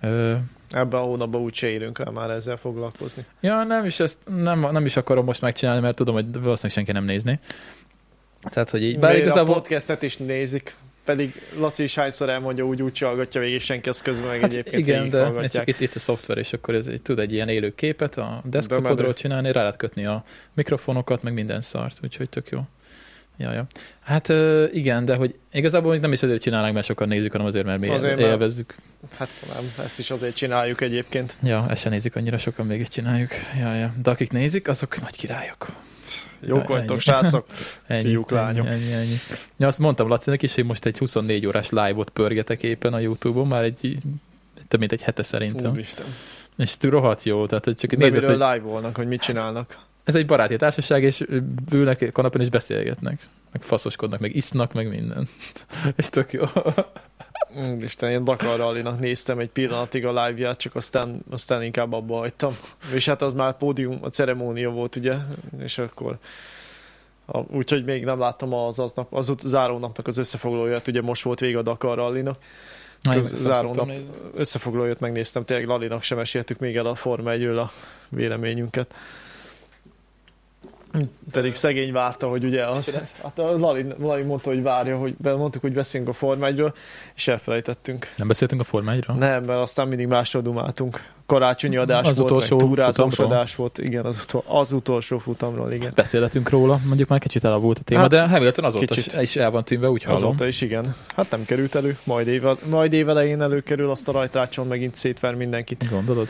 Speaker 1: Ö,
Speaker 2: Ebben a hónapban úgyse érünk rá már ezzel foglalkozni.
Speaker 1: Ja, nem is, ezt nem, nem is akarom most megcsinálni, mert tudom, hogy valószínűleg senki nem nézni. Tehát, hogy így, bár
Speaker 2: Miért
Speaker 1: igazából...
Speaker 2: a podcastet is nézik, pedig Laci is hányszor elmondja, úgy úgy csalgatja végig, és senki ezt közben meg
Speaker 1: Hát
Speaker 2: egyébként
Speaker 1: igen, de csak
Speaker 2: végighallgatják.
Speaker 1: itt, itt a szoftver, és akkor ez egy, tud egy ilyen élő képet a
Speaker 2: menő.
Speaker 1: desktopodról csinálni, rá lehet kötni a mikrofonokat, meg minden szart, úgyhogy tök jó. Ja, ja. Hát ö, igen, de hogy igazából még nem is azért csinálnánk, mert sokan nézzük, hanem azért, mert mi
Speaker 2: Azért,
Speaker 1: azért
Speaker 2: mert-
Speaker 1: élvezzük.
Speaker 2: Hát nem, ezt is azért csináljuk egyébként.
Speaker 1: Ja, ezt sem nézik annyira sokan, mégis csináljuk. Ja, ja. De akik nézik, azok nagy királyok.
Speaker 2: Jók
Speaker 1: Ja,
Speaker 2: vagytok,
Speaker 1: ennyi.
Speaker 2: srácok.
Speaker 1: Ennyi,
Speaker 2: Fiúk, lányok.
Speaker 1: Ennyi, ennyi, ennyi. Ja, azt mondtam Lacinak is, hogy most egy 24 órás live-ot pörgetek éppen a Youtube-on, már egy több mint egy hete szerintem.
Speaker 2: Úristen.
Speaker 1: És tű rohadt jó, tehát hogy csak
Speaker 2: De
Speaker 1: nézed,
Speaker 2: miről
Speaker 1: hogy
Speaker 2: live volnak, hogy mit csinálnak.
Speaker 1: ez egy baráti társaság, és ülnek kanapén, és beszélgetnek. Meg faszoskodnak, meg isznak, meg minden. és tök jó.
Speaker 2: Úristen, én Dakar Rally-nak néztem egy pillanatig a live-ját, csak aztán, aztán inkább abba hagytam. És hát az már pódium, a ceremónia volt, ugye? És akkor a- Úgyhogy még nem láttam az, aznap, az ut- zárónapnak az összefoglalóját, ugye most volt vége a Dakar Rally-nak.
Speaker 1: Na, én
Speaker 2: Ez
Speaker 1: meg nem
Speaker 2: záró
Speaker 1: szoktam
Speaker 2: nap.
Speaker 1: nézni.
Speaker 2: összefoglalóját megnéztem, tényleg Lalinak sem eséltük még el a Forma 1 a véleményünket. Pedig szegény várta, hogy ugye az, hát a Lali, Lali mondta, hogy várja, hogy be- mondtuk, hogy beszélünk a Forma 1 és elfelejtettünk.
Speaker 1: Nem beszéltünk a Forma 1
Speaker 2: Nem, mert aztán mindig másról dumáltunk. Karácsonyi adás
Speaker 1: Az
Speaker 2: volt,
Speaker 1: utolsó
Speaker 2: meg túrázós
Speaker 1: futamról?
Speaker 2: adás volt, igen, az, utol, az utolsó futamról, igen.
Speaker 1: Beszélhetünk róla, mondjuk már kicsit elavult a téma,
Speaker 2: Hát,
Speaker 1: hát, de Hamilton azóta
Speaker 2: kicsit.
Speaker 1: kicsit. is el van tűnve, úgy hallom.
Speaker 2: Azóta is igen. Hát nem került elő, majd, éve, majd évelején előkerül, azt a rajtrácson megint szétver mindenkit.
Speaker 1: Gondolod?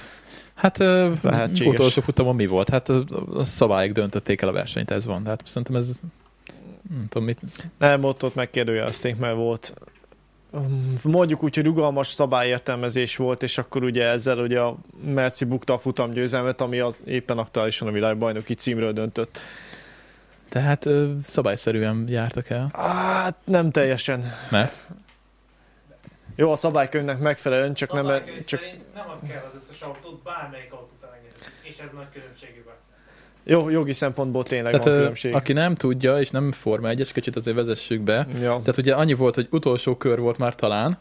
Speaker 1: Hát ö,
Speaker 2: Lehetséges.
Speaker 1: utolsó futamon mi volt? Hát ö, a szabályok döntötték el a versenyt, ez van. Hát szerintem ez nem tudom mit.
Speaker 2: Nem, ott, ott megkérdőjelezték, mert volt mondjuk úgy, hogy rugalmas szabályértelmezés volt, és akkor ugye ezzel ugye a Merci bukta a futamgyőzelmet, ami az éppen aktuálisan a világbajnoki címről döntött.
Speaker 1: Tehát ö, szabályszerűen jártak el,
Speaker 2: Hát nem teljesen.
Speaker 1: mert
Speaker 2: Jó, a szabálykönyvnek megfelelően, csak nem...
Speaker 3: Szabálykönyv
Speaker 2: Csak,
Speaker 3: szerint nem ad kell az összes autót, bármelyik autót elengedhet. És ez nagy különbségű lesz.
Speaker 2: jó, jogi szempontból tényleg
Speaker 1: tehát,
Speaker 2: van
Speaker 1: ö,
Speaker 2: különbség.
Speaker 1: aki nem tudja, és nem Forma 1 kicsit azért vezessük be.
Speaker 2: Ja.
Speaker 1: Tehát ugye annyi volt, hogy utolsó kör volt már talán,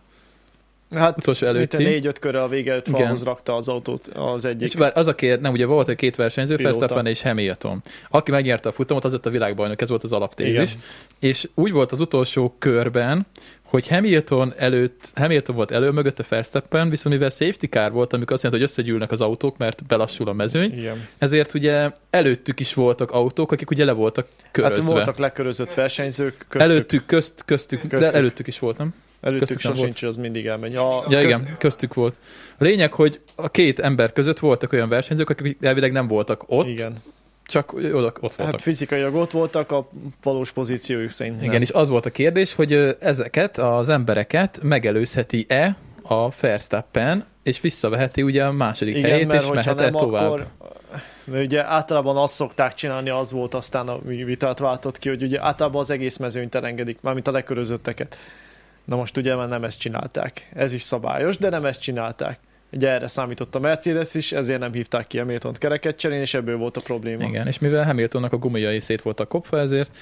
Speaker 2: Hát
Speaker 1: utolsó
Speaker 2: előtti.
Speaker 1: előtti.
Speaker 2: négy-öt körre a vége előtt
Speaker 1: Igen.
Speaker 2: falhoz rakta az autót az
Speaker 1: És
Speaker 2: egyik.
Speaker 1: bár az a kér, nem, ugye volt egy két versenyző,
Speaker 2: Pilóta.
Speaker 1: Verstappen és Hamilton. Aki megnyerte a futamot, az lett a világbajnok, ez volt az alaptézis.
Speaker 2: Igen.
Speaker 1: És úgy volt az utolsó körben, hogy Hamilton előtt, Hamilton volt elő, mögötte Verstappen, viszont mivel safety car volt, amikor azt jelenti, hogy összegyűlnek az autók, mert belassul a mezőny,
Speaker 2: Igen. Hát,
Speaker 1: ezért ugye előttük is voltak autók, akik ugye le voltak
Speaker 2: Hát
Speaker 1: körözve.
Speaker 2: voltak lekörözött versenyzők, köztük, előttük,
Speaker 1: Előttük, közt, köztük,
Speaker 2: Köztük.
Speaker 1: De előttük is volt, nem?
Speaker 2: előttük
Speaker 1: köztük nem
Speaker 2: sosincs, az mindig elmegy. A,
Speaker 1: Ja,
Speaker 2: köz-
Speaker 1: igen, köztük volt. A lényeg, hogy a két ember között voltak olyan versenyzők, akik elvileg nem voltak ott, igen.
Speaker 2: Igen.
Speaker 1: csak oda, ott voltak.
Speaker 2: Hát fizikailag ott voltak, a valós pozíciójuk szerint nem.
Speaker 1: Igen, és az volt a kérdés, hogy ö, ezeket az embereket megelőzheti-e a Verstappen, és visszaveheti ugye a második Igen, helyét, és mehet-e tovább. Akkor...
Speaker 2: mert ugye általában azt szokták csinálni, az volt aztán a vitát váltott ki, hogy ugye általában az egész mezőnyt elengedik, mármint a lekörözötteket. Na most ugye már nem ezt csinálták. Ez is szabályos, de nem ezt csinálták. Ugye erre számított a Mercedes is, ezért nem hívták ki Hamilton kereket cserélni, és ebből volt a probléma.
Speaker 1: Igen, és mivel Hamiltonnak a gumijai szét voltak kopva, ezért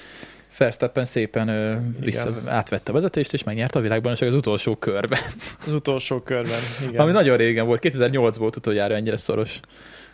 Speaker 1: Verstappen szépen ö, vissza, átvette a vezetést, és megnyerte a világbajnokság az utolsó körben.
Speaker 2: Az utolsó körben. Igen.
Speaker 1: Igen. Ami nagyon régen volt, 2008 volt utoljára ennyire szoros.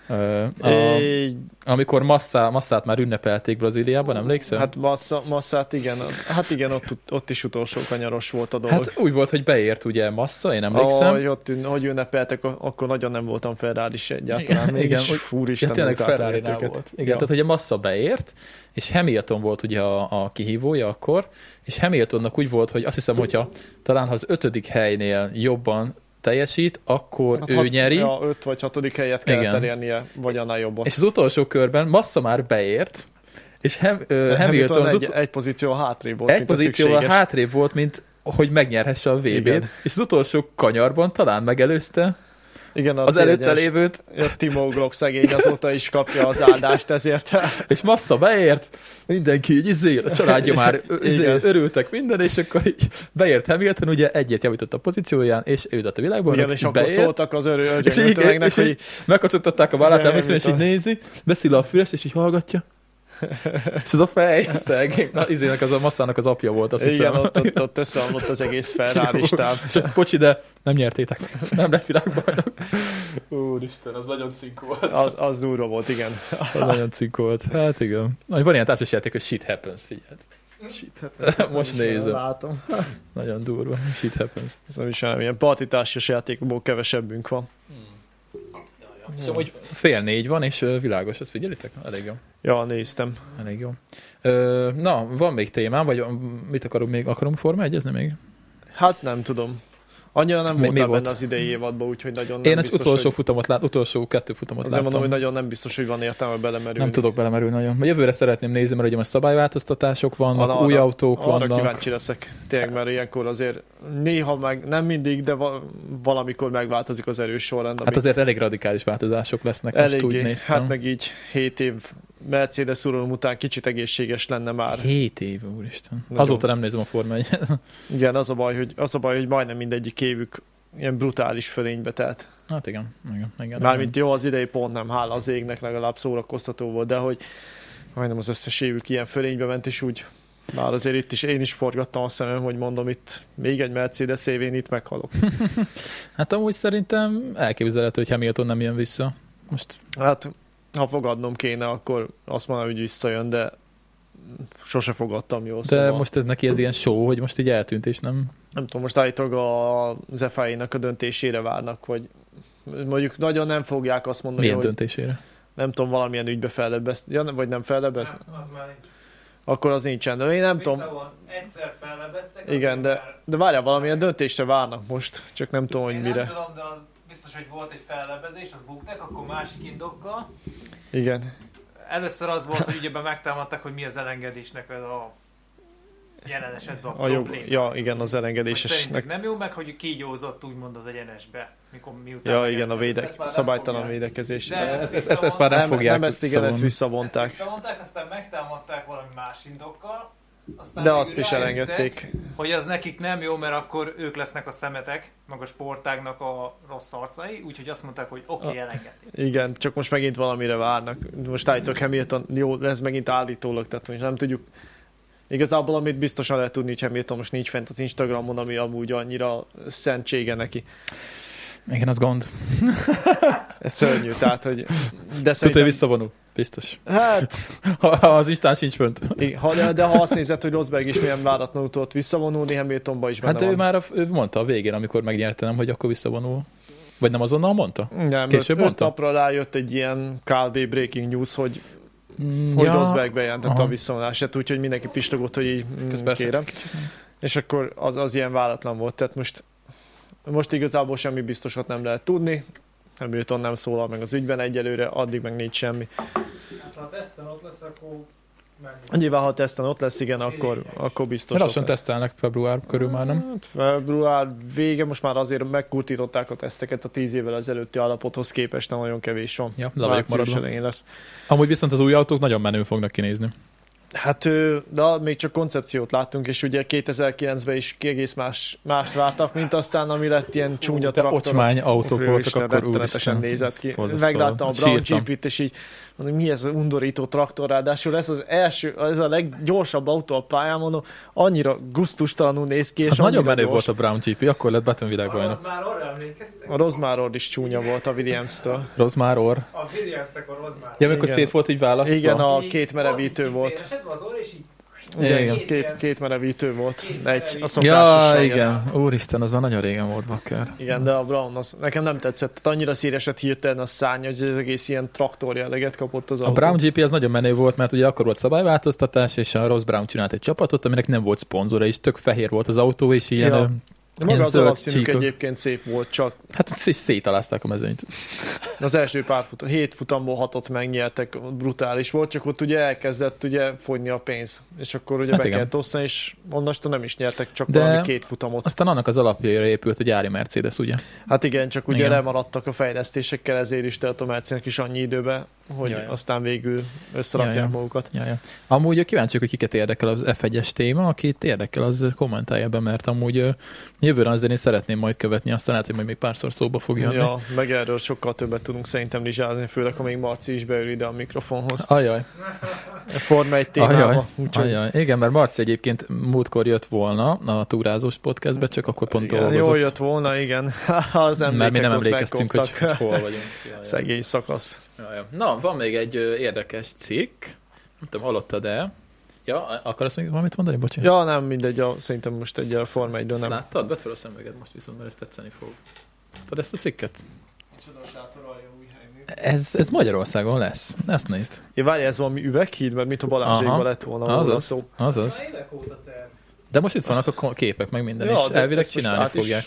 Speaker 1: Ö, a,
Speaker 2: É,
Speaker 1: amikor masszá, masszát már ünnepelték Brazíliában, emlékszel?
Speaker 2: hát massza, masszát igen, hát igen, ott, ott is utolsó kanyaros volt a dolog.
Speaker 1: hát úgy volt, hogy beért ugye massza, én emlékszem.
Speaker 2: Ahogy ott ün- hogy ünnepeltek, a- akkor nagyon nem voltam Ferrari se egyáltalán.
Speaker 1: Igen,
Speaker 2: Mégis,
Speaker 1: igen,
Speaker 2: igen,
Speaker 1: hogy-
Speaker 2: hogy
Speaker 1: Ja,
Speaker 2: fúristen
Speaker 1: tényleg ferrari volt. Igen, ja. tehát hogy a massza beért, és Hamilton volt ugye a, a kihívója akkor, és Hamiltonnak úgy volt, hogy azt hiszem, hogyha talán ha az ötödik helynél jobban teljesít, akkor hát, ő nyeri, ja.
Speaker 2: Ja, öt vagy hatodik helyet kellett
Speaker 1: Igen.
Speaker 2: elérnie, vagy annál jobban.
Speaker 1: és az utolsó körben massza már beért, és Hem, ö, Hamilton, uh, Hamilton az
Speaker 2: egy,
Speaker 1: ut-
Speaker 2: egy pozíció hátrébb volt,
Speaker 1: egy hát-
Speaker 2: mint a
Speaker 1: pozícióval
Speaker 2: szükséges.
Speaker 1: hátrébb volt, mint hogy megnyerhesse a VB-t,
Speaker 2: Igen.
Speaker 1: és az utolsó kanyarban talán megelőzte
Speaker 2: Igen,
Speaker 1: az, az előtte
Speaker 2: szégyenes-
Speaker 1: lévőt,
Speaker 2: a Timo Glock szegény azóta is kapja az áldást ezért.
Speaker 1: És massza beért, mindenki így izél, a családja már ö- izé,
Speaker 2: Igen.
Speaker 1: örültek minden, és akkor így beért Hamilton, ugye egyet javított a pozícióján, és ő lett a világban,
Speaker 2: Igen, és akkor szóltak az örő
Speaker 1: és így,
Speaker 2: örgyönötömegnek,
Speaker 1: és így
Speaker 2: hogy
Speaker 1: megkacogtatták a vállát,
Speaker 2: Igen,
Speaker 1: emlékszem, és így
Speaker 2: mint a-
Speaker 1: nézi, beszél a füles, és így hallgatja. És az a fej, szegény. Na, izének az a masszának az apja volt, azt
Speaker 2: igen,
Speaker 1: hiszem.
Speaker 2: ott, ott, ott összeomlott az egész Ferrari stáb.
Speaker 1: Csak bocsi, de nem nyertétek meg. Nem lett világbajnok.
Speaker 2: Úristen, az nagyon cink volt. Az, az durva volt, igen.
Speaker 1: Az nagyon cink volt. Hát igen. Na, van ilyen társasjáték, hogy shit happens, figyelj. Most nézem.
Speaker 2: Látom.
Speaker 1: Nagyon durva. Shit happens.
Speaker 2: Ez nem is olyan, ilyen partitársas játékokból kevesebbünk van. Hmm.
Speaker 1: És amúgy Szóval, fél négy van, és ö, világos, ezt figyelitek? Elég jó.
Speaker 2: Ja, néztem.
Speaker 1: Elég jó. Ö, na, van még témám, vagy mm, mit akarunk még? Akarunk Forma egyezni még?
Speaker 2: Hát nem tudom. Annyira nem
Speaker 1: Mi- mi
Speaker 2: voltam
Speaker 1: volt?
Speaker 2: benne az idei évadban, úgyhogy nagyon nem
Speaker 1: Én egy
Speaker 2: biztos,
Speaker 1: utolsó
Speaker 2: hogy...
Speaker 1: futamot lát, utolsó kettő futamot
Speaker 2: Azért
Speaker 1: láttam.
Speaker 2: mondom, hogy nagyon nem biztos, hogy van értelme belemerülni.
Speaker 1: nem tudok belemerülni nagyon. Jövőre szeretném nézni, mert ugye most szabályváltoztatások vannak,
Speaker 2: Arra-
Speaker 1: új autók
Speaker 2: Arra
Speaker 1: vannak.
Speaker 2: kíváncsi leszek. Tényleg, mert ilyenkor azért néha meg, nem mindig, de va- valamikor megváltozik az erős sorrend.
Speaker 1: Hát azért elég radikális változások lesznek, most úgy
Speaker 2: eléggé,
Speaker 1: néztem.
Speaker 2: hát meg így 7 év Mercedes uralom után kicsit egészséges lenne már.
Speaker 1: Hét év, úristen.
Speaker 2: Nagyon.
Speaker 1: Azóta nem nézem a Forma 1
Speaker 2: Igen, az a baj, hogy, az a baj, hogy majdnem mindegyik évük ilyen brutális fölénybe telt.
Speaker 1: Hát igen, igen, igen.
Speaker 2: Mármint jó, az idei pont nem, hála az égnek legalább szórakoztató volt, de hogy majdnem az összes évük ilyen fölénybe ment, és úgy már azért itt is én is forgattam a szemem, hogy mondom itt még egy Mercedes évén itt meghalok.
Speaker 1: Hát amúgy szerintem elképzelhető, hogy Hamilton nem jön vissza. Most
Speaker 2: Hát ha fogadnom kéne, akkor azt mondom, hogy visszajön, de sose fogadtam jól.
Speaker 1: De szóval. most ez neki ez ilyen show, hogy most így eltűnt, és nem...
Speaker 2: Nem tudom, most állítólag a- az FIA-nak a döntésére várnak, hogy mondjuk nagyon nem fogják azt mondani,
Speaker 1: Milyen
Speaker 2: hogy
Speaker 1: döntésére?
Speaker 2: nem tudom, valamilyen ügybe fellebbez, ja, vagy nem fellebbez,
Speaker 3: Nem, az már nincs.
Speaker 2: akkor az nincsen. De én nem tudom,
Speaker 3: Visszavon, egyszer fellebeztek.
Speaker 2: Igen,
Speaker 3: akkor
Speaker 2: de,
Speaker 3: már-
Speaker 2: de várjál, valamilyen döntésre várnak most, csak nem tudom, hogy
Speaker 3: Én
Speaker 2: mire.
Speaker 3: Nem tudom, de az biztos, hogy volt egy fellebezés, az bukták, akkor másik indokkal.
Speaker 2: Igen.
Speaker 3: Először az volt, hogy ügyében megtámadták, hogy mi az elengedésnek ez a
Speaker 4: jelen esetben a,
Speaker 2: A jog,
Speaker 4: probléma.
Speaker 2: ja, igen, az
Speaker 4: Hogy szerintük
Speaker 2: elengedésesnek.
Speaker 4: nem jó meg, hogy kígyózott úgymond az egyenesbe, mikor miután...
Speaker 2: Ja, igen, a
Speaker 3: Ezt
Speaker 2: védek,
Speaker 3: már nem
Speaker 2: szabálytalan
Speaker 3: fogják.
Speaker 2: védekezés.
Speaker 4: De
Speaker 1: Ezt, ezt, ezt, ezt már nem,
Speaker 2: Nem,
Speaker 1: fogják
Speaker 2: nem ezt, igen, ezt
Speaker 1: visszavonni.
Speaker 2: visszavonták.
Speaker 4: Ezt mondták, aztán megtámadták valami más indokkal, aztán
Speaker 2: De
Speaker 4: végül
Speaker 2: azt is
Speaker 4: rájöttek,
Speaker 2: elengedték.
Speaker 4: Hogy az nekik nem jó, mert akkor ők lesznek a szemetek, meg a sportágnak a rossz arcai, úgyhogy azt mondták, hogy oké,
Speaker 2: Ah.
Speaker 4: okay, elengedték.
Speaker 2: Igen, csak most megint valamire várnak. Most állítok Hamilton, jó, ez megint állítólag, tehát most nem tudjuk. Igazából amit biztosan lehet tudni, hogy Hamilton most nincs fent az Instagramon, ami amúgy annyira szentsége neki.
Speaker 1: Igen, az gond.
Speaker 2: Ez szörnyű, tehát hogy... De
Speaker 1: Tudod,
Speaker 2: szerintem...
Speaker 1: hogy visszavonul. Biztos.
Speaker 2: Hát,
Speaker 1: Ha, ha az Isten sincs fönt.
Speaker 2: igen, ha, de- de ha azt nézed, hogy Rosberg is milyen váratlanul tudott visszavonulni, Hamiltonba is benne
Speaker 1: Hát de ő
Speaker 2: van.
Speaker 1: már a, ő mondta a végén, amikor megnyerte, nem, hogy akkor visszavonul. Vagy nem azonnal mondta?
Speaker 2: Nem,
Speaker 1: Később
Speaker 2: öt, öt
Speaker 1: mondta?
Speaker 2: napra rájött egy ilyen kb. breaking news, hogy,
Speaker 1: Mm,
Speaker 2: hogy Rosberg bejelentette
Speaker 1: aha.
Speaker 2: a visszavonását, úgyhogy mindenki pistogott, hogy így mm,
Speaker 1: Közben
Speaker 2: kérem. És akkor az, az ilyen váratlan volt, tehát most, most igazából semmi biztosat nem lehet tudni, Hamilton nem szólal meg az ügyben egyelőre, addig meg nincs semmi.
Speaker 3: Hát, ha a teszten ott lesz, akkor menjünk.
Speaker 2: Nyilván, ha a teszten ott lesz, igen, akkor, akkor biztos
Speaker 1: Mert
Speaker 2: ott
Speaker 1: azt mondta,
Speaker 2: lesz.
Speaker 1: tesztelnek február körül már, nem?
Speaker 2: Hát február vége, most már azért megkurtították a teszteket a tíz évvel ezelőtti állapothoz képest, nem nagyon kevés van.
Speaker 1: Ja, le vagyok
Speaker 2: Március
Speaker 1: maradva.
Speaker 2: elején lesz.
Speaker 1: Amúgy viszont az új autók nagyon menő fognak kinézni.
Speaker 2: Hát ö, de még csak koncepciót láttunk, és ugye 2009-ben is egész más, mást vártak, mint aztán, ami lett ilyen csúnya
Speaker 1: De
Speaker 2: traktorok.
Speaker 1: ocsmány autók
Speaker 2: Úristen,
Speaker 1: voltak, akkor
Speaker 2: rettenetesen
Speaker 1: úristen.
Speaker 2: nézett ki.
Speaker 1: ez borzasztó.
Speaker 2: Megláttam a Brown
Speaker 1: Sírtam.
Speaker 2: Jeep-it, és így mondom, mi ez az undorító traktor, ráadásul ez az első, ez a leggyorsabb autó a pályán, mondom, annyira guztustalanul néz ki, és
Speaker 1: Hát nagyon
Speaker 2: annyira
Speaker 1: menő
Speaker 2: gyors.
Speaker 1: volt a Brown GP, akkor lett Baton
Speaker 3: Az
Speaker 1: világbajnok.
Speaker 3: már arra emlékeztek?
Speaker 2: A Rozmárod is csúnya volt a Williams-től.
Speaker 1: Rozmár Orr.
Speaker 3: A Williams-nek a Rozmár.
Speaker 1: Ja, amikor
Speaker 2: Ah. Igen.
Speaker 1: szét volt így választva.
Speaker 2: Igen, a
Speaker 3: Így
Speaker 2: két merevítő
Speaker 3: az így
Speaker 2: volt.
Speaker 3: kiszélesedve az orra, és így
Speaker 2: Ugye,
Speaker 1: Igen.
Speaker 2: Két, két merevítő volt.
Speaker 3: Két
Speaker 2: Egy,
Speaker 3: merevítő.
Speaker 2: a szokásos
Speaker 1: Ja,
Speaker 2: igen.
Speaker 1: igen. Úristen, az már nagyon régen volt bakker.
Speaker 2: Igen, de a Brown, az, nekem nem tetszett. Tehát Annyira szíresett hirtelen a szárny, hogy az egész ilyen traktor jelleget kapott az
Speaker 1: A
Speaker 2: autó.
Speaker 1: Brown GP az nagyon menő volt, mert ugye akkor volt szabályváltoztatás, és a Ross Brown csinált egy csapatot, aminek nem volt szponzora, és tök fehér volt az autó, és ilyen,
Speaker 2: Ja.
Speaker 1: ö,
Speaker 2: De maga
Speaker 1: ilyen
Speaker 2: az
Speaker 1: zöld
Speaker 2: alapszínük
Speaker 1: csíkok.
Speaker 2: egyébként szép volt, csak
Speaker 1: hát ott is szétalázták a mezőnyt.
Speaker 2: az első pár futam, hét futamból hatot megnyertek, brutális volt, csak ott ugye elkezdett ugye fogyni a pénz. És akkor
Speaker 1: Hát
Speaker 2: ugye hát be
Speaker 1: igen.
Speaker 2: kellett osztani, és onnastól nem is nyertek, csak
Speaker 1: De-
Speaker 2: de... valami két futamot.
Speaker 1: Aztán annak az alapjaira épült a gyári Mercedes, ugye?
Speaker 2: Hát igen, csak ugye
Speaker 1: Igen.
Speaker 2: igen. lemaradtak a fejlesztésekkel, ezért is telt a Mercinek is annyi időbe, hogy
Speaker 1: Jaj, jaj.
Speaker 2: aztán végül összerakják
Speaker 1: Jaj, jaj.
Speaker 2: magukat.
Speaker 1: Ja, ja. Amúgy kíváncsiak, hogy kiket érdekel az F1-es téma, akit érdekel, az kommentálja be, mert amúgy ö, jövőre azért én szeretném majd követni, aztán lehet, hogy majd még párszor szóba fog jönni. Ja.
Speaker 2: Ja, meg erről sokkal többet tudunk szerintem lizsázni, főleg, ha még Marci is beül ide a mikrofonhoz.
Speaker 1: Ajaj,
Speaker 2: A Forma egy
Speaker 1: Ah. ajaj,
Speaker 2: témába, úgyhogy
Speaker 1: ajaj. Igen, mert Marci egyébként múltkor jött volna a túrázós podcastbe, csak akkor pont
Speaker 2: igen,
Speaker 1: dolgozott.
Speaker 2: jól jött volna, igen. Az
Speaker 1: mert
Speaker 2: emlékek
Speaker 1: mi nem
Speaker 2: ott
Speaker 1: emlékeztünk, hogy,
Speaker 2: megkoptak.
Speaker 1: hogy hol vagyunk. Jaj, jaj.
Speaker 2: Szegény szakasz.
Speaker 1: Jaj, jaj. Na, van még egy ö, érdekes cikk, nem tudom, hallottad de. Ja, a- akarsz még valamit mondani? Bocsánat.
Speaker 2: Ja, nem mindegy, a, szerintem most egy a Forma 1
Speaker 1: Ezt
Speaker 2: nem.
Speaker 1: Láttad? Vedd fel a szemüveged most viszont, mert ez tetszeni fog. Tudod ezt a cikket?
Speaker 3: micsoda sátorolja új helynő.
Speaker 1: Ez, ez Magyarországon lesz. Ezt nézd.
Speaker 2: Ja, várj, ez valami üveghíd, mert mint a
Speaker 1: Aha. Ah,
Speaker 2: Balázsékban lett volna
Speaker 1: Azaz.
Speaker 2: róla szó.
Speaker 1: Azaz.
Speaker 3: Na, évek óta terv.
Speaker 1: De most itt vannak a ko- képek, meg minden, ja, és
Speaker 2: de
Speaker 1: elvileg
Speaker 2: ezt most
Speaker 1: csinálni
Speaker 2: át is-
Speaker 1: fogják.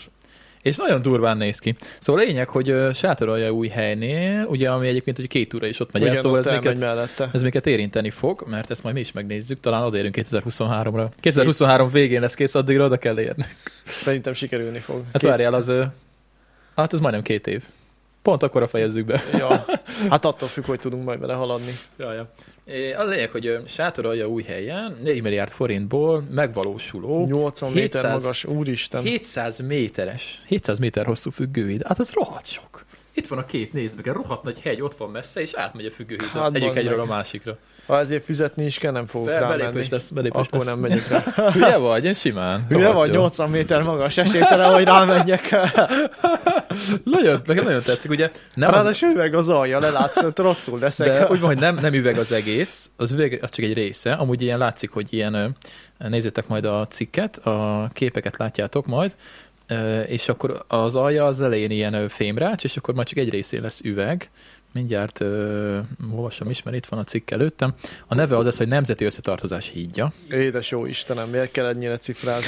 Speaker 1: És nagyon durván néz ki. Szóval a lényeg, hogy ö, sátorolja új helynél, ugye, ami egyébként hogy két óra is ott megy el,
Speaker 2: Igen,
Speaker 1: szóval
Speaker 2: ott
Speaker 1: ez
Speaker 2: elmegy
Speaker 1: minket,
Speaker 2: mellette.
Speaker 1: ez minket érinteni fog, mert ezt majd mi is megnézzük, talán odaérünk 2023-ra. 2023 végén lesz kész, addigra oda kell érni.
Speaker 2: Szerintem sikerülni fog.
Speaker 1: Hát
Speaker 2: Két-
Speaker 1: várjál, az... ö, Hát ez majdnem két év. Pont akkor fejezzük be.
Speaker 2: Ja. Hát attól függ, hogy tudunk majd vele haladni.
Speaker 1: Ja, ja. É, Az lényeg, hogy ö, sátorolja új helyen, 4 milliárd forintból megvalósuló
Speaker 2: 80 méter
Speaker 1: 700
Speaker 2: magas, úristen.
Speaker 1: 700 méteres, 700 méter hosszú függőhíd. Hát az rohadt sok. Itt van a kép, nézd meg, a rohadt nagy hegy ott van messze, és átmegy a függőhíd
Speaker 2: Hát,
Speaker 1: hát, egyik
Speaker 2: bazd
Speaker 1: egyről
Speaker 2: meg.
Speaker 1: a másikra.
Speaker 2: Ha ezért fizetni is kell, nem fogok
Speaker 1: Fel,
Speaker 2: rámenni.
Speaker 1: belépős lesz, belépős
Speaker 2: Akkor
Speaker 1: lesz.
Speaker 2: nem megyek rá.
Speaker 1: Hülye vagy, én simán.
Speaker 2: Hülye
Speaker 1: Rohadt
Speaker 2: vagy,
Speaker 1: jó.
Speaker 2: 80 méter magas, esélytelen, hogy rámenjek.
Speaker 1: Nagyon, nekem nagyon tetszik, ugye? Nem az,
Speaker 2: Ráadásul üveg Hát az alja, lelátsz, ott rosszul leszek.
Speaker 1: de úgy van, hogy nem, nem üveg az egész, az üveg az csak egy része, amúgy ilyen látszik, hogy ilyen, ö, nézzétek majd a cikket, a képeket látjátok majd, ö, és akkor az alja az elején ilyen ö, fémrács, és akkor már csak egy részén lesz üveg, mindjárt ö, olvasom is, mert itt van a cikk előttem. A neve az lesz, hogy Nemzeti Összetartozás hídja.
Speaker 2: Édes jó Istenem, miért kell ennyire cifrázni?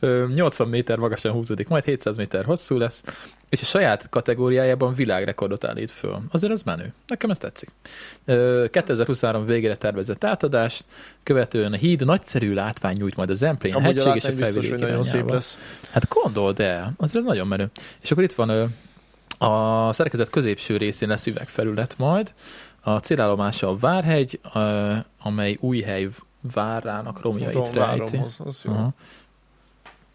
Speaker 1: Ö, 80 méter magasan húzódik, majd 700 méter hosszú lesz, és a saját kategóriájában világrekordot állít föl. Azért az menő. Nekem ez tetszik. Ö, 2023 végére tervezett átadást, követően a híd nagyszerű látvány nyújt majd a Zemplén a
Speaker 2: Amúgy a
Speaker 1: hegység és a
Speaker 2: látvány
Speaker 1: felvidék
Speaker 2: biztos, hogy nagyon szép
Speaker 1: irányába.
Speaker 2: lesz.
Speaker 1: Hát gondold el, azért ez nagyon menő. És akkor itt van ö, a szerkezet középső részén lesz üvegfelület majd, a célállomása a Várhegy, ö, amely új hely várának romjait
Speaker 2: Tudom,
Speaker 1: rejti.
Speaker 2: váromhoz, az jó.
Speaker 1: Aha.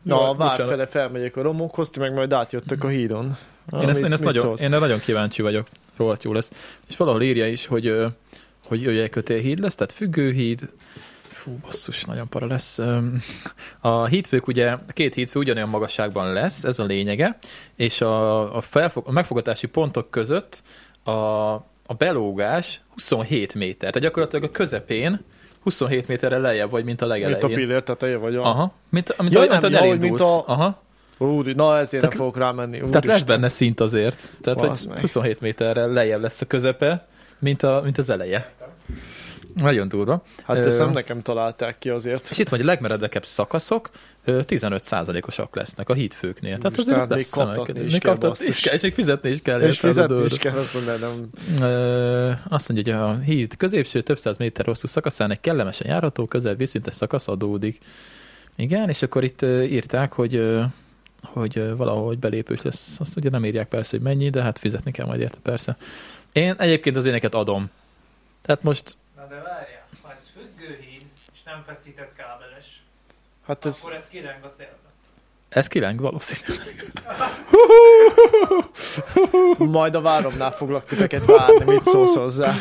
Speaker 2: Na,
Speaker 1: Jó,
Speaker 2: a vár
Speaker 1: bocsánat.
Speaker 2: fele felmegyek a romokhoz, ti meg majd átjöttök a hídon. Na,
Speaker 1: Én ezt,
Speaker 2: mit-
Speaker 1: én ezt
Speaker 2: mit
Speaker 1: nagyon,
Speaker 2: szólsz?
Speaker 1: én erre nagyon kíváncsi vagyok, rohadt jó lesz. És valahol írja is, hogy, ö, hogy ugye kötélhíd lesz, tehát függőhíd. Fú, basszus, nagyon para lesz. Öm, A hídfők ugye, a két hídfő ugyanolyan magasságban lesz, ez a lényege, és a, a, felfog, a megfogatási pontok között a, a belógás 27 méter, tehát gyakorlatilag a közepén 27 méterre lejjebb vagy, mint a
Speaker 2: Mint a
Speaker 1: legelején.
Speaker 2: pillér teteje vagy a...
Speaker 1: Aha. Mint, mint,
Speaker 2: Ja,
Speaker 1: ja,
Speaker 2: nem,
Speaker 1: mint,
Speaker 2: ja,
Speaker 1: nem,
Speaker 2: hogy mint
Speaker 1: mint a...
Speaker 2: a-
Speaker 1: Aha.
Speaker 2: Úri, na ezért
Speaker 1: Tehát-
Speaker 2: nem fogok rámenni.
Speaker 1: Tehát lesz
Speaker 2: Úristen.
Speaker 1: benne szint azért. Tehát
Speaker 2: Basz
Speaker 1: hogy
Speaker 2: meg.
Speaker 1: 27 méterrel lejjebb lesz a közepe, mint, a, mint az eleje. Nagyon durva.
Speaker 2: Hát
Speaker 1: Ö,
Speaker 2: teszem, nekem találták ki azért.
Speaker 1: És itt van, hogy a legmeredekebb szakaszok ö, 15%-osak lesznek a hídfőknél. Tehát
Speaker 2: Úristen,
Speaker 1: azért ott
Speaker 2: hát még
Speaker 1: lesz
Speaker 2: kaptatni
Speaker 1: szemek-
Speaker 2: is
Speaker 1: még
Speaker 2: kell,
Speaker 1: kaptatni is
Speaker 2: basszus.
Speaker 1: kell, és még fizetni is kell.
Speaker 2: És
Speaker 1: érte, az a
Speaker 2: fizetni
Speaker 1: durva.
Speaker 2: is kell, azt mondom, nem.
Speaker 1: Ö, azt mondja, hogy a híd középső több száz méter hosszú szakaszán egy kellemesen járható, közel vízszintes szakasz adódik. Igen, és akkor itt ö, írták, hogy ö, hogy ö, valahogy belépős lesz. Azt ugye nem írják persze, hogy mennyi, de hát fizetni kell majd érte persze. Én egyébként az éneket adom. Tehát most
Speaker 4: Na de várjál, ha ez függőhíd, és nem feszített kábeles,
Speaker 2: Hát ez...
Speaker 4: akkor ez kireng a szélbe.
Speaker 1: ez kileng valószínűleg.
Speaker 2: Majd a váromnál foglak titeket várni, mit szólsz hozzá.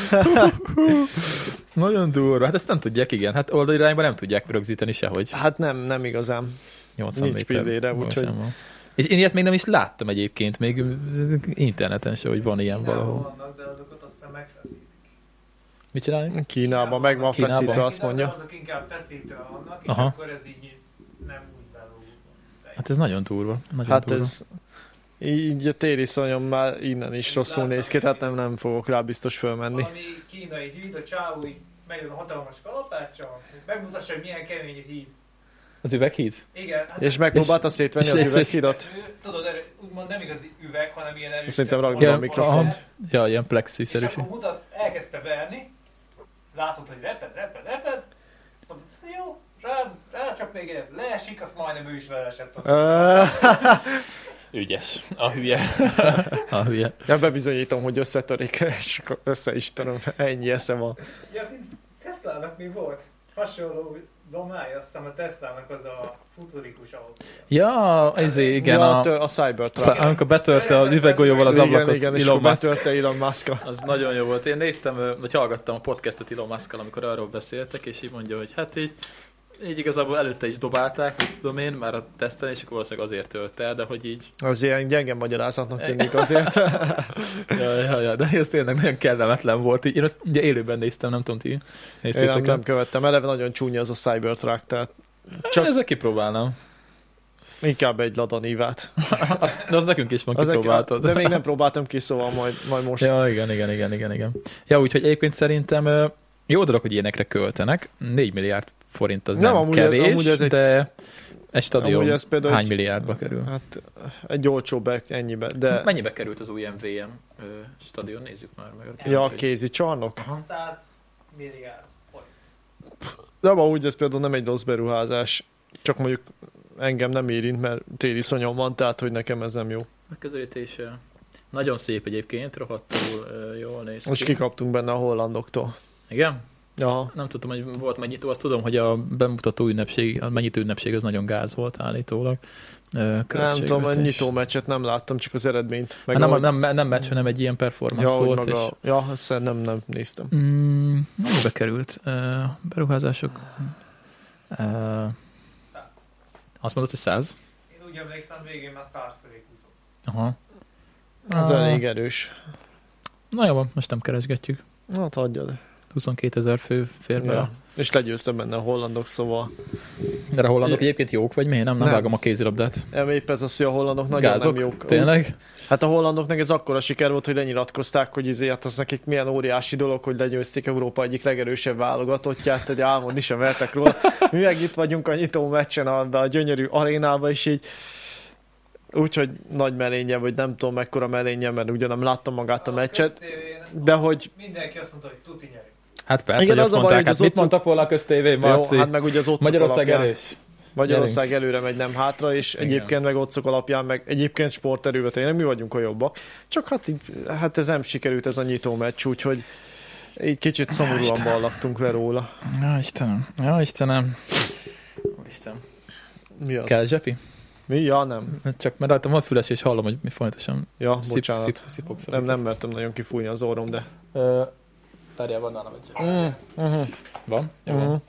Speaker 1: Nagyon durva. Hát ezt nem tudják, igen. Hát oldalirányban nem tudják rögzíteni sehogy.
Speaker 2: Hát nem, nem igazán.
Speaker 1: 80
Speaker 2: Nincs
Speaker 1: méter.
Speaker 2: pillére,
Speaker 1: magasán
Speaker 2: úgyhogy-
Speaker 1: van. És én ilyet még nem is láttam egyébként, még interneten se, hogy van ilyen valahol.
Speaker 4: vannak, de azokat azt hiszem megfeszítik.
Speaker 1: Mit csinálni?
Speaker 2: Kínában meg van
Speaker 1: Kínában.
Speaker 2: feszítve, azt
Speaker 4: Kínában
Speaker 2: mondja.
Speaker 4: Azok inkább feszítően vannak, és
Speaker 1: Aha.
Speaker 4: akkor ez így nem úgy belóg.
Speaker 1: Hát ez nagyon durva. Nagyon
Speaker 2: Hát
Speaker 1: durva.
Speaker 2: ez... Így a tériszonyom már innen is rosszul néz ki, tehát nem, nem fogok rá biztos fölmenni.
Speaker 4: Valami kínai híd, a csávó így megjön a hatalmas kalapáccsal, hogy megmutassa, hogy milyen kemény egy híd.
Speaker 1: Az üveghíd?
Speaker 4: Igen, hát
Speaker 2: És megpróbálta szétvenni
Speaker 1: és-
Speaker 2: az
Speaker 1: és-
Speaker 2: üveghidat.
Speaker 4: ő, tudod, erő, úgymond nem igazi üveg, hanem ilyen erős.
Speaker 2: Szerintem rakd
Speaker 1: Ja,
Speaker 2: a mikrofont.
Speaker 1: aha. Ja, ilyen
Speaker 4: És akkor
Speaker 1: plexi-szerűség.
Speaker 4: mutat, elkezdte verni, látod, hogy reped, reped, reped, azt mondod, jó, rá, rá csak még egyet leesik, azt majdnem ő is leesett. Azt
Speaker 2: Ö,
Speaker 1: Ügyes. A hülye. A hülye.
Speaker 2: Ja, bebizonyítom, hogy összetörik, és akkor össze is töröm. Ennyi eszem van.
Speaker 4: Ja, mint Teslának mi volt? Hasonló domája, azt hiszem a Teslának az a futurikus autója.
Speaker 1: Ja, ezé, igen.
Speaker 2: ja, a,
Speaker 1: a,
Speaker 2: tő- a Cybertruck.
Speaker 1: szá- amikor betörte az üveggolyóval az
Speaker 2: igen,
Speaker 1: ablakot
Speaker 2: igen, és
Speaker 1: Elon
Speaker 2: akkor
Speaker 1: Musk.
Speaker 2: betörte Elon Musk-a.
Speaker 1: Az nagyon jó volt. Én néztem, ö, vagy hallgattam a podcastet Elon musk amikor arról beszéltek, és így mondja, hogy hát így, így igazából előtte is dobálták, mit tudom én, már a teszten, és akkor valószínűleg azért tölt el, de hogy így
Speaker 2: Az ilyen gyenge magyarázatnak tűnik azért.
Speaker 1: Ja, ja, ja, de ez tényleg nagyon kellemetlen volt. Így Én ezt ugye élőben néztem, nem tudom, ti
Speaker 2: Én nem,
Speaker 1: néztétek
Speaker 2: nem követtem, eleve nagyon csúnya az a Cybertruck, tehát
Speaker 1: Csak
Speaker 2: csak-
Speaker 1: ezzel kipróbálnám.
Speaker 2: inkább egy ladanívát.
Speaker 1: Azt, de az nekünk is van,
Speaker 2: Az
Speaker 1: kipróbáltad.
Speaker 2: De még nem próbáltam ki, szóval majd, majd most. Ja.
Speaker 1: Ja, igen, igen, igen, igen, igen. Ja, úgyhogy egyébként szerintem ö, jó dolog, hogy ilyenekre költenek. 4 milliárd forint az nem,
Speaker 2: Nem,
Speaker 1: nem
Speaker 2: amúgy ez-
Speaker 1: kevés,
Speaker 2: amúgy ez egy-
Speaker 1: de egy stadion
Speaker 2: amúgy ez például
Speaker 1: hány
Speaker 2: egy-
Speaker 1: milliárdba kerül?
Speaker 2: Hát egy olcsóbb e- ennyibe, de
Speaker 1: Mennyibe került az új MVM ö, stadion? Nézzük már meg.
Speaker 2: ja, a kézi csarnok.
Speaker 4: 100 milliárd forint.
Speaker 2: De amúgy ez például nem egy rossz beruházás, csak mondjuk engem nem érint, mert téli szonyom van, tehát hogy nekem ez nem jó.
Speaker 1: Megközelítése. Nagyon szép egyébként, rohadtul ö, jól néz
Speaker 2: Most
Speaker 1: ki.
Speaker 2: kikaptunk benne a hollandoktól.
Speaker 1: Igen?
Speaker 2: Ja,
Speaker 1: Nem tudtam, hogy volt megnyitó, azt tudom, hogy a bemutató ünnepség, a megnyitó ünnepség az nagyon gáz volt állítólag. Ö,
Speaker 2: nem
Speaker 1: költségvetés.
Speaker 2: tudom, a nyitó meccset nem láttam, csak az eredményt.
Speaker 1: Hát nem,
Speaker 2: ahogy-
Speaker 1: nem, nem meccs, hanem egy ilyen performance
Speaker 2: ja,
Speaker 1: volt.
Speaker 2: volt maga,
Speaker 1: És,
Speaker 2: ja, azt nem, nem néztem.
Speaker 1: mm, mennyibe került ö, beruházások? Ö,
Speaker 4: 100.
Speaker 1: azt mondod, hogy 100?
Speaker 4: Én úgy emlékszem, végén már 100 felé kúszott.
Speaker 1: Aha.
Speaker 2: Ez
Speaker 1: Ah,
Speaker 2: elég erős.
Speaker 1: Na jó, van, most nem keresgetjük.
Speaker 2: Na, hát adjad.
Speaker 1: 22 ezer fő fér bele.
Speaker 2: Ja. És legyőztem benne a hollandok, szóval
Speaker 1: De a hollandok
Speaker 2: Ja.
Speaker 1: egyébként jók, vagy miért? Nem, nem,
Speaker 2: Nem.
Speaker 1: vágom a kézilabdát.
Speaker 2: Em, épp ez az, hogy a hollandok nagyon
Speaker 1: Gázok?
Speaker 2: nem jók.
Speaker 1: Tényleg?
Speaker 2: Hát a hollandoknak ez akkora siker volt, hogy lenyilatkozták, hogy izé, hát az nekik milyen óriási dolog, hogy legyőzték Európa egyik legerősebb válogatottját, egy álmodni sem vertek róla. Mi meg itt vagyunk a nyitó meccsen, a, a gyönyörű arénába, és így Úgyhogy nagy melénye, vagy nem tudom mekkora melénye, mert ugyan nem láttam magát Hát a meccset,
Speaker 4: köztévén
Speaker 2: de hogy
Speaker 4: Mindenki azt mondta, hogy tuti nyerünk.
Speaker 1: Hát persze,
Speaker 2: Igen,
Speaker 1: Igen, hogy azt
Speaker 2: az a baj,
Speaker 1: mondták,
Speaker 2: hogy
Speaker 1: hát
Speaker 2: az
Speaker 1: mit
Speaker 2: otthon-
Speaker 1: mondtak volna a köztévé, Marci?
Speaker 2: jó, hát meg ugye az otcok
Speaker 1: Magyarország
Speaker 2: alapján,
Speaker 1: erős.
Speaker 2: Magyarország előre megy, nem hátra, és
Speaker 1: Igen.
Speaker 2: egyébként meg otcok alapján, meg egyébként sporterőben tényleg mi vagyunk a jobbak. Csak hát, így, hát ez nem sikerült ez a nyitó meccs, úgyhogy így kicsit szomorúan
Speaker 1: Istenem.
Speaker 2: ballaktunk le róla.
Speaker 1: Ja, Istenem. Ja, Istenem. Istenem.
Speaker 2: Mi az?
Speaker 1: Kell zsepi? Hát
Speaker 2: Mi? Ja, nem.
Speaker 1: Csak mert rajtam van füles, és hallom, hogy mi folyamatosan
Speaker 2: Ja,
Speaker 1: szip,
Speaker 2: bocsánat.
Speaker 1: szip, szipogsz.
Speaker 2: Nem, nem mertem nagyon kifújni az orrom, de...
Speaker 1: Várjál, van nálam egy
Speaker 2: Mm, mhm,
Speaker 1: Van? Jó,
Speaker 2: mhm.
Speaker 1: van.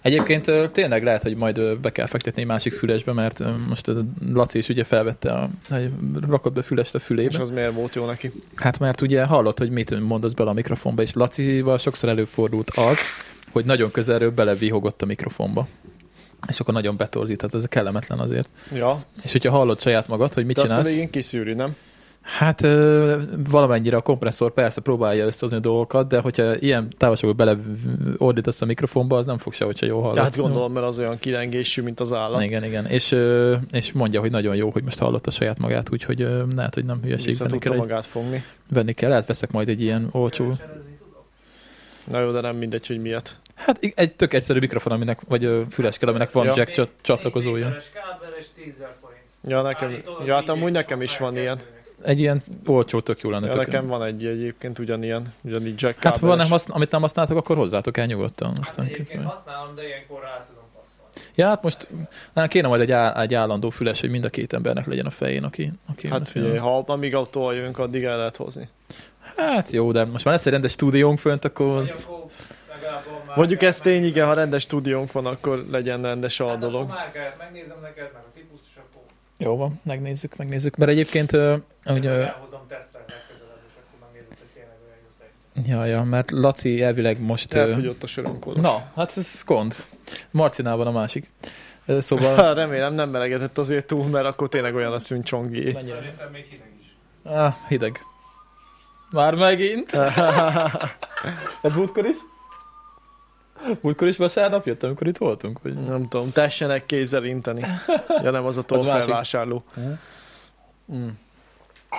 Speaker 1: Egyébként ö, tényleg lehet, hogy majd ö, be kell fektetni egy másik fülesbe, mert ö, most ö, Laci is ugye felvette a, egy- rakott be fülest a
Speaker 2: És
Speaker 1: fülébe.
Speaker 2: az miért volt jó neki?
Speaker 1: Hát mert ugye hallott, hogy mit mondasz bele a mikrofonba, és Lacival sokszor előfordult az, hogy nagyon közelről belevihogott a mikrofonba. És akkor nagyon betorzít, tehát ez kellemetlen azért.
Speaker 2: Ja,
Speaker 1: És hogyha hallod saját magad, hogy mit
Speaker 2: de azt a
Speaker 1: csinálsz,
Speaker 2: végén kiszűri, nem?
Speaker 1: Hát ö, valamennyire a kompresszor persze próbálja összehozni a dolgokat, de hogyha ilyen távolságból bele ordítasz a mikrofonba, az nem fog sehogy se jól hallani.
Speaker 2: Hát gondolom, mert az olyan kilengésű, mint az állat.
Speaker 1: Igen, igen. És, ö, és mondja, hogy nagyon jó, hogy most hallotta saját magát, úgyhogy ö, lehet, hogy nem hülyeség.
Speaker 2: Vissza
Speaker 1: Venni kell,
Speaker 2: tudta
Speaker 1: egy,
Speaker 2: magát fogni.
Speaker 1: venni kell, lehet veszek majd egy ilyen olcsó.
Speaker 4: Keveserezni tudok.
Speaker 2: Na jó, de nem mindegy, hogy miért.
Speaker 1: Hát i- egy tök egyszerű mikrofon, aminek, vagy ö, füles kell, aminek van
Speaker 2: Ja.
Speaker 1: ja. jack csat- csatlakozója.
Speaker 4: Négy méteres kábel és 10 000 forint.
Speaker 2: Ja, nekem,
Speaker 4: Állítólag
Speaker 2: ja, hát
Speaker 4: így
Speaker 2: amúgy
Speaker 4: is
Speaker 2: nekem is van
Speaker 4: használják
Speaker 2: ilyen.
Speaker 4: kezdőnek.
Speaker 1: Egy ilyen olcsó, tök jó lenne.
Speaker 2: Ja,
Speaker 1: tök-
Speaker 2: nekem van egy egyébként ugyanilyen, ugyanígy jack
Speaker 1: Hát ha van, nem
Speaker 2: kábeles.
Speaker 1: haszn- amit nem használtok, akkor hozzátok el nyugodtan.
Speaker 4: Hát
Speaker 1: Aztán
Speaker 4: egyébként
Speaker 1: kifele.
Speaker 4: használom, de ilyenkor rá tudom passzolni.
Speaker 1: Ja, hát most hát kéne majd egy, áll, egy állandó füles, hogy mind a két embernek legyen a fején, aki... aki
Speaker 2: Hát
Speaker 1: beszél.
Speaker 2: figyelj, ha amíg autóval jövünk, addig el lehet hozni.
Speaker 1: hát jó, de most már lesz egy rendes stúdiónk fönt,
Speaker 4: Vagy
Speaker 1: akkor...
Speaker 4: akkor legalább a
Speaker 2: Mondjuk ez
Speaker 4: márkát
Speaker 2: tény,
Speaker 4: megnézem.
Speaker 2: igen, ha rendes stúdiónk van, akkor legyen rendes a
Speaker 4: Hát akkor
Speaker 2: dolog.
Speaker 4: márkát megnézem neked, meg a típust, és akkor
Speaker 1: Jó van, megnézzük, megnézzük. Mert egyébként... ö, Ugye,
Speaker 4: elhozom tesztre legközelebb, és akkor megnézed, hogy tényleg olyan jó szerintem.
Speaker 1: ja, ja, mert Laci elvileg most... ö,
Speaker 2: Elfogyott a sörönkólos.
Speaker 1: Na, hát ez gond. Marcinál van a másik. Ö, Szóval...
Speaker 2: Ha, remélem nem melegetett azért túl, mert akkor tényleg olyan lesz, mint Csongi.
Speaker 1: Mennyire?
Speaker 4: Szerintem még hideg is.
Speaker 1: Ah, hideg. Már megint? ez múltkor is? Múltkor is vasárnap jött, amikor itt voltunk? Vagy?
Speaker 2: Nem tudom, tessenek kézzel inteni. Ja nem, az a
Speaker 1: másik.
Speaker 2: tolfelvásárló. Mm.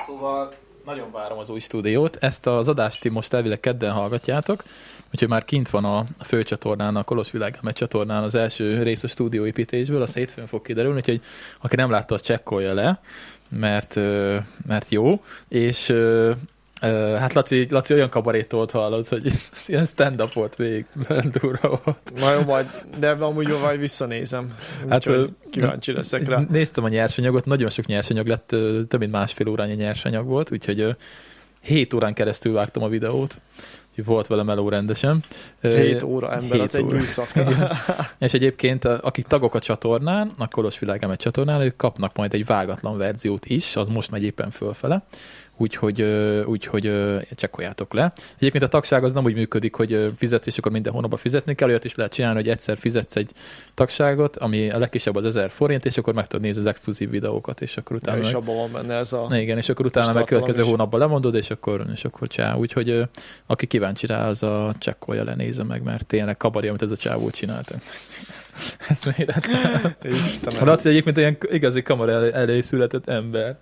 Speaker 1: Szóval nagyon várom az új stúdiót. Ezt az adást ti most elvileg kedden hallgatjátok, úgyhogy már kint van a főcsatornán, a Kolos Világeme csatornán az első rész a stúdióépítésből, az hétfőn fog kiderülni, úgyhogy aki nem látta, az csekkolja le, mert, ö, mert jó, és ö, ö, hát Laci, Laci olyan kabarét volt hallod, hogy ez ilyen stand-up volt végig, mert durva volt.
Speaker 2: Na jó, majd, de amúgy jó, majd visszanézem.
Speaker 1: Hát,
Speaker 2: Hát,
Speaker 1: ö,
Speaker 2: kíváncsi leszek rá.
Speaker 1: Néztem a nyersanyagot, nagyon sok nyersanyag lett, ö, több mint másfél órányi nyersanyag volt, úgyhogy ö, hét órán keresztül vágtam a videót, úgyhogy volt velem eló rendesen. Ö,
Speaker 2: 7 óra ember,
Speaker 1: hét
Speaker 2: az egy
Speaker 1: óra.
Speaker 2: műszak.
Speaker 1: És egyébként, ö, akik tagok a csatornán, a Kolos Világem egy csatornán, ők kapnak majd egy vágatlan verziót is, az most megy éppen fölfele, úgyhogy, ö, úgyhogy ö, csekkoljátok le. Egyébként a tagság az nem úgy működik, hogy ö, fizetsz, és akkor minden hónapban fizetni kell, olyat is lehet csinálni, hogy egyszer fizetsz egy tagságot, ami a legkisebb az 1000 forint, és akkor meg tudod nézni az exkluzív videókat, és akkor
Speaker 2: Ja,
Speaker 1: utána
Speaker 2: és
Speaker 1: meg...
Speaker 2: abban van benne ez a...
Speaker 1: Na Igen, és akkor utána
Speaker 2: És
Speaker 1: meg
Speaker 2: tartalom
Speaker 1: következő
Speaker 2: is.
Speaker 1: hónapban lemondod, és akkor, és akkor csá. Úgyhogy ö, aki kíváncsi rá, az a csekkolja le, nézze meg, mert tényleg kabari, amit ez a csávó csinálta. Ez méretlen.
Speaker 2: Istenem.
Speaker 1: Laci egyébként ilyen igazi kamera elé, elé született ember.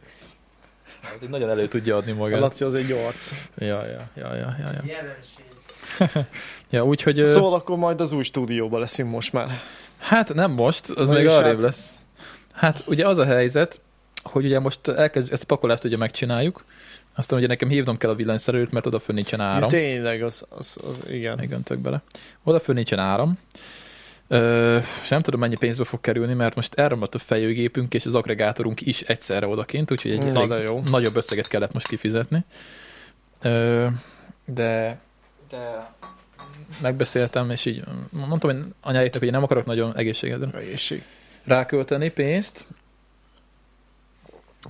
Speaker 1: Hát, így Nagyon elő tudja adni
Speaker 2: A
Speaker 1: magát.
Speaker 2: Laci az egy arc.
Speaker 1: Ja, ja, ja, ja, ja, ja.
Speaker 4: Jelenség.
Speaker 1: ja úgyhogy, ö,
Speaker 2: Szóval akkor majd az új stúdióba leszünk most már.
Speaker 1: hát nem most, az
Speaker 2: Na
Speaker 1: még
Speaker 2: és
Speaker 1: arrébb
Speaker 2: hát?
Speaker 1: lesz. Hát ugye az a helyzet, hogy ugye most elkezd, ezt a pakolást ugye megcsináljuk, aztán ugye nekem hívnom kell a villanyszerelőt, mert odafönn nincsen
Speaker 2: Ja,
Speaker 1: áram.
Speaker 2: tényleg, az, az, az igen.
Speaker 1: megöntök bele. Odafönn nincsen áram. Ö, és nem tudom, mennyi pénzbe fog kerülni, mert most elromlott a fejőgépünk és az agregátorunk is egyszerre odakint, úgyhogy egy
Speaker 2: Na,
Speaker 1: elég
Speaker 2: de jó.
Speaker 1: nagyobb összeget kellett most kifizetni. Ö, de, de megbeszéltem, és így mondtam én anyáiknak, hogy én nem akarok nagyon egészségedre
Speaker 2: Egészség.
Speaker 1: rákölteni pénzt.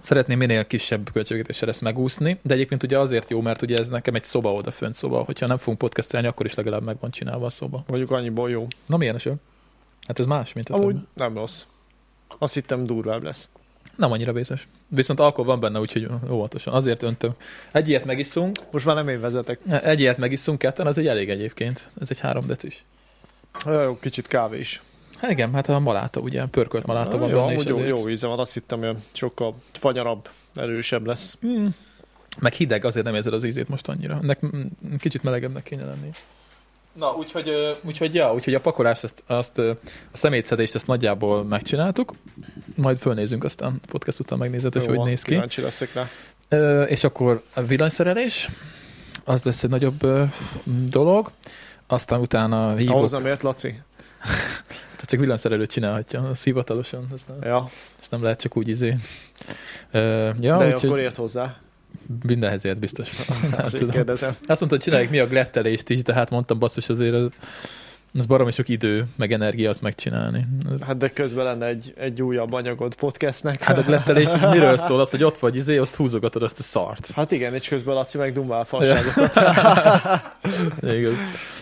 Speaker 1: Szeretném minél kisebb költségvetéssel ezt megúszni, de egyébként ugye azért jó, mert ugye ez nekem egy szoba oda fönt szoba, hogyha nem fogunk podcastelni, akkor is legalább meg van csinálva a szoba.
Speaker 2: Mondjuk annyiból jó.
Speaker 1: Na milyen is jó? Hát ez más, mint a
Speaker 2: Amúgy
Speaker 1: többi.
Speaker 2: nem rossz. Azt hittem durvább lesz.
Speaker 1: Nem annyira vészes. Viszont alkohol van benne, úgyhogy óvatosan. Azért öntöm. Egy ilyet megiszunk,
Speaker 2: Most már nem én vezetek.
Speaker 1: egy ilyet megiszunk ketten, az egy elég egyébként. Ez egy három is.
Speaker 2: Olyan jó, kicsit kávé is.
Speaker 1: Hát igen, hát a maláta, ugye, pörkölt maláta van
Speaker 2: jó,
Speaker 1: benne, és
Speaker 2: amúgy jó,
Speaker 1: azért...
Speaker 2: jó íze van, azt hittem, hogy sokkal fanyarabb, erősebb lesz.
Speaker 1: Mm. Meg hideg, azért nem érzed az ízét most annyira. Nek mm, kicsit melegebbnek kéne lenni. Na, úgyhogy, ö, úgyhogy, ja, úgyhogy a pakolást, azt, azt, ö, a szemétszedést ezt nagyjából megcsináltuk, majd fölnézünk aztán a podcast után megnézed, Hát, hogy
Speaker 2: Jó
Speaker 1: hogy
Speaker 2: van,
Speaker 1: néz ki.
Speaker 2: Kíváncsi leszek rá.
Speaker 1: Ö, és akkor a villanyszerelés, az lesz egy nagyobb ö, dolog, aztán utána hívok,
Speaker 2: Ahhoz
Speaker 1: Ahhoz
Speaker 2: nem ért, Laci?
Speaker 1: csak villanyszerelőt csinálhatja, az hivatalosan, ez nem,
Speaker 2: Ja,
Speaker 1: ezt nem lehet csak úgy izé. Ö, ja,
Speaker 2: de
Speaker 1: úgyhogy
Speaker 2: akkor ért hozzá.
Speaker 1: mindenhez ért biztos. Nem
Speaker 2: Azért
Speaker 1: tudom.
Speaker 2: kérdezem.
Speaker 1: Azt mondta, hogy csináljuk mi a glettelést is, de hát mondtam basszus azért az, az baromi sok idő, meg energia azt megcsinálni. Ez,
Speaker 2: Hát de közben lenne egy, egy újabb anyagod podcastnek.
Speaker 1: hát a glettelés miről szól? Az, hogy ott vagy, izé, azt húzogatod azt a szart.
Speaker 2: Hát igen, és közben Laci meg dumál falságokat.
Speaker 1: Igaz.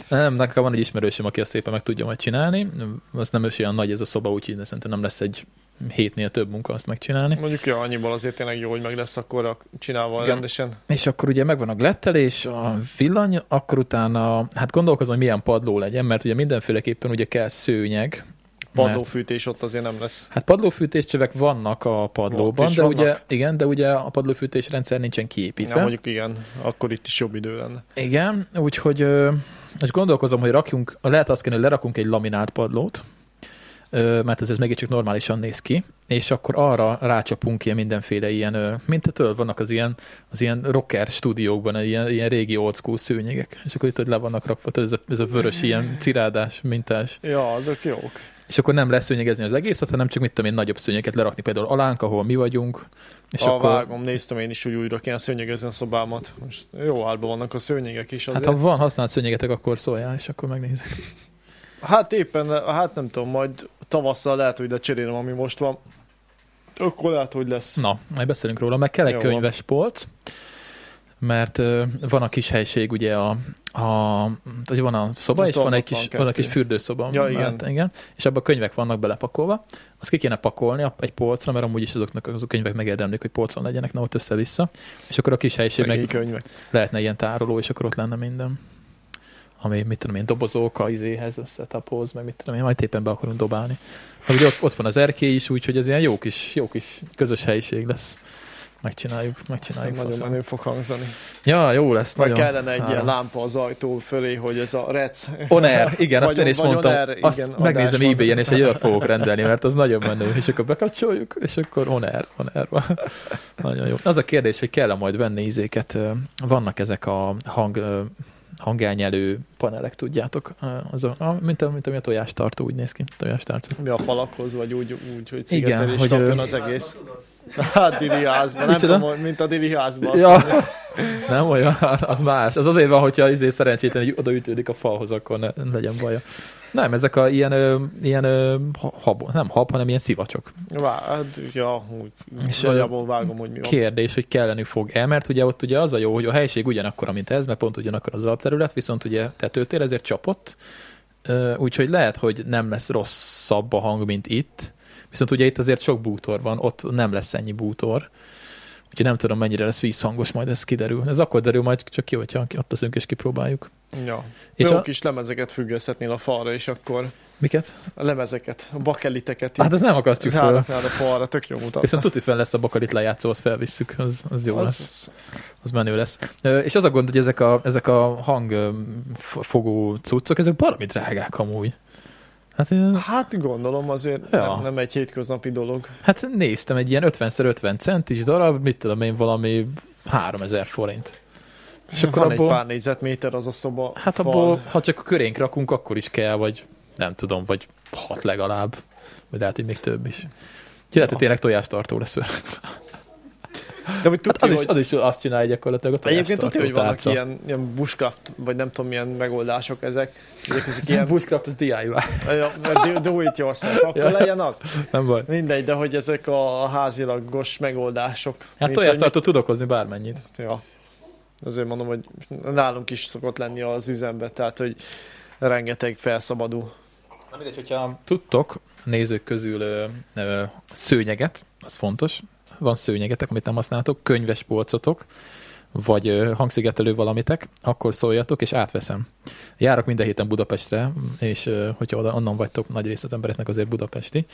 Speaker 1: Nem, nekem van egy ismerősöm, aki azt szépen meg tudja majd csinálni. Az nem is olyan nagy ez a szoba, úgyhogy szerintem nem lesz egy hétnél több munka azt megcsinálni.
Speaker 2: Mondjuk ja, annyiból azért tényleg jó, hogy meg lesz akkor a csinálva
Speaker 1: Igen.
Speaker 2: rendesen.
Speaker 1: És akkor ugye megvan a glettelés, a villany, akkor utána, hát gondolkozom, hogy milyen padló legyen, mert ugye mindenféleképpen ugye kell szőnyeg. mert-
Speaker 2: Padlófűtés ott azért nem lesz.
Speaker 1: Hát padlófűtéscsövek vannak a
Speaker 2: Ott
Speaker 1: padlóban,
Speaker 2: is
Speaker 1: de
Speaker 2: vannak?
Speaker 1: ugye, igen, de ugye a padlófűtés rendszer nincsen kiépítve.
Speaker 2: Ja, mondjuk igen, akkor itt is jobb idő lenne.
Speaker 1: Igen, úgyhogy ö, és gondolkozom, hogy rakjunk, lehet azt kéne, hogy lerakunk egy laminált padlót, ö, mert ez, ez mégiscsak normálisan néz ki, és akkor arra rácsapunk ilyen mindenféle ilyen, ö, mint a től vannak az ilyen, az ilyen rocker stúdiókban, ilyen, ilyen régi old school szőnyegek, és akkor itt hogy le vannak rakva, tudod, ez a, ez a vörös ilyen cirádás mintás.
Speaker 2: Ja, azok jók.
Speaker 1: És akkor nem leszőnyegezni az egészet, hanem csak mit tudom én, nagyobb szőnyeket lerakni például alánk, ahol mi vagyunk. És
Speaker 2: És a
Speaker 1: akkor,
Speaker 2: akkor... vágom, néztem én is, hogy újra kéne szőnyegezni a szobámat. Most jó állban vannak a szőnyegek is
Speaker 1: hát
Speaker 2: azért.
Speaker 1: ha
Speaker 2: Hát,
Speaker 1: van használt szőnyegetek, akkor szóljál, és akkor megnézzük.
Speaker 2: ha... hát éppen, hát nem tudom, majd tavasszal lehet, hogy lecserélem, ami most van. Akkor lehet, hogy lesz.
Speaker 1: Na, majd beszélünk róla, meg kell egy
Speaker 2: Jó.
Speaker 1: könyves polc, mert ö, van a kis helység, ugye a, a hogy van a szoba,
Speaker 2: Hát
Speaker 1: és van
Speaker 2: ott
Speaker 1: egy
Speaker 2: van
Speaker 1: kis,
Speaker 2: kettő.
Speaker 1: van a kis fürdőszoba.
Speaker 2: Ja,
Speaker 1: mert-
Speaker 2: igen.
Speaker 1: igen. És abban könyvek vannak belepakolva. Azt ki kéne pakolni a- egy polcra, mert amúgy is azoknak azok a könyvek megérdemlik, hogy polcon legyenek, na ott össze-vissza. És akkor a kis helység
Speaker 2: Szegény
Speaker 1: meg
Speaker 2: könyvek.
Speaker 1: lehetne ilyen tároló, és akkor ott lenne minden. Ami, mit tudom én, dobozók a izéhez, a setuphoz, meg mit tudom én, majd éppen be akarunk dobálni. Meg ugye ott, ott van az erkély is, úgyhogy ez ilyen jó kis, jó kis közös helyiség lesz. Megcsináljuk,
Speaker 2: Aztán
Speaker 1: megcsináljuk.
Speaker 2: nagyon
Speaker 1: faszom.
Speaker 2: menő fog hangzani.
Speaker 1: Ja, jó lesz,
Speaker 2: Vagy
Speaker 1: nagyon.
Speaker 2: kellene egy ilyen
Speaker 1: Várom.
Speaker 2: lámpa az ajtó fölé, hogy ez a rec.
Speaker 1: On air, igen, azt
Speaker 2: Vagy-
Speaker 1: én is
Speaker 2: vagy on
Speaker 1: mondtam,
Speaker 2: air,
Speaker 1: azt
Speaker 2: igen,
Speaker 1: megnézem
Speaker 2: adás van.
Speaker 1: ebay-en, és egy olyat fogok rendelni, mert az nagyon menő, és akkor bekapcsoljuk, és akkor on air, on air van. Nagyon jó. Az a kérdés, hogy kell-e majd venni izéket, ö, vannak ezek a hang, ö, hangelnyelő panelek, tudjátok, Ö, az a, a, mint, a, mint ami a tojástartó, úgy néz ki, tojástartó.
Speaker 2: Mi a falakhoz, vagy úgy, úgy hogy
Speaker 1: Igen,
Speaker 2: szigetelés
Speaker 1: hogy,
Speaker 2: kapjon
Speaker 1: ö,
Speaker 2: az egész.
Speaker 4: Tudod?
Speaker 2: Hát Dili házban, nem
Speaker 1: Micsoda?
Speaker 2: tudom, hogy- mint a Dili házban. azt
Speaker 1: Ja. Nem olyan, az más. Az azért van, hogyha izé szerencsétlen így odaütődik a falhoz, akkor ne, ne legyen baja. Nem, ezek a ilyen, ö, ilyen ö, ha- hab, nem hab, hanem ilyen szivacsok.
Speaker 2: Vá, hát, ja, úgy,
Speaker 1: És,
Speaker 2: és nagyjából vágom, hogy mi van.
Speaker 1: kérdés, hogy kelleni fog-e, mert ugye ott ugye az a jó, hogy a helység ugyanakkor, mint ez, mert pont ugyanakkor az alapterület, viszont ugye tetőtér, ezért csapott, Ö, úgyhogy lehet, hogy nem lesz rosszabb a hang, mint itt, viszont ugye itt azért sok bútor van, ott nem lesz ennyi bútor, úgyhogy nem tudom, mennyire lesz vízhangos, majd ez kiderül. Ez akkor derül majd csak ki, hogyha ott leszünk és kipróbáljuk.
Speaker 2: Ja.
Speaker 1: És
Speaker 2: És Jó
Speaker 1: a-
Speaker 2: a... kis lemezeket függeszthetnél a falra, és akkor
Speaker 1: Miket?
Speaker 2: a lemezeket, a bakeliteket
Speaker 1: Hát ez nem akasztjuk föl.
Speaker 2: ráraknál a falra, tök jó mutat.
Speaker 1: Viszont tudni fel lesz a bakalit lejátszó, azt felvisszük, az, az jó lesz.
Speaker 2: az,
Speaker 1: az menő lesz. Ö, És az a gond, hogy ezek a, ezek a hangfogó cuccok, ezek baromi drágák amúgy. Hát, én-
Speaker 2: hát gondolom azért
Speaker 1: Ja.
Speaker 2: ja. nem, nem egy hétköznapi dolog.
Speaker 1: hát néztem egy ilyen 50x50 centis darab, mit tudom én, valami 3000 forint. És akkor
Speaker 2: Van
Speaker 1: abból,
Speaker 2: egy pár négyzetméter az a szoba
Speaker 1: hát
Speaker 2: fal.
Speaker 1: abból, ha csak a körénk rakunk, akkor is kell, vagy nem tudom, vagy hat legalább, vagy lehet, hogy még több is. Úgyhogy lehet, hogy tényleg tojástartó lesz vele.
Speaker 2: De hogy
Speaker 1: Hát
Speaker 2: tudja,
Speaker 1: az, is, az
Speaker 2: hogy
Speaker 1: is azt csinálja gyakorlatilag a tojástartó
Speaker 2: Egyébként tudja, hogy vannak
Speaker 1: tálca.
Speaker 2: ilyen, ilyen bushcraft, vagy nem tudom milyen megoldások ezek. Ezek, ezek
Speaker 1: Ilyen
Speaker 2: ilyen,
Speaker 1: bushcraft az DIY,
Speaker 2: Ja, do- do it yourself, akkor
Speaker 1: Ja.
Speaker 2: legyen az.
Speaker 1: nem baj.
Speaker 2: Mindegy, de hogy ezek a házilagos megoldások.
Speaker 1: Hát
Speaker 2: Mint, hogy mit-
Speaker 1: tojástartó tudok hozni bármennyit.
Speaker 2: Ja. Azért mondom, hogy nálunk is szokott lenni az üzembe, tehát hogy rengeteg felszabadul.
Speaker 1: Na mindegy, hogyha tudtok nézők közül ö, ö, szőnyeget, az fontos, van szőnyegetek, amit nem használtok, könyves polcotok, vagy ö, hangszigetelő valamitek, akkor szóljatok, és átveszem. Járok minden héten Budapestre, és ö, hogyha oda, onnan vagytok, nagy rész az embereknek azért budapesti,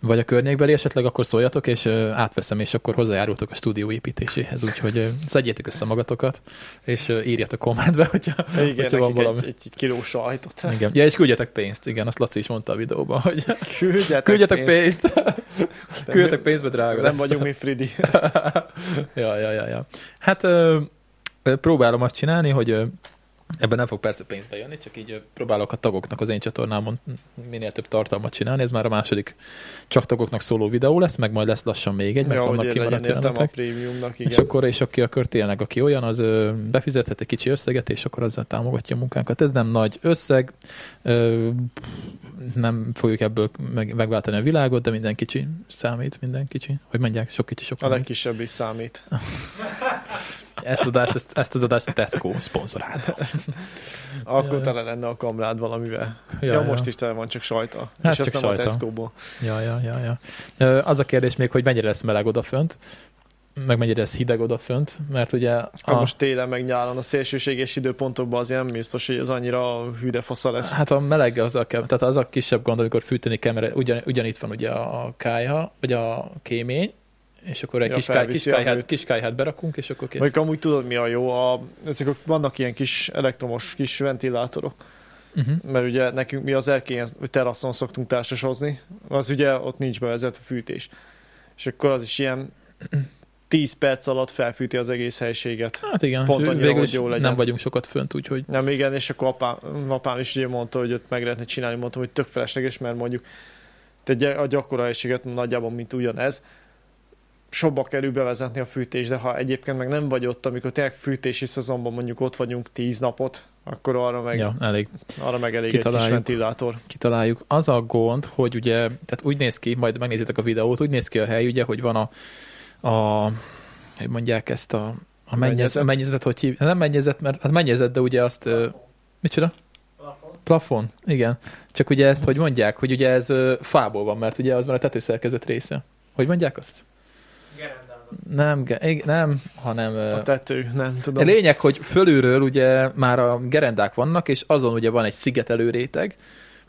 Speaker 1: vagy a környékbeli esetleg, akkor szóljatok, és ö, átveszem, és akkor hozzájárultok a stúdió építéséhez, úgyhogy ö, szedjétek össze magatokat, és ö, írjatok kommentbe, hogyha,
Speaker 2: Igen,
Speaker 1: hogyha van
Speaker 2: nekik
Speaker 1: valami.
Speaker 2: egy, egy, egy kiló sajtot.
Speaker 1: Igen. Ja, és küldjetek pénzt, igen, azt Laci is mondta a videóban, hogy
Speaker 2: Küldjetek,
Speaker 1: küldjetek pénzt, küldjetek pénzbe, drága.
Speaker 2: Nem
Speaker 1: lesz.
Speaker 2: vagyunk mi Fridi.
Speaker 1: ja, ja, ja, ja. Hát ö, ö, próbálom azt csinálni, hogy ö, ebben nem fog persze pénzbe jönni, csak így ö, próbálok a tagoknak az én csatornámon minél több tartalmat csinálni. Ez már a második csak tagoknak szóló videó lesz, meg majd lesz lassan még egy, meg
Speaker 2: Ja,
Speaker 1: vannak
Speaker 2: hogy legyen
Speaker 1: kimaradt
Speaker 2: értem a
Speaker 1: jelenetek.
Speaker 2: prémiumnak,
Speaker 1: És
Speaker 2: igen.
Speaker 1: akkor, és aki a kör tényleg, aki olyan, az ö, befizethet egy kicsi összeget, és akkor azzal támogatja a munkánkat. Ez nem nagy összeg, ö, nem fogjuk ebből meg, megváltani a világot, de minden kicsi számít, minden kicsi. Hogy mondják, sok kicsi, sok
Speaker 2: A
Speaker 1: nagy.
Speaker 2: legkisebb is számít.
Speaker 1: Ezt, az adást, ezt, ezt az adást a Tesco szponzorálta.
Speaker 2: Akkor
Speaker 1: Ja, ja.
Speaker 2: tele lenne a kamrád valamivel. Ja, ja, most is tele van, csak sajta.
Speaker 1: Hát
Speaker 2: és
Speaker 1: csak
Speaker 2: azt nem a
Speaker 1: sajta.
Speaker 2: Tesco-ból.
Speaker 1: Ja, ja, ja, ja. Ö, Az a kérdés még, hogy mennyire lesz meleg odafönt, meg mennyire lesz hideg odafönt, mert ugye
Speaker 2: Ha
Speaker 1: a,
Speaker 2: most télen meg nyáron a szélsőséges időpontokban azért nem biztos, hogy ez annyira hűdefasza lesz.
Speaker 1: hát a meleg az a, ke- tehát az a kisebb gond, amikor fűteni kell, mert ugyan, ugyan itt van ugye a kájha, vagy a kémény, és akkor egy
Speaker 2: Ja,
Speaker 1: ja, kis, káj, kis,
Speaker 2: felviszi a
Speaker 1: kájhát,
Speaker 2: hőt.
Speaker 1: kis kájhát berakunk, és akkor kész.
Speaker 2: Mondjuk amúgy tudod mi a jó, a, ezek a, vannak ilyen kis elektromos kis ventilátorok,
Speaker 1: Uh-huh.
Speaker 2: mert ugye nekünk mi az erkélyen, vagy teraszon szoktunk társasozni, az ugye ott nincs bevezetve fűtés. És akkor az is ilyen 10 perc alatt felfűti az egész helységet.
Speaker 1: Hát igen,
Speaker 2: Pont
Speaker 1: és
Speaker 2: annyira,
Speaker 1: végül
Speaker 2: hogy
Speaker 1: is
Speaker 2: jó legyen.
Speaker 1: nem vagyunk sokat fönt, úgyhogy
Speaker 2: Nem, igen, és akkor apám, apám is ugye mondta, hogy ott meg lehetne csinálni, mondtam, hogy tök felesleges, mert mondjuk te gy- a gyakora helyiséget nagyjából, mint ugyanez, sokba kerül bevezetni a fűtés, de ha egyébként meg nem vagy ott, amikor tényleg fűtési szezonban mondjuk ott vagyunk 10 napot, akkor arra meg, ja.
Speaker 1: ja, elég.
Speaker 2: arra meg elég egy kis
Speaker 1: Kitaláljuk.
Speaker 2: ventilátor.
Speaker 1: kitaláljuk. Az a gond, hogy ugye, tehát úgy néz ki, majd megnézitek a videót, úgy néz ki a hely, ugye, hogy van a, a hogy mondják ezt a, a mennyezet,
Speaker 2: Mennyezet?
Speaker 1: a mennyezet, hogy hív, nem mennyezet, mert hát mennyezet, de ugye azt, ö, mit csinál?
Speaker 4: Plafon.
Speaker 1: Plafon, igen. Csak ugye ezt, hogy mondják, hogy ugye ez ö, fából van, mert ugye az már a tetőszerkezet része. Hogy mondják azt?
Speaker 4: Gerendázat.
Speaker 1: Nem, ge- ig- nem, hanem... ö,
Speaker 2: A tető, nem
Speaker 1: a
Speaker 2: tudom.
Speaker 1: lényeg, hogy fölülről ugye már a gerendák vannak, és azon ugye van egy szigetelő réteg,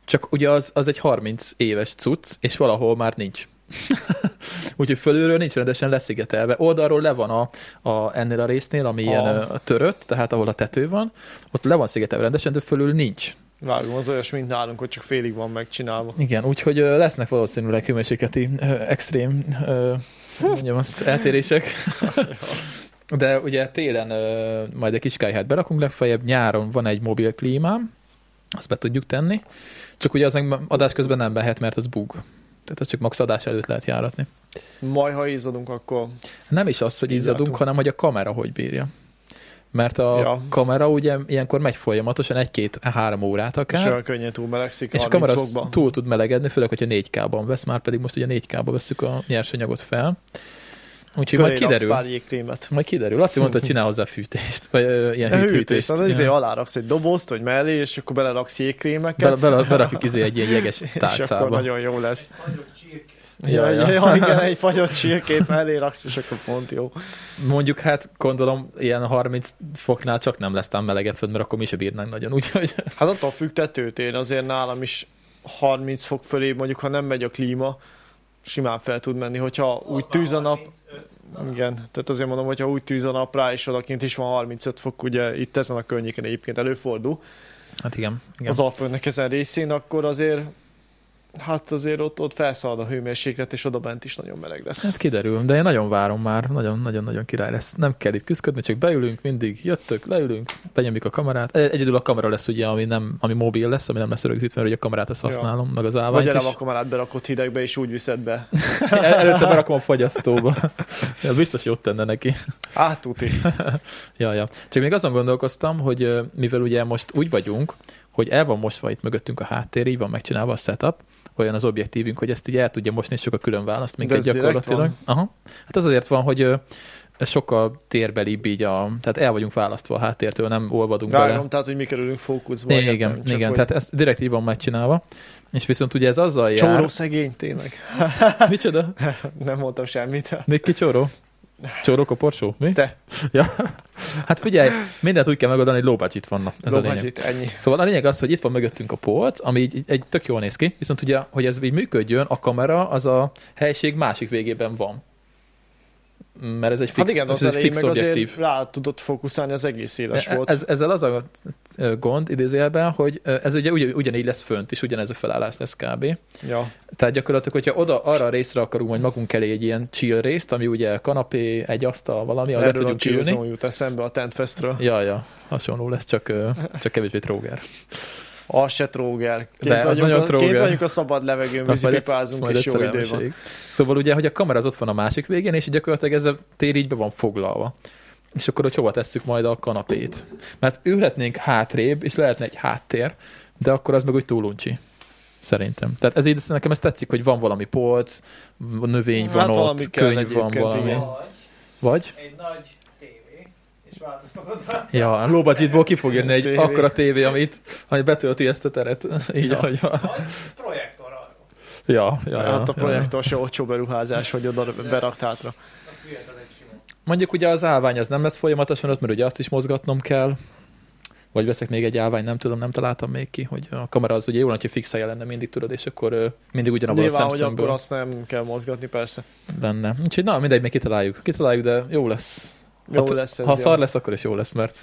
Speaker 1: csak ugye az, az egy 30 éves cucc, és valahol már nincs. Úgyhogy fölülről nincs rendesen leszigetelve. Oldalról le van a, a ennél a résznél, ami
Speaker 2: A.
Speaker 1: ilyen ö, törött, tehát ahol a tető van, ott le van szigetelve rendesen, de fölül nincs.
Speaker 2: Vágom, az olyas, mint nálunk, hogy csak félig van megcsinálva.
Speaker 1: Igen, úgyhogy ö, lesznek valószínűleg hőmérsékleti ö, extrém, ö, hogy mondjam azt, eltérések. De ugye télen ö, majd egy kis kályhát berakunk legfeljebb, nyáron van egy mobil klímám, azt be tudjuk tenni, csak ugye az meg adás közben nem lehet, mert az bug. Tehát az csak max adás előtt lehet járatni.
Speaker 2: Majd, ha izzadunk, akkor
Speaker 1: Nem is az, hogy izzadunk,
Speaker 2: Izzadtunk.
Speaker 1: hanem hogy a kamera hogy bírja. Mert a
Speaker 2: Ja.
Speaker 1: ja. kamera ugye ilyenkor megy folyamatosan egy-két-három órát akár.
Speaker 2: és olyan könnyen túl melegszik
Speaker 1: És a
Speaker 2: 30
Speaker 1: kamera
Speaker 2: fokban.
Speaker 1: az túl tud melegedni, főleg, hogyha 4K-ban vesz, már pedig most ugye 4K-ba veszük a nyersanyagot fel. Úgyhogy majd
Speaker 2: Köré raksz
Speaker 1: kiderül.
Speaker 2: Pár jégkrémet.
Speaker 1: Majd kiderül. Laci mondta, hogy csinál hozzá fűtést, vagy ö, ilyen
Speaker 2: Hűtést,
Speaker 1: hűtést.
Speaker 2: hűtést az izé
Speaker 1: Ja.
Speaker 2: aláraksz egy dobozt, vagy mellé, és akkor beleraksz jégkrémeket,
Speaker 1: Bele- bele- Berakjuk izé egy ilyen jeges
Speaker 2: és akkor
Speaker 1: tálcába.
Speaker 2: nagyon jó lesz.
Speaker 4: Fagyott csirke.
Speaker 1: Ja,
Speaker 2: Ja,
Speaker 1: ja.
Speaker 2: ja. ja, igen, egy fagyott csirkét mellé raksz, és akkor pont jó.
Speaker 1: Mondjuk hát gondolom ilyen 30 foknál csak nem lesz tám melegebb fönt, mert akkor mi se bírnánk nagyon. Úgyhogy
Speaker 2: Hát attól függ tetőt, én azért nálam is 30 fok fölé, mondjuk ha nem megy a klíma, simán fel tud menni, hogyha úgy tűz a nap,
Speaker 4: 35.
Speaker 2: igen, tehát azért mondom, hogyha úgy tűz a nap rá, és odakint is van 35 fok, ugye itt ezen a környéken egyébként előfordul,
Speaker 1: hát igen. igen.
Speaker 2: Igen. az Alföldnek ezen részén, akkor azért hát azért ott, ott felszalad a hőmérséklet, és oda bent is nagyon meleg lesz.
Speaker 1: Hát kiderül, de én nagyon várom már, nagyon-nagyon-nagyon király lesz. Nem kell itt küzdködni, csak beülünk mindig, jöttök, leülünk, benyomjuk a kamerát. Egy- Egyedül a kamera lesz ugye, ami, nem, ami mobil lesz, ami nem lesz rögzítve, mert ugye a kamerát azt
Speaker 2: Ja.
Speaker 1: használom, meg az
Speaker 2: Vagy
Speaker 1: állványt
Speaker 2: elem
Speaker 1: is.
Speaker 2: a kamerát berakott hidegbe, és úgy viszed be.
Speaker 1: El- Előtte berakom a fagyasztóba. Ja, biztos jót tenne neki.
Speaker 2: Hát tuti.
Speaker 1: Ja, ja. Csak még azon gondolkoztam, hogy ö, mivel ugye most úgy vagyunk, hogy el van mosva itt mögöttünk a háttér, így van megcsinálva a setup, olyan az objektívünk, hogy ezt így el tudja mosni, és sokkal külön választ minket
Speaker 2: ez direkt
Speaker 1: gyakorlatilag.
Speaker 2: van?
Speaker 1: Aha. Hát az azért van, hogy ö, ez sokkal térbelibb így a, tehát el vagyunk választva a háttértől, nem olvadunk bele.
Speaker 2: Vágom, tehát, hogy mi kerülünk fókuszba.
Speaker 1: Igen,
Speaker 2: értem,
Speaker 1: igen,
Speaker 2: csak
Speaker 1: igen.
Speaker 2: hogy
Speaker 1: tehát ezt direkt így van megcsinálva. És viszont ugye ez azzal jár...
Speaker 2: Csóró szegény, tényleg.
Speaker 1: Micsoda?
Speaker 2: Nem mondtam semmit.
Speaker 1: Még kicsóró? Csórok a porsó? Mi?
Speaker 2: Te.
Speaker 1: Ja. Hát figyelj, mindent úgy kell megoldani, hogy lóbácsit vannak. Ez a lényeg.
Speaker 2: Lóbácsit, ennyi.
Speaker 1: Szóval a lényeg az, hogy itt van mögöttünk a polc, ami így, így- egy tök jól néz ki, viszont ugye, hogy ez így működjön, a kamera az a helység másik végében van. Mert ez egy fix,
Speaker 2: Hát igen,
Speaker 1: ez
Speaker 2: az
Speaker 1: egy
Speaker 2: elején
Speaker 1: fix
Speaker 2: meg
Speaker 1: objektív. E,
Speaker 2: azért rá tudott fókuszálni, az egész éles volt.
Speaker 1: Ez, ezzel az a gond idézőjelben, hogy ez ugye ugyan, ugyanígy lesz fönt, és ugyanez a felállás lesz kb.
Speaker 2: Ja.
Speaker 1: Tehát gyakorlatilag, hogyha oda arra a részre akarunk majd magunk elé egy ilyen chill részt, ami ugye kanapé, egy asztal, valami, ahol le
Speaker 2: Erről a
Speaker 1: tudjuk ülni.
Speaker 2: Chillzone jut eszembe a Tentfestről.
Speaker 1: Ja, ja, hasonló lesz, csak, ö, csak kevésbé tróger.
Speaker 2: Az se tróger. Kint,
Speaker 1: De, az
Speaker 2: vagyunk,
Speaker 1: nagyon
Speaker 2: a,
Speaker 1: tróger.
Speaker 2: kint vagyunk a szabad levegőn,
Speaker 1: Azt majd
Speaker 2: vízipipázunk,
Speaker 1: majd
Speaker 2: és jó
Speaker 1: egyszer
Speaker 2: idő van.
Speaker 1: elmeséljük. Szóval ugye, hogy a kamera az ott van a másik végén, és gyakorlatilag ez a tér így be van foglalva. És akkor, hogy hova tesszük majd a kanapét. Mert ülhetnénk hátrébb, és lehetne egy háttér, de akkor az meg úgy túluncsi. Szerintem. Tehát ez így, nekem ez tetszik, hogy van valami polc, növény van
Speaker 2: Hát valami
Speaker 1: ott,
Speaker 2: kell
Speaker 1: könyv van
Speaker 2: egyébként,
Speaker 1: valami.
Speaker 2: igen.
Speaker 4: Vagy
Speaker 1: Vagy?
Speaker 4: egy nagy tévé, és változtatod rá.
Speaker 1: Ja, a lóbacsitból ki fog jönni egy
Speaker 2: Hát- Tévé.
Speaker 1: akkora tévé, amit, ami betölti ezt a teret. Így,
Speaker 2: Ja.
Speaker 1: ahogy van.
Speaker 4: Vagy projektor arról.
Speaker 1: Ja, ja, ja,
Speaker 2: Hát a
Speaker 1: ja.
Speaker 2: projektor se olcsó beruházás, hogy oda berakt hátra.
Speaker 4: Az hülyetlen egy sima.
Speaker 1: Mondjuk ugye az állvány az nem lesz folyamatosan ott, mert ugye azt is mozgatnom kell. Vagy veszek még egy állvány, nem tudom, nem találtam még ki, hogy a kamera az ugye jó, lenne, hogyha fixálja lenne mindig, tudod, és akkor ö, mindig ugyanabban a
Speaker 2: Nyilván, hogy
Speaker 1: szemszögből
Speaker 2: akkor azt nem kell mozgatni, persze.
Speaker 1: lenne. Úgyhogy na, mindegy, még kitaláljuk. Kitaláljuk, de jó lesz.
Speaker 2: Jó
Speaker 1: Hát,
Speaker 2: lesz ez.
Speaker 1: ha
Speaker 2: jó.
Speaker 1: szar lesz, akkor is jó lesz, mert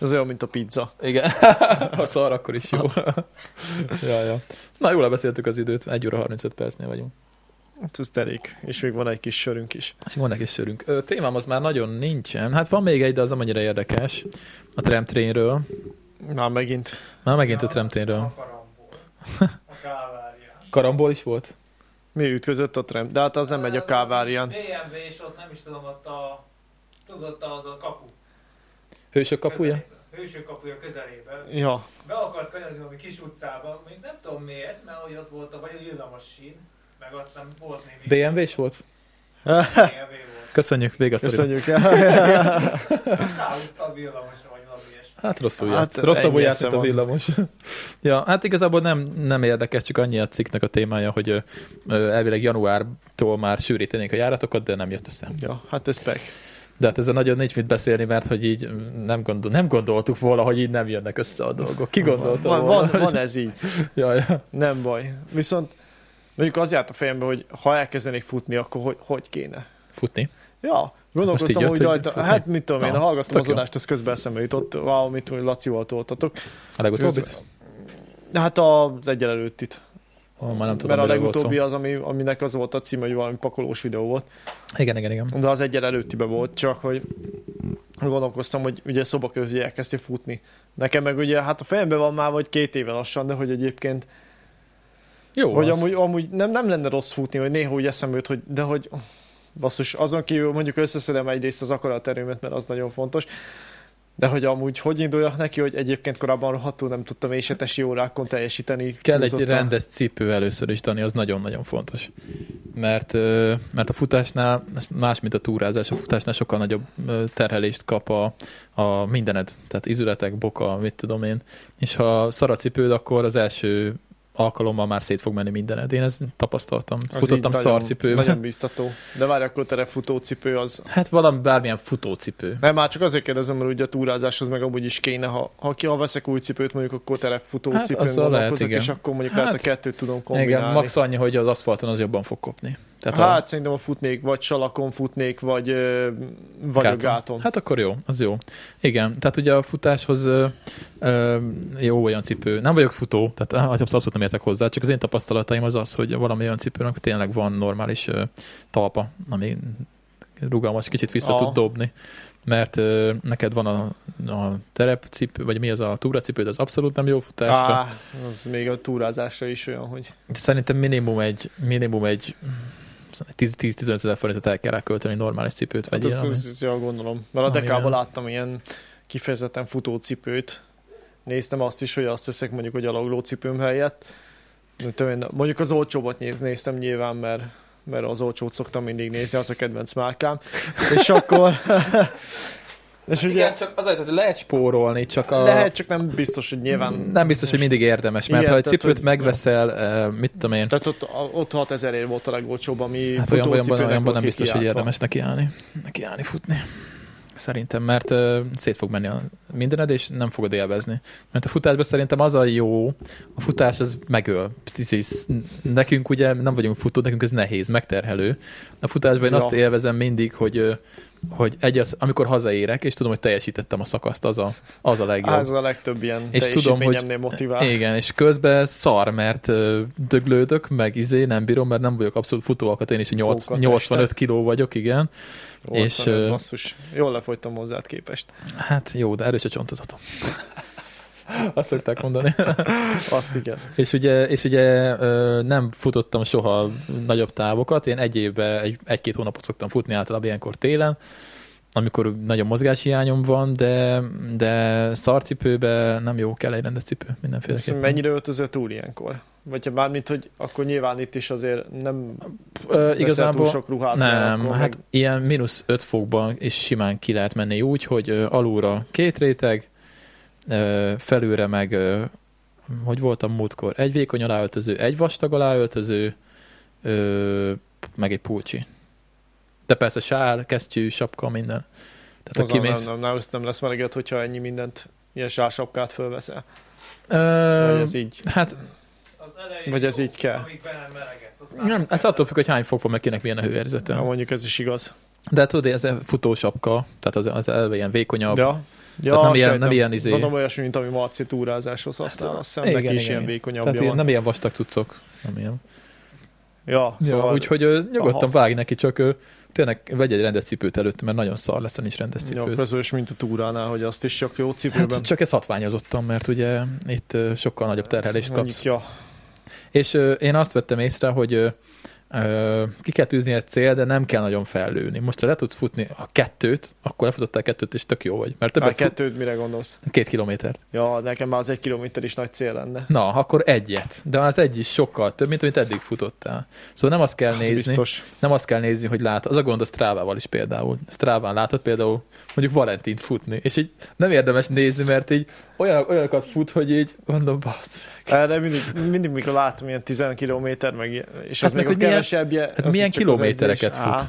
Speaker 2: Ez olyan, mint a pizza.
Speaker 1: igen, ha szar, akkor is jó. ja, ja. Na, jól lebeszéltük az időt, 1 óra 35 percnél vagyunk.
Speaker 2: Hát Ez derék. És még van egy kis sörünk is.
Speaker 1: És van egy kis sörünk. Ö, témám az már nagyon nincsen. Hát van még egy, de az nem annyira érdekes. A tramtrainről.
Speaker 2: Már megint.
Speaker 1: Már megint a
Speaker 4: Ja,
Speaker 1: tramtrainről.
Speaker 4: A karambol. A kávária.
Speaker 1: Karamból is volt?
Speaker 2: Mi ütközött a trem? De hát az nem megy a kávárián.
Speaker 4: BMW, és ott nem is tudom, ott a... Tudod, ott az a kapu.
Speaker 1: Hősök kapuja?
Speaker 4: közelében. Hősök kapuja közelében.
Speaker 2: Ja,
Speaker 4: Be akart kanyarodni valami kis utcában, még nem tudom miért, mert hogy ott volt a vagy a villamos sín, meg azt hiszem volt némi...
Speaker 1: BMW-s volt?
Speaker 4: BMW volt.
Speaker 1: Köszönjük, vége a sztorinak.
Speaker 2: köszönjük el.
Speaker 4: Ráhúzta a villamosra, vagy valami ilyesmi.
Speaker 1: Hát rosszul
Speaker 2: Hát
Speaker 1: járt. Rosszabbul
Speaker 2: ennyi
Speaker 1: járt itt
Speaker 2: esze
Speaker 1: a
Speaker 2: van.
Speaker 1: villamos. ja, hát igazából nem, nem érdekes, csak annyi a cikknek a témája, hogy ö, ö, elvileg januártól már sűrítenék a járatokat, de nem jött össze.
Speaker 2: Ja, hát ez pek.
Speaker 1: De hát ezzel nagyon nincs mit beszélni, mert hogy így mm, nem, gondol, nem gondoltuk volna, hogy így nem jönnek össze a dolgok. Ki gondolta
Speaker 2: Van,
Speaker 1: volna?
Speaker 2: van, van ez így.
Speaker 1: Ja, ja.
Speaker 2: Nem baj. Viszont mondjuk az járt a fejembe, hogy ha elkezdenék futni, akkor hogy, hogy kéne?
Speaker 1: Futni.
Speaker 2: Ja,
Speaker 1: most így
Speaker 2: gondolkoztam
Speaker 1: jött,
Speaker 2: úgy
Speaker 1: hogy
Speaker 2: rajta.
Speaker 1: futni?
Speaker 2: Hát mit tudom én,
Speaker 1: Na,
Speaker 2: hallgattam
Speaker 1: tök
Speaker 2: az
Speaker 1: jó.
Speaker 2: adást, az közben eszembe jutott, valamit, hogy Lacival toltatok.
Speaker 1: A legutóbbi?
Speaker 2: Hát az egyen előtt itt.
Speaker 1: Ó, már nem tudom,
Speaker 2: Mert a
Speaker 1: miről volt szó.
Speaker 2: legutóbbi az, ami, aminek az volt a cím, hogy valami pakolós videó volt.
Speaker 1: Igen, igen, igen.
Speaker 2: De az egyen előttibe volt, csak hogy gondolkoztam, hogy ugye szoba közé elkezdtél futni. Nekem meg ugye, hát a fejemben van már vagy két éve lassan, de hogy egyébként
Speaker 1: Jó,
Speaker 2: Hogy
Speaker 1: az.
Speaker 2: amúgy, amúgy nem, nem lenne rossz futni, hogy néha úgy eszembe jut, hogy, de hogy basszus, azon kívül mondjuk összeszedem egyrészt az akaraterőmet, mert az nagyon fontos, de hogy amúgy hogy induljak neki, hogy egyébként korábban rohadtul nem tudtam és etesi órákon teljesíteni.
Speaker 1: Kell egy
Speaker 2: túlzottan.
Speaker 1: rendes cipő először is, Dani, az nagyon-nagyon fontos. Mert, ö, mert a futásnál, ez más, mint a túrázás, a futásnál sokkal nagyobb ö, terhelést kap a, a mindened. Tehát izületek, boka, mit tudom én. És ha szar a cipőd, akkor az első alkalommal már szét fog menni mindened. Én ezt tapasztaltam.
Speaker 2: Az
Speaker 1: Futottam
Speaker 2: így nagyon-
Speaker 1: szarcipőben.
Speaker 2: Nagyon biztató. De várj, akkor te futócipő az...
Speaker 1: Hát valami, bármilyen futócipő.
Speaker 2: Nem, már csak azért kérdezem, mert ugye a túrázáshoz meg amúgy is kéne, ha, ha, ki, ha veszek új cipőt, mondjuk akkor terepfutócipőn
Speaker 1: Hát,
Speaker 2: hát,
Speaker 1: azzal lehet,
Speaker 2: gondolkozok,
Speaker 1: igen.
Speaker 2: és akkor mondjuk hát,
Speaker 1: Hát,
Speaker 2: lehet a kettőt tudom kombinálni.
Speaker 1: Igen, max annyi, hogy az aszfalton az jobban fog kopni. Tehát
Speaker 2: hát
Speaker 1: a
Speaker 2: szerintem, ha futnék, vagy salakon futnék, vagy, ö, vagy gáton. a gáton.
Speaker 1: Hát akkor jó, az jó. Igen, tehát ugye a futáshoz ö, ö, jó olyan cipő. Nem vagyok futó, tehát á, abszolút nem értek hozzá, csak az én tapasztalataim az az, hogy valami olyan cipőnek tényleg van normális ö, talpa, ami rugalmas, kicsit vissza
Speaker 2: Aha.
Speaker 1: tud dobni. Mert ö, neked van a, a terepcipő, vagy mi az a túracipőd, az abszolút nem jó futásra.
Speaker 2: Á, az még a túrázásra is olyan, hogy
Speaker 1: Szerintem minimum egy, minimum egy 10-15 ezer forintot el kell rá költeni normális cipőt, vagy hát
Speaker 2: hát azt,
Speaker 1: ilyen,
Speaker 2: azt,
Speaker 1: ami-
Speaker 2: azt jól gondolom. Mert a
Speaker 1: Ami
Speaker 2: dekában
Speaker 1: ilyen.
Speaker 2: láttam ilyen kifejezetten futócipőt. Néztem azt is, hogy azt veszek mondjuk a gyaloglócipőm helyett. Nem tudom én, Mondjuk az olcsóbbat néz- néztem nyilván, mert mert az olcsót szoktam mindig nézni, az a kedvenc márkám. És akkor, És ugye
Speaker 1: Igen, csak az az, hogy lehet spórolni, csak a...
Speaker 2: lehet, csak nem biztos, hogy nyilván...
Speaker 1: Nem biztos, hogy mindig érdemes, mert
Speaker 2: Igen,
Speaker 1: ha egy
Speaker 2: tehát,
Speaker 1: cipőt
Speaker 2: hogy-
Speaker 1: megveszel, eh, mit tudom én,
Speaker 2: Tehát ott, ott 6000 ér volt a legolcsóbb, ami
Speaker 1: hát olyan,
Speaker 2: futócipőnek
Speaker 1: olyanban, olyanban
Speaker 2: volt
Speaker 1: nem biztos, hogy
Speaker 2: kikiáltva.
Speaker 1: érdemes nekiállni, nekiállni futni. Szerintem, mert ö, szét fog menni a mindened, és nem fogod élvezni. Mert a futásban szerintem az a jó, a futás az megöl. Tiszis, nekünk ugye nem vagyunk futó, nekünk ez nehéz, megterhelő. A futásban én
Speaker 2: Ja.
Speaker 1: azt élvezem mindig, hogy, ö, hogy egy az, amikor hazaérek, és tudom, hogy teljesítettem a szakaszt, az a, az a legjobb.
Speaker 2: Ez a legtöbb ilyen
Speaker 1: És tudom,
Speaker 2: és
Speaker 1: hogy-
Speaker 2: teljesítményemnél motivál.
Speaker 1: Igen, és közben szar, mert ö, döglődök, meg izé, nem bírom, mert nem vagyok abszolút futóalkat, én is nyolc-
Speaker 2: Fóka
Speaker 1: 85 kiló vagyok, igen.
Speaker 2: Volt,
Speaker 1: és,
Speaker 2: hanem,
Speaker 1: ö,
Speaker 2: basszus, jól lefogytam hozzád képest.
Speaker 1: Hát jó, de erős a csontozatom. Azt szokták mondani.
Speaker 2: Azt igen.
Speaker 1: és ugye, és ugye ö, nem futottam soha nagyobb távokat, én egy évben egy, egy-két hónapot szoktam futni általában ilyenkor télen, amikor nagyon mozgáshiányom van, de, de szarcipőbe nem jó, kell egy rendes cipő
Speaker 2: Ezt
Speaker 1: mindenféleképpen.
Speaker 2: Mennyire öltözött túl ilyenkor? Vagy ha bármint, hogy akkor nyilván itt is azért nem
Speaker 1: Ö,
Speaker 2: veszel túl
Speaker 1: igazából
Speaker 2: sok ruhát. mert
Speaker 1: Nem,
Speaker 2: akkor
Speaker 1: hát
Speaker 2: meg-
Speaker 1: ilyen mínusz 5 fokban is simán ki lehet menni úgy, hogy ö, alulra két réteg, ö, felülre meg, ö, hogy voltam múltkor, egy vékony aláöltöző, egy vastag aláöltöző, ö, meg egy pulcsi. De persze sál, kesztyű, sapka, minden. Tehát ha
Speaker 2: azon
Speaker 1: kimész...
Speaker 2: nem, nem, nem, nem lesz meleged, hogyha ennyi mindent, ilyen sársapkát fölveszel. Vagy
Speaker 1: Ö,
Speaker 2: ez így.
Speaker 1: hát
Speaker 4: Az elején
Speaker 2: Vagy ez
Speaker 4: jó,
Speaker 2: így kell?
Speaker 4: Amíg be nem melegedsz, aztán
Speaker 1: nem, ez
Speaker 4: kell.
Speaker 1: attól függ, hogy hány fok van, meg kinek milyen a
Speaker 2: Ja,
Speaker 1: hőérzetem.
Speaker 2: mondjuk ez is igaz.
Speaker 1: De tudod, ez a futósapka, tehát az, az elve ilyen vékonyabb,
Speaker 2: Ja. Ja,
Speaker 1: Tehát nem ilyen-
Speaker 2: sejtem.
Speaker 1: nem ilyen izé- Hát,
Speaker 2: Gondolom olyasmi, mint ami Marci túrázáshoz használ, azt hiszem,
Speaker 1: igen,
Speaker 2: neki is
Speaker 1: igen,
Speaker 2: ilyen
Speaker 1: igen.
Speaker 2: vékonyabbja
Speaker 1: tehát ilyen,
Speaker 2: van.
Speaker 1: nem ilyen vastag cuccok. Nem ilyen.
Speaker 2: Ja,
Speaker 1: Szóval... Ja,
Speaker 2: szóval
Speaker 1: úgyhogy ö, nyugodtan
Speaker 2: Aha.
Speaker 1: vágj neki, csak ö, tényleg vegy egy rendes cipőt előtt, mert nagyon szar lesz, ha nincs rendes
Speaker 2: Ja,
Speaker 1: cipőt.
Speaker 2: közös, mint a túránál, hogy azt is csak jó cipőben. Hát,
Speaker 1: Hát csak ezt hatványozottam, mert ugye itt ö, sokkal nagyobb terhelést
Speaker 2: Mondjuk,
Speaker 1: kapsz.
Speaker 2: Ja,
Speaker 1: És ö, én azt vettem észre, hogy ö, ö, ki kell tűzni egy cél, de nem kell nagyon fellőni. Most, ha le tudsz futni a kettőt, akkor lefutottál kettőt, és tök jó vagy. Mert
Speaker 2: többet
Speaker 1: többet kettő...
Speaker 2: kettőd mire gondolsz?
Speaker 1: fut, két kilométert.
Speaker 2: Ja, nekem már az egy kilométer is nagy cél lenne.
Speaker 1: Na, akkor egyet. De az egy is sokkal több, mint amit eddig futottál. Szóval nem azt kell
Speaker 2: Az
Speaker 1: nézni,
Speaker 2: biztos.
Speaker 1: nem azt kell nézni, hogy lát. Az a gond a Strávával is például. Stráván látod például mondjuk Valentint futni, és így nem érdemes nézni, mert így olyan, olyanokat fut, hogy így mondom, basz.
Speaker 2: Erre mindig, mindig mikor látom ilyen 10 kilométer, meg, ilyen- és
Speaker 1: Hát
Speaker 2: az
Speaker 1: meg,
Speaker 2: még a
Speaker 1: hogy milyen-
Speaker 2: kevesebbje.
Speaker 1: Hát
Speaker 2: az
Speaker 1: milyen
Speaker 2: csak az
Speaker 1: kilométereket
Speaker 2: edzés.
Speaker 1: fut?
Speaker 2: Á,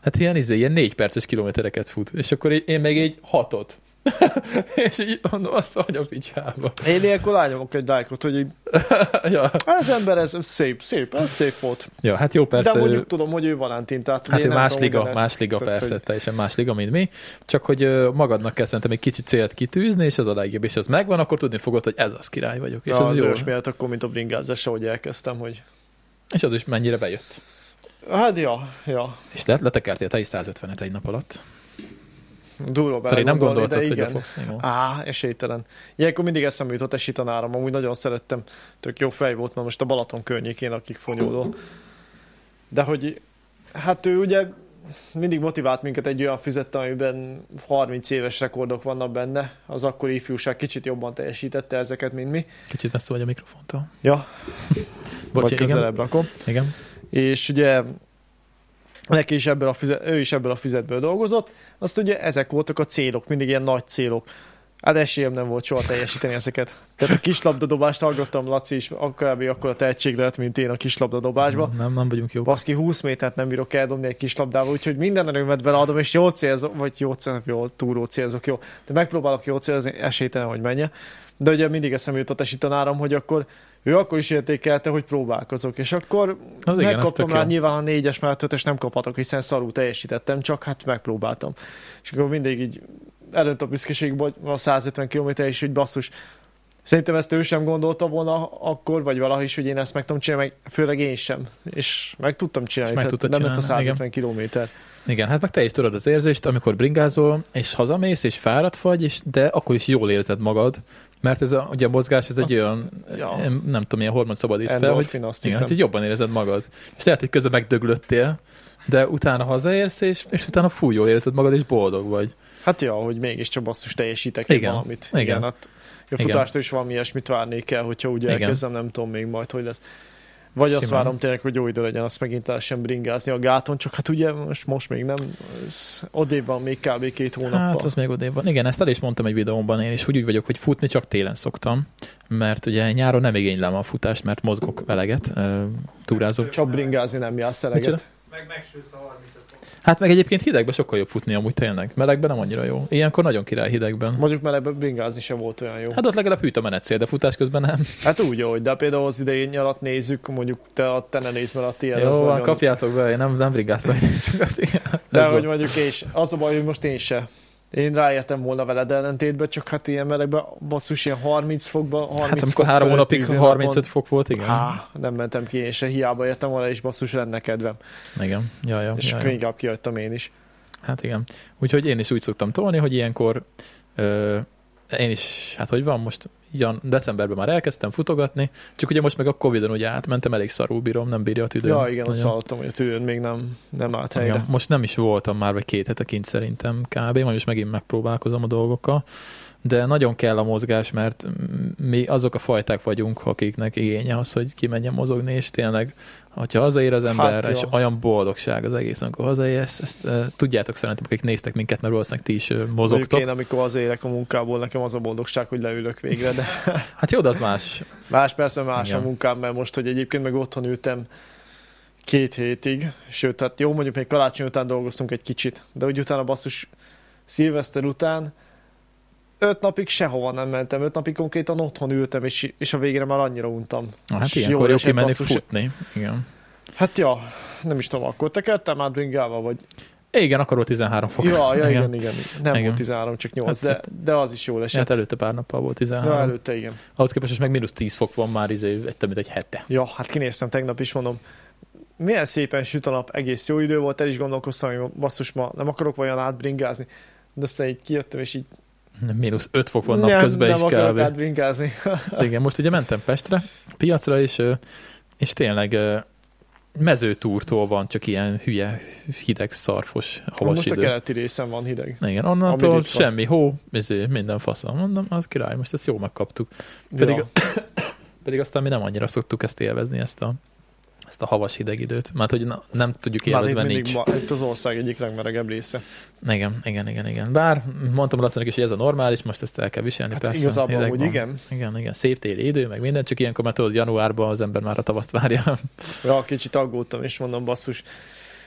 Speaker 1: Hát ilyen, izé, ilyen négy perces kilométereket fut, és akkor így, én meg így hatot. és így mondom, azt hogy a picsába.
Speaker 2: Én ilyenkor lányomok egy lájkot, hogy így,
Speaker 1: ja.
Speaker 2: ez ember, ez szép, szép, ez szép volt.
Speaker 1: ja, hát jó, persze.
Speaker 2: Persze, De mondjuk tudom, hogy ő Valentin, tehát hogy
Speaker 1: Hát ő
Speaker 2: én nem
Speaker 1: más
Speaker 2: tudom
Speaker 1: liga,
Speaker 2: ugyanezt.
Speaker 1: más liga
Speaker 2: Tehát,
Speaker 1: persze,
Speaker 2: hogy-
Speaker 1: teljesen más liga, mint mi. Csak hogy ö, magadnak kell szerintem egy kicsi célt kitűzni, és az a legjobb, és az megvan, akkor tudni fogod, hogy ez az király vagyok. És
Speaker 2: Ja,
Speaker 1: ja, az,
Speaker 2: az
Speaker 1: jó.
Speaker 2: olyasmi miatt akkor, mint a bringázás, ahogy elkezdtem, hogy
Speaker 1: És az is mennyire bejött.
Speaker 2: hát ja, ja,
Speaker 1: És le, letekertél te is 150-et egy nap alatt.
Speaker 2: durva
Speaker 1: Pedig nem
Speaker 2: belegondolni,
Speaker 1: gondoltad, hogy
Speaker 2: de
Speaker 1: le
Speaker 2: igen.
Speaker 1: fogsz. Jó.
Speaker 2: Á, esélytelen. Ilyenkor mindig eszembe jutott esi tanárom, amúgy nagyon szerettem, tök jó fej volt, mert most a Balaton környékén akik fonyódó. De hogy, hát ő ugye mindig motivált minket egy olyan fizette, amiben 30 éves rekordok vannak benne. Az akkori ifjúság kicsit jobban teljesítette ezeket, mint mi.
Speaker 1: Kicsit messze vagy a mikrofontól.
Speaker 2: Ja,
Speaker 1: Bocs,
Speaker 2: vagy
Speaker 1: igen,
Speaker 2: közelebb rakom.
Speaker 1: igen.
Speaker 2: és ugye neki is ebből a füzet, ő is ebből a füzetből dolgozott, azt ugye ezek voltak a célok, mindig ilyen nagy célok. Hát esélyem nem volt soha teljesíteni ezeket. Tehát a kislabdadobást hallgattam, Laci is akár akkor a tehetség lett, mint én a kislabdadobásba.
Speaker 1: Nem, nem vagyunk jók.
Speaker 2: Baszki 20 métert nem bírok eldobni egy kislabdával, úgyhogy minden erőmet beleadom, és jól célzok, vagy jól célzok, jól túró célzok, jó. De megpróbálok jól célzni, esélytelen, hogy menje. De ugye mindig eszembe jutott esi tanárom, hogy akkor ő akkor is értékelte, hogy próbálkozok, és akkor
Speaker 1: Az igen, az
Speaker 2: megkaptam
Speaker 1: tök
Speaker 2: rá
Speaker 1: jó.
Speaker 2: nyilván a négyes mellett ötös nem kaphatok, hiszen szarú teljesítettem, csak hát megpróbáltam. És akkor mindig így előtt a büszkeségbe, hogy a 150 km is, hogy basszus, Szerintem ezt ő sem gondolta volna akkor, vagy valaha is, hogy én ezt meg tudom csinálni, meg főleg én sem. És meg tudtam csinálni,
Speaker 1: És meg
Speaker 2: meg
Speaker 1: tudtad
Speaker 2: tehát nem lett a
Speaker 1: csinálni, igen.
Speaker 2: 150 kilométer.
Speaker 1: Igen, hát meg te is tudod az érzést, amikor bringázol, és hazamész, és fáradt vagy, és de akkor is jól érzed magad, mert ez a, ugye a mozgás, ez egy olyan,
Speaker 2: Hát, ja.
Speaker 1: ja. nem tudom, ilyen hormon szabadít fel, hogy
Speaker 2: Endorfin, azt
Speaker 1: Igen,
Speaker 2: hiszem.
Speaker 1: hát így jobban érezed magad. És lehet, hogy közben megdöglöttél, de utána hazaérsz, és, és utána fú, jól érzed magad, és boldog vagy.
Speaker 2: Hát ja, hogy mégiscsak basszus teljesítek én
Speaker 1: Igen.
Speaker 2: valamit.
Speaker 1: Igen.
Speaker 2: Igen. Hát, a
Speaker 1: Igen.
Speaker 2: futástól is valami ilyesmit várnék el, hogyha úgy
Speaker 1: Igen.
Speaker 2: elkezdem, nem tudom még majd, hogy lesz. Vagy azt
Speaker 1: Simán.
Speaker 2: várom tényleg, hogy jó idő legyen, azt megint lehessen bringázni a gáton, csak hát ugye most, most még nem, ez odébb van még kb. két hónappal.
Speaker 1: Hát az még odébb van. Igen, ezt el is mondtam egy videómban én is, hogy úgy vagyok, hogy futni csak télen szoktam, mert ugye nyáron nem igénylem a futást, mert mozgok veleget, ö, túrázok.
Speaker 2: Csak bringázni nem jársz
Speaker 1: Micsoda?
Speaker 2: eleget.
Speaker 4: Meg megsülsz a 30 fokot.
Speaker 1: Hát meg egyébként hidegben sokkal jobb futni amúgy tényleg. Melegben nem annyira jó. Ilyenkor nagyon király hidegben.
Speaker 2: Mondjuk melegben bringázni sem volt olyan jó.
Speaker 1: Hát ott legalább hűt a menetcél, de futás közben nem.
Speaker 2: Hát úgy, hogy de például az idején alatt nézzük, mondjuk te a tenenész alatt ilyen.
Speaker 1: Jó,
Speaker 2: az
Speaker 1: van,
Speaker 2: nagyon-
Speaker 1: kapjátok be, én nem, nem brigáztam. én is sokat, igen.
Speaker 2: De
Speaker 1: Ez
Speaker 2: hogy
Speaker 1: volt.
Speaker 2: mondjuk és az a baj, hogy most én se. Én ráértem volna veled ellentétben, csak hát ilyen melegben, basszus, ilyen 30 fokban, 30
Speaker 1: Hát amikor
Speaker 2: fok
Speaker 1: három
Speaker 2: fölött
Speaker 1: hónapig
Speaker 2: tűzi
Speaker 1: 35 fok volt,
Speaker 2: napon,
Speaker 1: igen.
Speaker 2: Há, nem mentem ki én se, hiába értem volna, és basszus lenne kedvem.
Speaker 1: Igen, ja, ja,
Speaker 2: És
Speaker 1: ja,
Speaker 2: akkor
Speaker 1: ja.
Speaker 2: inkább kihagytam én is.
Speaker 1: Hát igen. Úgyhogy én is úgy szoktam tolni, hogy ilyenkor ö, én is, hát hogy van most, ilyen decemberben már elkezdtem futogatni, csak ugye most meg a Covid-on ugye átmentem, elég szarul bírom, nem bírja a tüdőm.
Speaker 2: Ja, igen, azt
Speaker 1: nagyon.
Speaker 2: hallottam, hogy a tűrőn még nem, nem állt helyre.
Speaker 1: Igen, most nem is voltam már, vagy két hete kint szerintem kb. Majd most megint megpróbálkozom a dolgokkal. De nagyon kell a mozgás, mert m- mi azok a fajták vagyunk, akiknek igénye az, hogy kimenjen mozogni, és tényleg, hogyha hazaér az ember, hát,
Speaker 2: jó.
Speaker 1: és olyan boldogság az egész, amikor hazaérsz, ezt e, tudjátok szerintem, akik néztek minket, mert valószínűleg ti is e,
Speaker 2: Mondjuk
Speaker 1: mozogtok.
Speaker 2: én, amikor az élek a munkából, nekem az a boldogság, hogy leülök végre, de
Speaker 1: Hát jó, de az más.
Speaker 2: Más persze más
Speaker 1: Igen.
Speaker 2: a munkám, mert most, hogy egyébként meg otthon ültem két hétig, sőt, hát jó, mondjuk még karácsony után dolgoztunk egy kicsit, de úgy utána basszus szilveszter után öt napig sehova nem mentem, öt napig konkrétan otthon ültem, és, és a végére már annyira untam.
Speaker 1: Na, Hát
Speaker 2: És
Speaker 1: ilyenkor jó
Speaker 2: esett,
Speaker 1: kimenni
Speaker 2: basszus.
Speaker 1: futni. Igen.
Speaker 2: Hát ja, nem is tudom, akkor tekertem át bringával, vagy...
Speaker 1: Igen, akkor volt 13 fok.
Speaker 2: Ja, ja, igen, igen, igen.
Speaker 1: Igen.
Speaker 2: Nem igen. volt 13, csak 8,
Speaker 1: Hát,
Speaker 2: de, de az is jól esett.
Speaker 1: Hát előtte pár nappal volt
Speaker 2: Ja,
Speaker 1: 13. Ja,
Speaker 2: előtte, igen.
Speaker 1: Ahhoz képest, most meg mínusz 10 fok van már, izé, egy több mint egy hete.
Speaker 2: Ja, hát kinéztem tegnap is, mondom, milyen szépen süt a nap, egész jó idő volt, el is gondolkoztam, hogy basszus, ma nem akarok olyan átbringázni. De aztán így kijöttem, és így
Speaker 1: Mínusz 5 fok van
Speaker 2: nem,
Speaker 1: napközben
Speaker 2: nem
Speaker 1: is
Speaker 2: akarok
Speaker 1: kb.
Speaker 2: átbringázni.
Speaker 1: Igen, most ugye mentem Pestre, piacra, és, ö, és tényleg ö, mezőtúrtól van csak ilyen hülye, hideg, szarfos, havas
Speaker 2: Most a
Speaker 1: idő.
Speaker 2: keleti részen van hideg.
Speaker 1: Igen,
Speaker 2: Ami
Speaker 1: onnantól
Speaker 2: ritka.
Speaker 1: semmi hó, ezért minden faszom. Mondom, az király, most ezt jó megkaptuk. Pedig,
Speaker 2: Ja.
Speaker 1: pedig aztán mi nem annyira szoktuk ezt élvezni, ezt a, ezt a havas hideg időt. Mert hogy na, nem tudjuk
Speaker 2: Már itt
Speaker 1: élvezni, mert
Speaker 2: mindig
Speaker 1: nincs.
Speaker 2: ma- itt az ország egyik legmelegebb része.
Speaker 1: Igen, igen, igen, igen. Bár mondtam Lacinak is, hogy ez a normális, most ezt el kell viselni,
Speaker 2: Hát
Speaker 1: persze.
Speaker 2: igazából,
Speaker 1: hideg
Speaker 2: hogy
Speaker 1: van.
Speaker 2: igen.
Speaker 1: Igen, igen, szép téli idő, meg minden, csak ilyenkor már tudod, januárban az ember már a tavaszt várja.
Speaker 2: Ja, kicsit aggódtam, és mondom, basszus,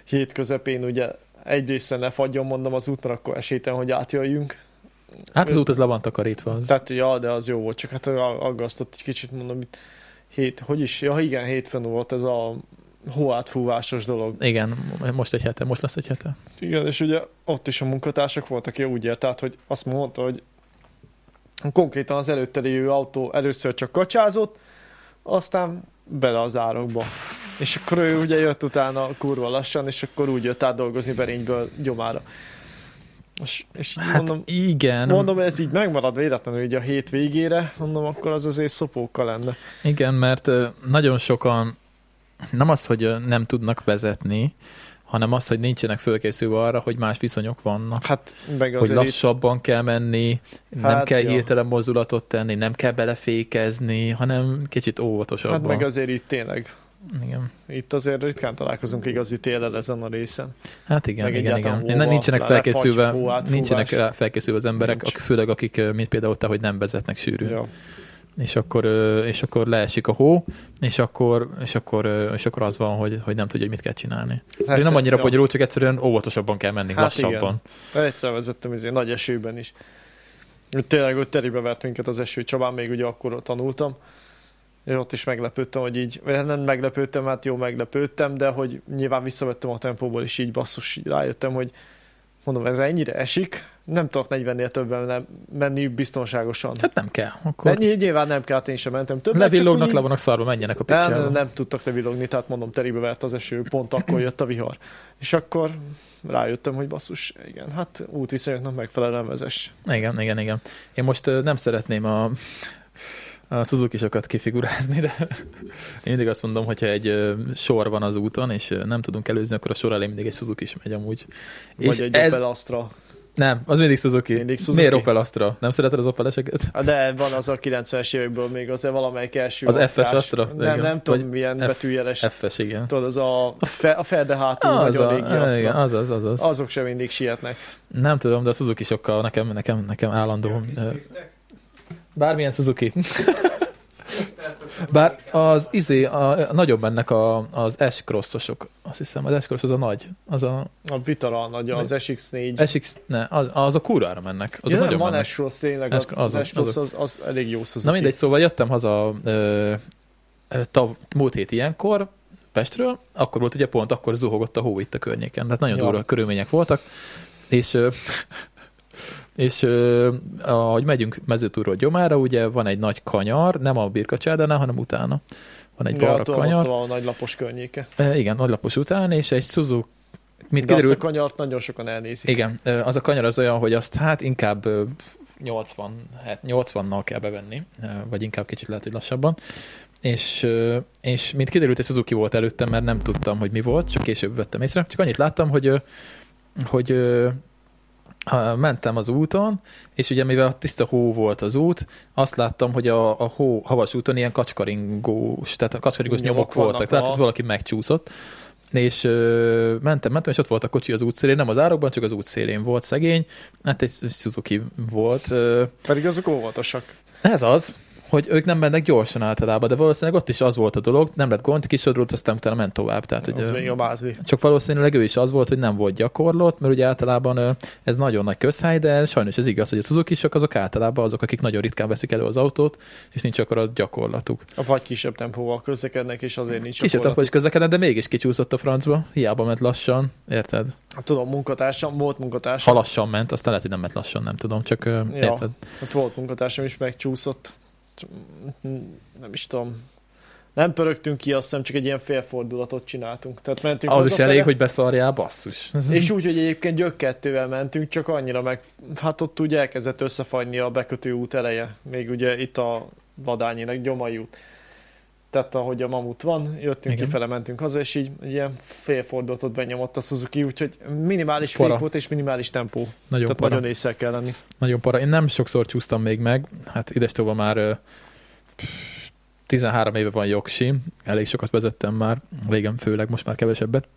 Speaker 2: hét közepén ugye egy részen ne fagyjon, mondom az út, mert akkor esélytelen, hogy átjöjjünk.
Speaker 1: Hát az út az le van takarítva. Az.
Speaker 2: Tehát, ja, de az jó volt, csak hát aggasztott egy kicsit, mondom, itt hét, hogy is, ja igen, hétfőn volt ez a hóátfúvásos dolog.
Speaker 1: Igen, most egy hete, most lesz egy hete.
Speaker 2: Igen, és ugye ott is a munkatársak voltak, aki úgy ért át, hogy azt mondta, hogy konkrétan az előtte lévő autó először csak kacsázott, aztán bele az árokba. És akkor ő ugye jött utána kurva lassan, és akkor úgy jött át dolgozni Berényből gyomára. És, és
Speaker 1: Hát
Speaker 2: mondom,
Speaker 1: igen,
Speaker 2: mondom, ez így megmarad véletlenül így a hét végére, mondom, akkor az azért szopóka lenne.
Speaker 1: igen, mert ö, nagyon sokan nem az, hogy ö, nem tudnak vezetni, hanem az, hogy nincsenek fölkészülve arra, hogy más viszonyok vannak.
Speaker 2: Hát meg
Speaker 1: Hogy
Speaker 2: azért itt-
Speaker 1: lassabban kell menni, nem
Speaker 2: Hát,
Speaker 1: kell
Speaker 2: ja.
Speaker 1: hirtelen mozdulatot tenni, nem kell belefékezni, hanem kicsit
Speaker 2: hát
Speaker 1: óvatosabban.
Speaker 2: meg azért itt tényleg.
Speaker 1: Igen.
Speaker 2: Itt azért ritkán találkozunk igazi télen ezen a részen.
Speaker 1: Hát igen,
Speaker 2: Meg
Speaker 1: igen, igen.
Speaker 2: egyáltalán
Speaker 1: Hova,
Speaker 2: hova,
Speaker 1: nincsenek
Speaker 2: lefagy,
Speaker 1: felkészülve,
Speaker 2: hó átfúvás.
Speaker 1: nincsenek rá felkészülve az emberek,
Speaker 2: Nincs.
Speaker 1: Nincs. főleg akik, ö, mint például te, hogy nem vezetnek sűrűn.
Speaker 2: Ja.
Speaker 1: és akkor, ö, és akkor leesik a hó, és akkor, és akkor, ö, és akkor az van, hogy, hogy nem tudja, hogy mit kell csinálni. Hát, nem annyira
Speaker 2: ja.
Speaker 1: bonyolult, csak egyszerűen óvatosabban kell menni, hát
Speaker 2: Hát
Speaker 1: lassabban. Igen.
Speaker 2: igen. Egyszer vezettem izé, nagy esőben is. Úgy Tényleg ott teribe vert minket az eső, Csabán még ugye akkor ott tanultam. És ott is meglepődtem, hogy így, vagy hát nem meglepődtem, hát jó meglepődtem, de hogy nyilván visszavettem a tempóból, és így basszus, így rájöttem, hogy mondom, ez ennyire esik, nem tudok 40-nél többen nem, menni biztonságosan. Hát,
Speaker 1: Hát nem kell. Akkor
Speaker 2: de ny- nyilván nem kell, hát én sem mentem többet. csak
Speaker 1: levillognak,
Speaker 2: úgy-
Speaker 1: le vannak szarva, menjenek a
Speaker 2: nem, nem,
Speaker 1: picsába.
Speaker 2: nem tudtak levillogni, tehát mondom, teribe vert az eső, pont akkor jött a vihar. És akkor rájöttem, hogy basszus, igen, hát útviszonyoknak megfelelően vezess.
Speaker 1: Igen, igen, igen. Én most ö, nem szeretném a, a Suzuki-sokat kifigurázni, de én mindig azt mondom, hogyha egy ö, sor van az úton, és ö, nem tudunk előzni, akkor a sor elé mindig egy Suzuki is megy amúgy.
Speaker 2: Vagy
Speaker 1: és
Speaker 2: egy
Speaker 1: ez,
Speaker 2: Opel Astra.
Speaker 1: Nem, az mindig Suzuki.
Speaker 2: Mindig Suzuki.
Speaker 1: Miért Opel Astra? Nem szereted az Opel eseket?
Speaker 2: Hát De van az a 90-es évekből még az valamelyik első
Speaker 1: Az
Speaker 2: osztrás.
Speaker 1: FS Astra?
Speaker 2: Nem, nem
Speaker 1: Igen.
Speaker 2: tudom
Speaker 1: Vagy
Speaker 2: milyen
Speaker 1: F-
Speaker 2: betűjeles.
Speaker 1: F-es, igen.
Speaker 2: Tudod, az a, fe, a ferde hátul
Speaker 1: Az,
Speaker 2: nagyon
Speaker 1: a,
Speaker 2: régi Astra.
Speaker 1: igen, az, az, az, az.
Speaker 2: Azok sem mindig sietnek.
Speaker 1: Nem tudom, de a Suzuki sokkal nekem, nekem, nekem állandó. ö, Bármilyen Suzuki. Bár az izé, a, a nagyobb ennek a, az S-crossosok. Azt hiszem, az S-cross az a nagy. Az a
Speaker 2: A Vitara nagy, az SX4.
Speaker 1: SX, ne, az, az a kurára mennek. Az
Speaker 2: Ja,
Speaker 1: a
Speaker 2: nem,
Speaker 1: nagyon
Speaker 2: van
Speaker 1: mennek.
Speaker 2: S-Cross, tényleg az,
Speaker 1: S-
Speaker 2: az,
Speaker 1: azok,
Speaker 2: az S-Cross az, az, elég jó Suzuki.
Speaker 1: Na mindegy, szóval jöttem haza ö, ö, tav, múlt hét ilyenkor, Pestről, akkor volt ugye pont, akkor zuhogott a hó itt a környéken, tehát nagyon
Speaker 2: Ja.
Speaker 1: ja. durva körülmények voltak, és ö, és ö, ahogy megyünk mezőtúról gyomára, ugye van egy nagy kanyar, nem a birkacsárdánál, hanem utána. Van egy balra
Speaker 2: ott,
Speaker 1: kanyar.
Speaker 2: Ott van a nagy lapos környéke.
Speaker 1: E, igen, nagylapos után, és egy Suzuki, mint
Speaker 2: De azt
Speaker 1: kiderült,
Speaker 2: a kanyart nagyon sokan elnézik.
Speaker 1: igen, ö, az a kanyar az olyan, hogy azt hát inkább ö, 80, hát 80-nal kell bevenni, ö, vagy inkább kicsit lehet, hogy lassabban. És, ö, és mint kiderült, egy Suzuki volt előttem, mert nem tudtam, hogy mi volt, csak később vettem észre. Csak annyit láttam, hogy, ö, hogy ö, ha mentem az úton, és ugye mivel a tiszta hó volt az út, azt láttam, hogy a, a hó havas úton ilyen kacskaringós, tehát a kacskaringós
Speaker 2: Nyomok
Speaker 1: nyomok,
Speaker 2: vannak,
Speaker 1: voltak.
Speaker 2: aha.
Speaker 1: Látszott, hogy valaki megcsúszott. És ö, mentem, mentem, és ott volt a kocsi az útszélén, nem az árokban, csak az útszélén volt szegény. Hát egy Suzuki volt. Ö,
Speaker 2: Pedig azok óvatosak.
Speaker 1: ez az, hogy ők nem mennek gyorsan általában, de valószínűleg ott is az volt a dolog, nem lett gond, kisodrult, aztán utána ment tovább. Tehát, hogy,
Speaker 2: az
Speaker 1: ö,
Speaker 2: még a mázli.
Speaker 1: csak valószínűleg ő is az volt, hogy nem volt gyakorlott, mert ugye általában ö, ez nagyon nagy közhely, de sajnos ez igaz, hogy a suzuki azok általában azok, akik nagyon ritkán veszik elő az autót, és nincs akkor a gyakorlatuk.
Speaker 2: Vagy kisebb tempóval közlekednek, és azért nincs
Speaker 1: Kicsit
Speaker 2: gyakorlatuk.
Speaker 1: tapó is közlekedett, de mégis kicsúszott a francba, hiába ment lassan, érted?
Speaker 2: Hát tudom, munkatársam, volt munkatársam,
Speaker 1: Ha lassan ment, aztán lehet, hogy nem ment lassan, nem tudom, csak ö,
Speaker 2: Ja.
Speaker 1: érted?
Speaker 2: ott Hát volt munkatársam is megcsúszott. Nem is tudom. Nem pörögtünk ki, azt hiszem, csak egy ilyen félfordulatot csináltunk. Tehát mentünk
Speaker 1: Az is
Speaker 2: hazafele,
Speaker 1: elég, hogy beszarjál, basszus.
Speaker 2: És úgy, hogy egyébként gyökkettővel mentünk, csak annyira meg, hát ott úgy elkezdett összefagyni a bekötő út eleje, még ugye itt a Vadányinek Gyomai út. Tehát ahogy a mamut van, jöttünk Igen.
Speaker 1: Igen.
Speaker 2: kifele, mentünk haza, és így egy ilyen félfordulatot benyomott a Suzuki, úgyhogy minimális
Speaker 1: Para.
Speaker 2: fék volt és minimális tempó. Nagyon
Speaker 1: Nagyon
Speaker 2: Tehát
Speaker 1: para.
Speaker 2: nagyon észre kell lenni.
Speaker 1: Nagyon para. Én nem sokszor csúsztam még meg, hát idestóban már ö, pff, 13 éve van jogsim, elég sokat vezettem már, régen főleg, most már kevesebbet,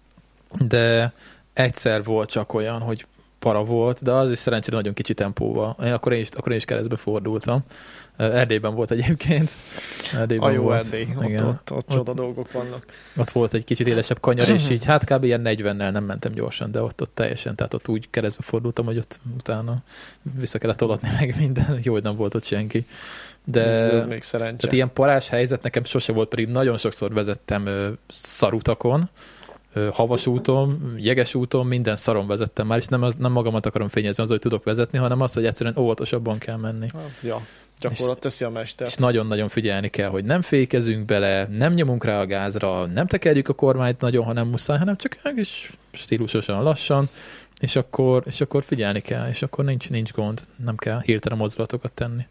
Speaker 1: de egyszer volt csak olyan, hogy para volt, de az is szerencsére nagyon kicsi tempóval. Én akkor én is, akkor én is keresztbe fordultam. Ö, Erdélyben volt egyébként. Erdélyben
Speaker 2: A jó
Speaker 1: volt.
Speaker 2: Erdély, ott,
Speaker 1: Igen.
Speaker 2: ott, ott, csoda dolgok vannak.
Speaker 1: Ott volt egy kicsit élesebb kanyar,
Speaker 2: Mhm.
Speaker 1: és így hát kb. ilyen 40-nel nem mentem gyorsan, de ott, ott teljesen, tehát ott úgy keresztbe fordultam, hogy ott utána vissza kellett olatni meg minden, jó, hogy nem volt ott senki. De
Speaker 2: Ez még szerencse.
Speaker 1: tehát ilyen parás helyzet nekem sose volt, pedig nagyon sokszor vezettem ö, szarutakon, ö, havas úton, jeges úton, minden szaron vezettem már, és nem, az, nem magamat akarom fényezni az, hogy tudok vezetni, hanem az, hogy egyszerűen óvatosabban kell menni.
Speaker 2: Hát, Ja, gyakorlat teszi a mester.
Speaker 1: És nagyon-nagyon figyelni kell, hogy nem fékezünk bele, nem nyomunk rá a gázra, nem tekerjük a kormányt nagyon, ha nem muszáj, hanem csak egy kis stílusosan lassan, és akkor, és akkor figyelni kell, és akkor nincs, nincs gond, nem kell hirtelen mozdulatokat tenni.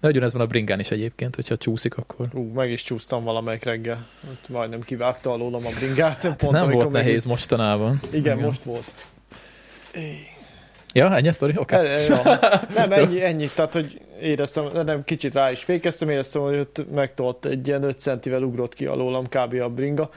Speaker 1: De ugyanez van a bringán is egyébként, hogyha csúszik, akkor
Speaker 2: Ú, meg is csúsztam valamelyik reggel. Ott majdnem kivágta alólam a bringát. Hát
Speaker 1: Pont nem volt nehéz mostanában.
Speaker 2: Még... Igen, most volt.
Speaker 1: Ja, ennyi a sztori? Oké.
Speaker 2: El,
Speaker 1: Okay.
Speaker 2: el, ja. Nem, ennyi, ennyi. Tehát, hogy éreztem, de nem, kicsit rá is fékeztem, éreztem, hogy ott megtolt egy ilyen 5 centivel ugrott ki alólam kb. a bringa.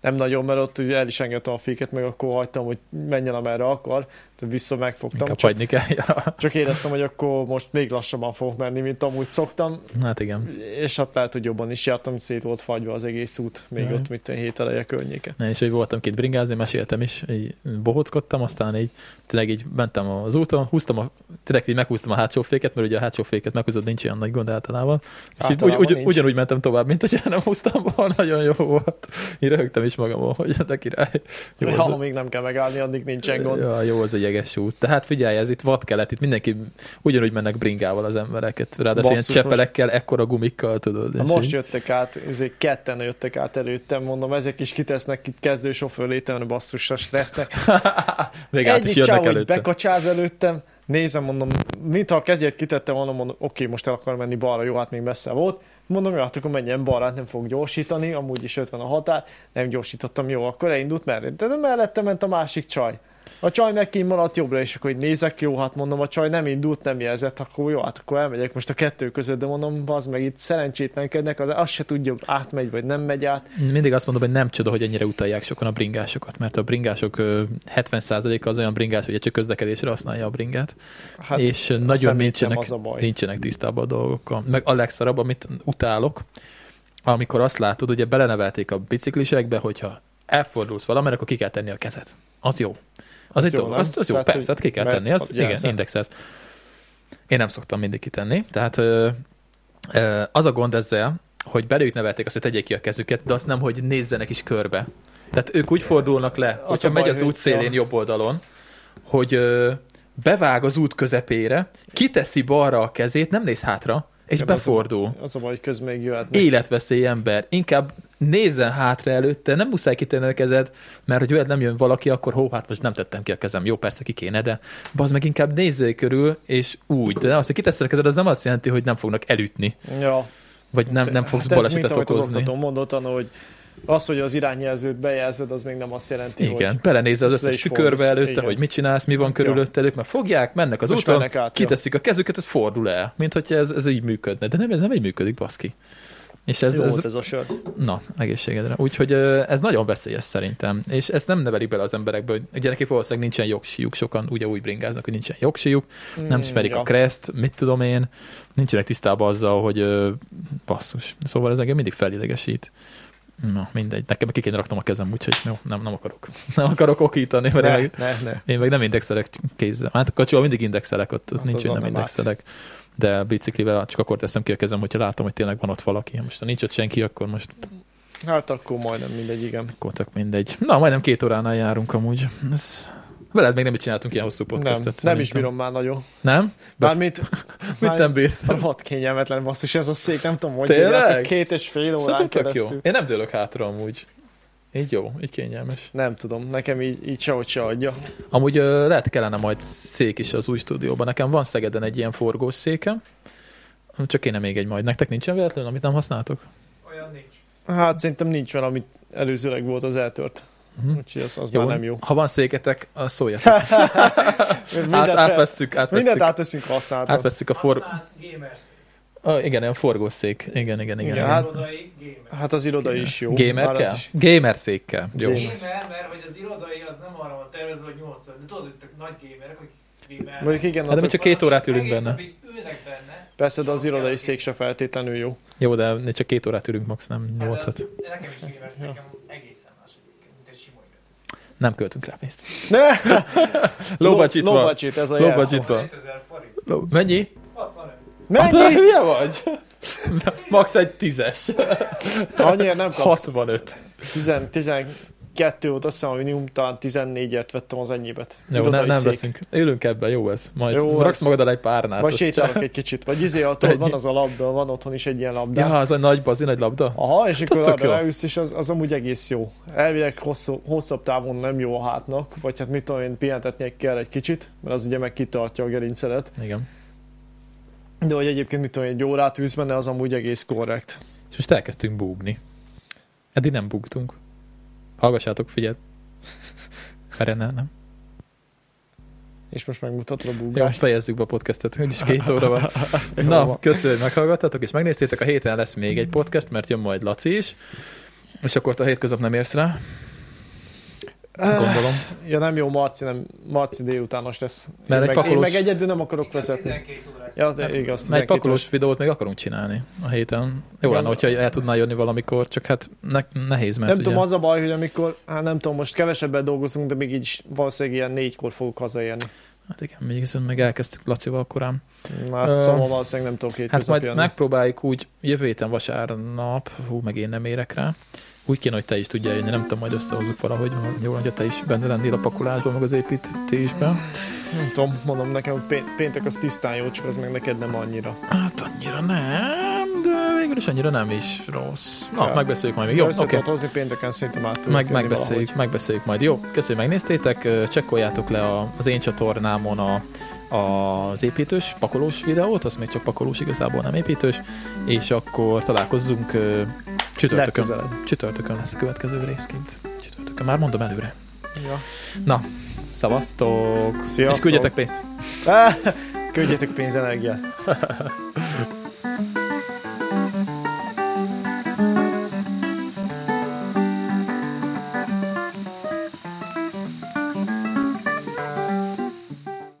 Speaker 2: Nem nagyon, mert ott ugye el is engedtem a féket, meg akkor hagytam, hogy menjen amerre akar, tehát vissza megfogtam.
Speaker 1: Inkább
Speaker 2: Csak,
Speaker 1: hagyni kell. Ja.
Speaker 2: csak éreztem, hogy akkor most még lassabban fogok menni, mint amúgy szoktam.
Speaker 1: Hát igen.
Speaker 2: És hát lehet, hogy jobban is jártam, szét volt fagyva az egész út, még
Speaker 1: Jaj.
Speaker 2: ott mit a hét eleje környéke.
Speaker 1: Én is, hogy voltam kint bringázni, meséltem is, így bohóckodtam, aztán így tényleg így mentem az úton, húztam a, direkt így meghúztam a hátsó féket, mert ugye a hátsó féket meghúzod, nincs olyan nagy gond általában. És így ugy,
Speaker 2: Általában
Speaker 1: ugy,
Speaker 2: nincs.
Speaker 1: ugyanúgy mentem tovább, mint hogyha nem húztam volna, nagyon jó volt. Így röhögtem is magamon, hogy de király. Jó,
Speaker 2: Jó, ha
Speaker 1: az,
Speaker 2: még nem kell megállni, addig nincsen gond.
Speaker 1: ja, jó az a jeges út. Tehát figyelj, ez itt vad kelet, itt mindenki ugyanúgy mennek bringával az embereket. Ráadásul ilyen
Speaker 2: Basszus, most-
Speaker 1: csepelekkel, ekkora gumikkal, tudod.
Speaker 2: Na
Speaker 1: és
Speaker 2: most
Speaker 1: így-
Speaker 2: jöttek át, ezért ketten jöttek át előttem, mondom, ezek is kitesznek itt kezdő sofőrlétem, mert basszus a stressznek.
Speaker 1: Még át is
Speaker 2: Egyik
Speaker 1: jönnek
Speaker 2: csávó így
Speaker 1: előtte.
Speaker 2: bekacsáz előttem, nézem, mondom, mintha a kezét kitette volna, mondom, oké, most el akar menni balra, jó, hát még messze volt. Mondom, jó, hát akkor menjen balra, hát nem fog gyorsítani, amúgy is 50 a határ, nem gyorsítottam, jó, akkor elindult mellé. De mellette ment a másik csaj. A csaj meg kint maradt jobbra, és akkor így nézek, jó, hát mondom, a csaj nem indult, nem jelzett, akkor jó, hát akkor elmegyek most a kettő között, de mondom, az meg itt szerencsétlenkednek, az, azt se tudja, átmegy vagy nem megy át.
Speaker 1: Mindig azt mondom, hogy nem csoda, hogy ennyire utalják sokan a bringásokat, mert a bringások ö, 70%-a az olyan bringás, hogy csak közlekedésre használja a bringát,
Speaker 2: Hát,
Speaker 1: hát, és nagyon
Speaker 2: szerintem
Speaker 1: nincsenek,
Speaker 2: az a baj.
Speaker 1: nincsenek tisztában a dolgokkal. Meg a legszarabb, amit utálok, amikor azt látod, ugye belenevelték a biciklisekbe, hogyha elfordulsz valamerre, akkor ki kell tenni a kezed. Az jó. Az, az
Speaker 2: jó,
Speaker 1: jó,
Speaker 2: nem?
Speaker 1: azt, az jó
Speaker 2: Tehát,
Speaker 1: persze,
Speaker 2: hogy
Speaker 1: hát ki kell
Speaker 2: mert-
Speaker 1: tenni, az,
Speaker 2: ugye,
Speaker 1: igen,
Speaker 2: ez-
Speaker 1: indexelsz. Én nem szoktam mindig kitenni, tehát ö, ö, az a gond ezzel, hogy beléjük nevelték azt, hogy tegyék ki a kezüket, de azt nem, hogy nézzenek is körbe. Tehát ők úgy fordulnak le,
Speaker 2: a
Speaker 1: hogyha megy
Speaker 2: baj,
Speaker 1: az
Speaker 2: hogy-
Speaker 1: út szélén
Speaker 2: ja.
Speaker 1: jobb oldalon, hogy ö, bevág az út közepére, kiteszi balra a kezét, nem néz hátra, és
Speaker 2: Igen,
Speaker 1: befordul.
Speaker 2: Az a baj, hogy közben még jöhetnek.
Speaker 1: Életveszély ember. Inkább nézzen hátra előtte, nem muszáj kitenni a kezed, mert hogy veled nem jön valaki, akkor hó, hát most nem tettem ki a kezem. Jó, persze ki kéne, de bazd meg inkább nézzél körül, és úgy. De az, hogy kiteszed a kezed, az nem azt jelenti, hogy nem fognak elütni,
Speaker 2: Ja.
Speaker 1: vagy nem, nem fogsz
Speaker 2: hát ez
Speaker 1: balesetet
Speaker 2: mint,
Speaker 1: okozni.
Speaker 2: Amit az oktató mondott, anna, hogy az, hogy az irányjelzőt bejelzed, az még nem azt jelenti,
Speaker 1: Igen,
Speaker 2: hogy
Speaker 1: belenézel az
Speaker 2: le
Speaker 1: összes
Speaker 2: is
Speaker 1: tükörbe
Speaker 2: fordulsz.
Speaker 1: előtte,
Speaker 2: Igen.
Speaker 1: hogy mit csinálsz, mi van
Speaker 2: Ja.
Speaker 1: körülötted, ők már fogják, mennek az
Speaker 2: Most
Speaker 1: úton,
Speaker 2: mennek át, ja.
Speaker 1: kiteszik a kezüket, ez fordul el, mint hogy ez, ez így működne, de nem, ez nem így működik, baszki. És ez,
Speaker 2: jó
Speaker 1: ez,
Speaker 2: volt ez a sör.
Speaker 1: na, egészségedre. Úgyhogy ö, ez nagyon veszélyes szerintem, és ezt nem nevelik bele az emberekbe, hogy ugye nekik valószínűleg nincsen jogsíjuk, sokan ugye úgy bringáznak, hogy nincsen jogsíjuk, nem
Speaker 2: Mm,
Speaker 1: ismerik a kreszt, mit tudom én, nincsenek tisztában azzal, hogy ö, basszus. Szóval ez engem mindig felidegesít. Na, mindegy. Nekem ki kéne raknom a kezem, úgyhogy jó, nem, nem akarok. Nem akarok okítani, mert én
Speaker 2: Ne,
Speaker 1: meg,
Speaker 2: ne, ne.
Speaker 1: én meg nem indexelek kézzel. Hát a kacsival mindig indexelek, ott, ott
Speaker 2: Hát
Speaker 1: nincs,
Speaker 2: azon
Speaker 1: hogy nem
Speaker 2: nem
Speaker 1: indexelek. De biciklivel csak akkor teszem ki a kezem, hogyha látom, hogy tényleg van ott valaki. Most ha nincs ott senki, akkor most
Speaker 2: Hát akkor majdnem mindegy, igen.
Speaker 1: akkor tök mindegy. Na, majdnem két óránál járunk amúgy. Ez... Veled még nem is csináltunk ilyen hosszú
Speaker 2: Nem,
Speaker 1: podcastot.
Speaker 2: nem is
Speaker 1: szerintem.
Speaker 2: bírom már nagyon.
Speaker 1: Nem?
Speaker 2: Bármit,
Speaker 1: Mit nem bírsz?
Speaker 2: Rohadt kényelmetlen basszus ez a szék, nem tudom, hogy
Speaker 1: Tényleg?
Speaker 2: éltek két és fél órán
Speaker 1: Szerintem tök jó.
Speaker 2: keresztül.
Speaker 1: Én nem dőlök hátra amúgy. Így jó, így kényelmes.
Speaker 2: Nem tudom, nekem így, így sehogy se adja.
Speaker 1: Amúgy ö, lehet kellene majd szék is az új stúdióban. Nekem van Szegeden egy ilyen forgós székem, csak kéne még egy majd. Nektek nincsen véletlen, amit nem használtok?
Speaker 4: Olyan nincs.
Speaker 2: Hát szerintem nincs olyan, amit előzőleg volt az eltört.
Speaker 1: Mhm.
Speaker 2: Úgyhogy az, az már nem jó.
Speaker 1: Ha van széketek, a szóljatok.
Speaker 2: Mindent,
Speaker 1: Át,
Speaker 2: fel-
Speaker 1: átvesszük, átvesszük,
Speaker 2: mindent átveszünk használatra.
Speaker 1: átvesszük a for...
Speaker 4: Aztán gamers.
Speaker 1: Ah, igen, ilyen forgószék. Igen, igen, igen.
Speaker 2: Igen,
Speaker 1: igen.
Speaker 2: hát-
Speaker 4: Irodai gamer.
Speaker 2: Hát az iroda is jó.
Speaker 1: Gamer
Speaker 2: Már az
Speaker 1: kell?
Speaker 2: is-
Speaker 1: Gamer székkel. Jó.
Speaker 2: Gamer.
Speaker 4: Gamer, mert hogy az irodai az nem arra van tervezve, hogy 80. De tudod, hogy tök nagy gamerek, akik streamelnek.
Speaker 2: Mondjuk igen,
Speaker 1: Hát de
Speaker 2: az,
Speaker 1: mi csak két órát ülünk
Speaker 4: Egész
Speaker 1: benne.
Speaker 4: napig ülnek benne.
Speaker 2: persze, de az irodai szék se feltétlenül jó.
Speaker 1: Jó, de csak két órát ülünk, max. nem
Speaker 4: Hát
Speaker 1: nyolcat.
Speaker 4: az- Nekem is gamer székem egészen más egyébként, mint egy sima irodai szék.
Speaker 1: Nem költünk rá pénzt.
Speaker 2: Ne!
Speaker 1: Lóbacsit van.
Speaker 2: Lóbacsit, ez a
Speaker 1: Lóbacsit.
Speaker 2: jelszó.
Speaker 1: Itt van.
Speaker 4: 2000 forint.
Speaker 1: Ló- Mennyi?
Speaker 4: 60 forint.
Speaker 1: Hát,
Speaker 2: Mennyi?
Speaker 1: hülye vagy? Max egy tízes.
Speaker 2: Hát, Annyira nem kapsz.
Speaker 1: 65.
Speaker 2: 10, 12 volt, azt hiszem, a minimum talán 14-ért vettem az ennyibet.
Speaker 1: Jó,
Speaker 2: Irodai
Speaker 1: nem, nem
Speaker 2: szék.
Speaker 1: leszünk. Ülünk ebben, jó ez. Majd
Speaker 2: Jó
Speaker 1: jó raksz
Speaker 2: ez.
Speaker 1: magad alá egy párnát.
Speaker 2: Vagy
Speaker 1: azt
Speaker 2: sétálok
Speaker 1: csak-
Speaker 2: egy kicsit. Vagy izé, attól van
Speaker 1: Egy-
Speaker 2: az a labda, van otthon is egy ilyen labda.
Speaker 1: Ja, az a nagy bazi, nagy labda.
Speaker 2: Aha, és
Speaker 1: az
Speaker 2: akkor
Speaker 1: tök jó.
Speaker 2: arra elülsz, és az, az amúgy egész jó. Elvileg hosszú, hosszabb távon nem jó a hátnak, vagy hát mit tudom én, pihentetnie kell egy kicsit, mert az ugye meg kitartja a gerincedet.
Speaker 1: Igen.
Speaker 2: De hogy egyébként mit tudom én, egy órát űz benne, az amúgy egész korrekt.
Speaker 1: És most elkezdtünk búgni. Eddig nem búgtunk. Hallgassátok, figyeld. Erre ne, nem.
Speaker 2: És most megmutatod a
Speaker 1: Jó,
Speaker 2: búgást.
Speaker 1: most fejezzük be a podcastet, úgyis két óra van. Na, köszönöm, hogy meghallgattatok, és megnéztétek. A héten lesz még egy podcast, mert jön majd Laci is. És akkor te a hétköznap nem érsz rá,
Speaker 2: Ah,
Speaker 1: gondolom.
Speaker 2: Ja nem jó, Marci, nem, Marci délutános lesz. én,
Speaker 1: Mert egy
Speaker 2: meg, én
Speaker 1: pakolós-
Speaker 2: meg egyedül nem akarok vezetni.
Speaker 4: 12 órás.
Speaker 2: Ja, de igaz.
Speaker 1: Na, egy
Speaker 2: 12
Speaker 1: pakolós videót még akarunk csinálni a héten. Jó
Speaker 2: Igen.
Speaker 1: lenne, hogyha el tudnál jönni valamikor, csak hát ne, nehéz, mert
Speaker 2: Nem
Speaker 1: ugye...
Speaker 2: tudom, az a baj, hogy amikor, hát nem tudom, most kevesebbet dolgozunk, de még így is valószínűleg ilyen négykor fogok hazaérni.
Speaker 1: Hát igen, még viszont meg elkezdtük Lacival korán.
Speaker 2: Hát
Speaker 1: Ö,
Speaker 2: szóval valószínűleg nem tudok két
Speaker 1: Hát majd megpróbáljuk úgy jövő héten vasárnap, hú, meg én nem érek rá. Úgy kéne, hogy te is tudjál jönni, nem tudom, majd összehozzuk valahogy. Jó lenne, ha te is benne lennél a pakolásban, meg az építésben.
Speaker 2: Nem tudom, mondom nekem, hogy pé- péntek az tisztán jó, csak az meg neked nem annyira.
Speaker 1: Hát annyira nem, de végül is annyira nem is rossz. Na,
Speaker 2: Ja.
Speaker 1: megbeszéljük majd még. Jó,
Speaker 2: Össze
Speaker 1: oké.
Speaker 2: tudod hozni pénteken szerintem át tudjuk
Speaker 1: Meg,
Speaker 2: jönni
Speaker 1: megbeszéljük, megbeszéljük majd. Jó, köszönöm, megnéztétek. Ö, Csekkoljátok le a, az én csatornámon a, az építős, pakolós videót, az még csak pakolós, igazából nem építős, és akkor találkozzunk ö, csütörtökön.
Speaker 2: Legközelebb.
Speaker 1: Csütörtökön lesz a következő részként. Csütörtökön, már mondom előre.
Speaker 2: valahogy. Ja.
Speaker 1: Na, Szavaztok!
Speaker 2: Sziasztok.
Speaker 1: És küldjetek pénzt!
Speaker 2: Ah, Küldjetek pénzenergiát.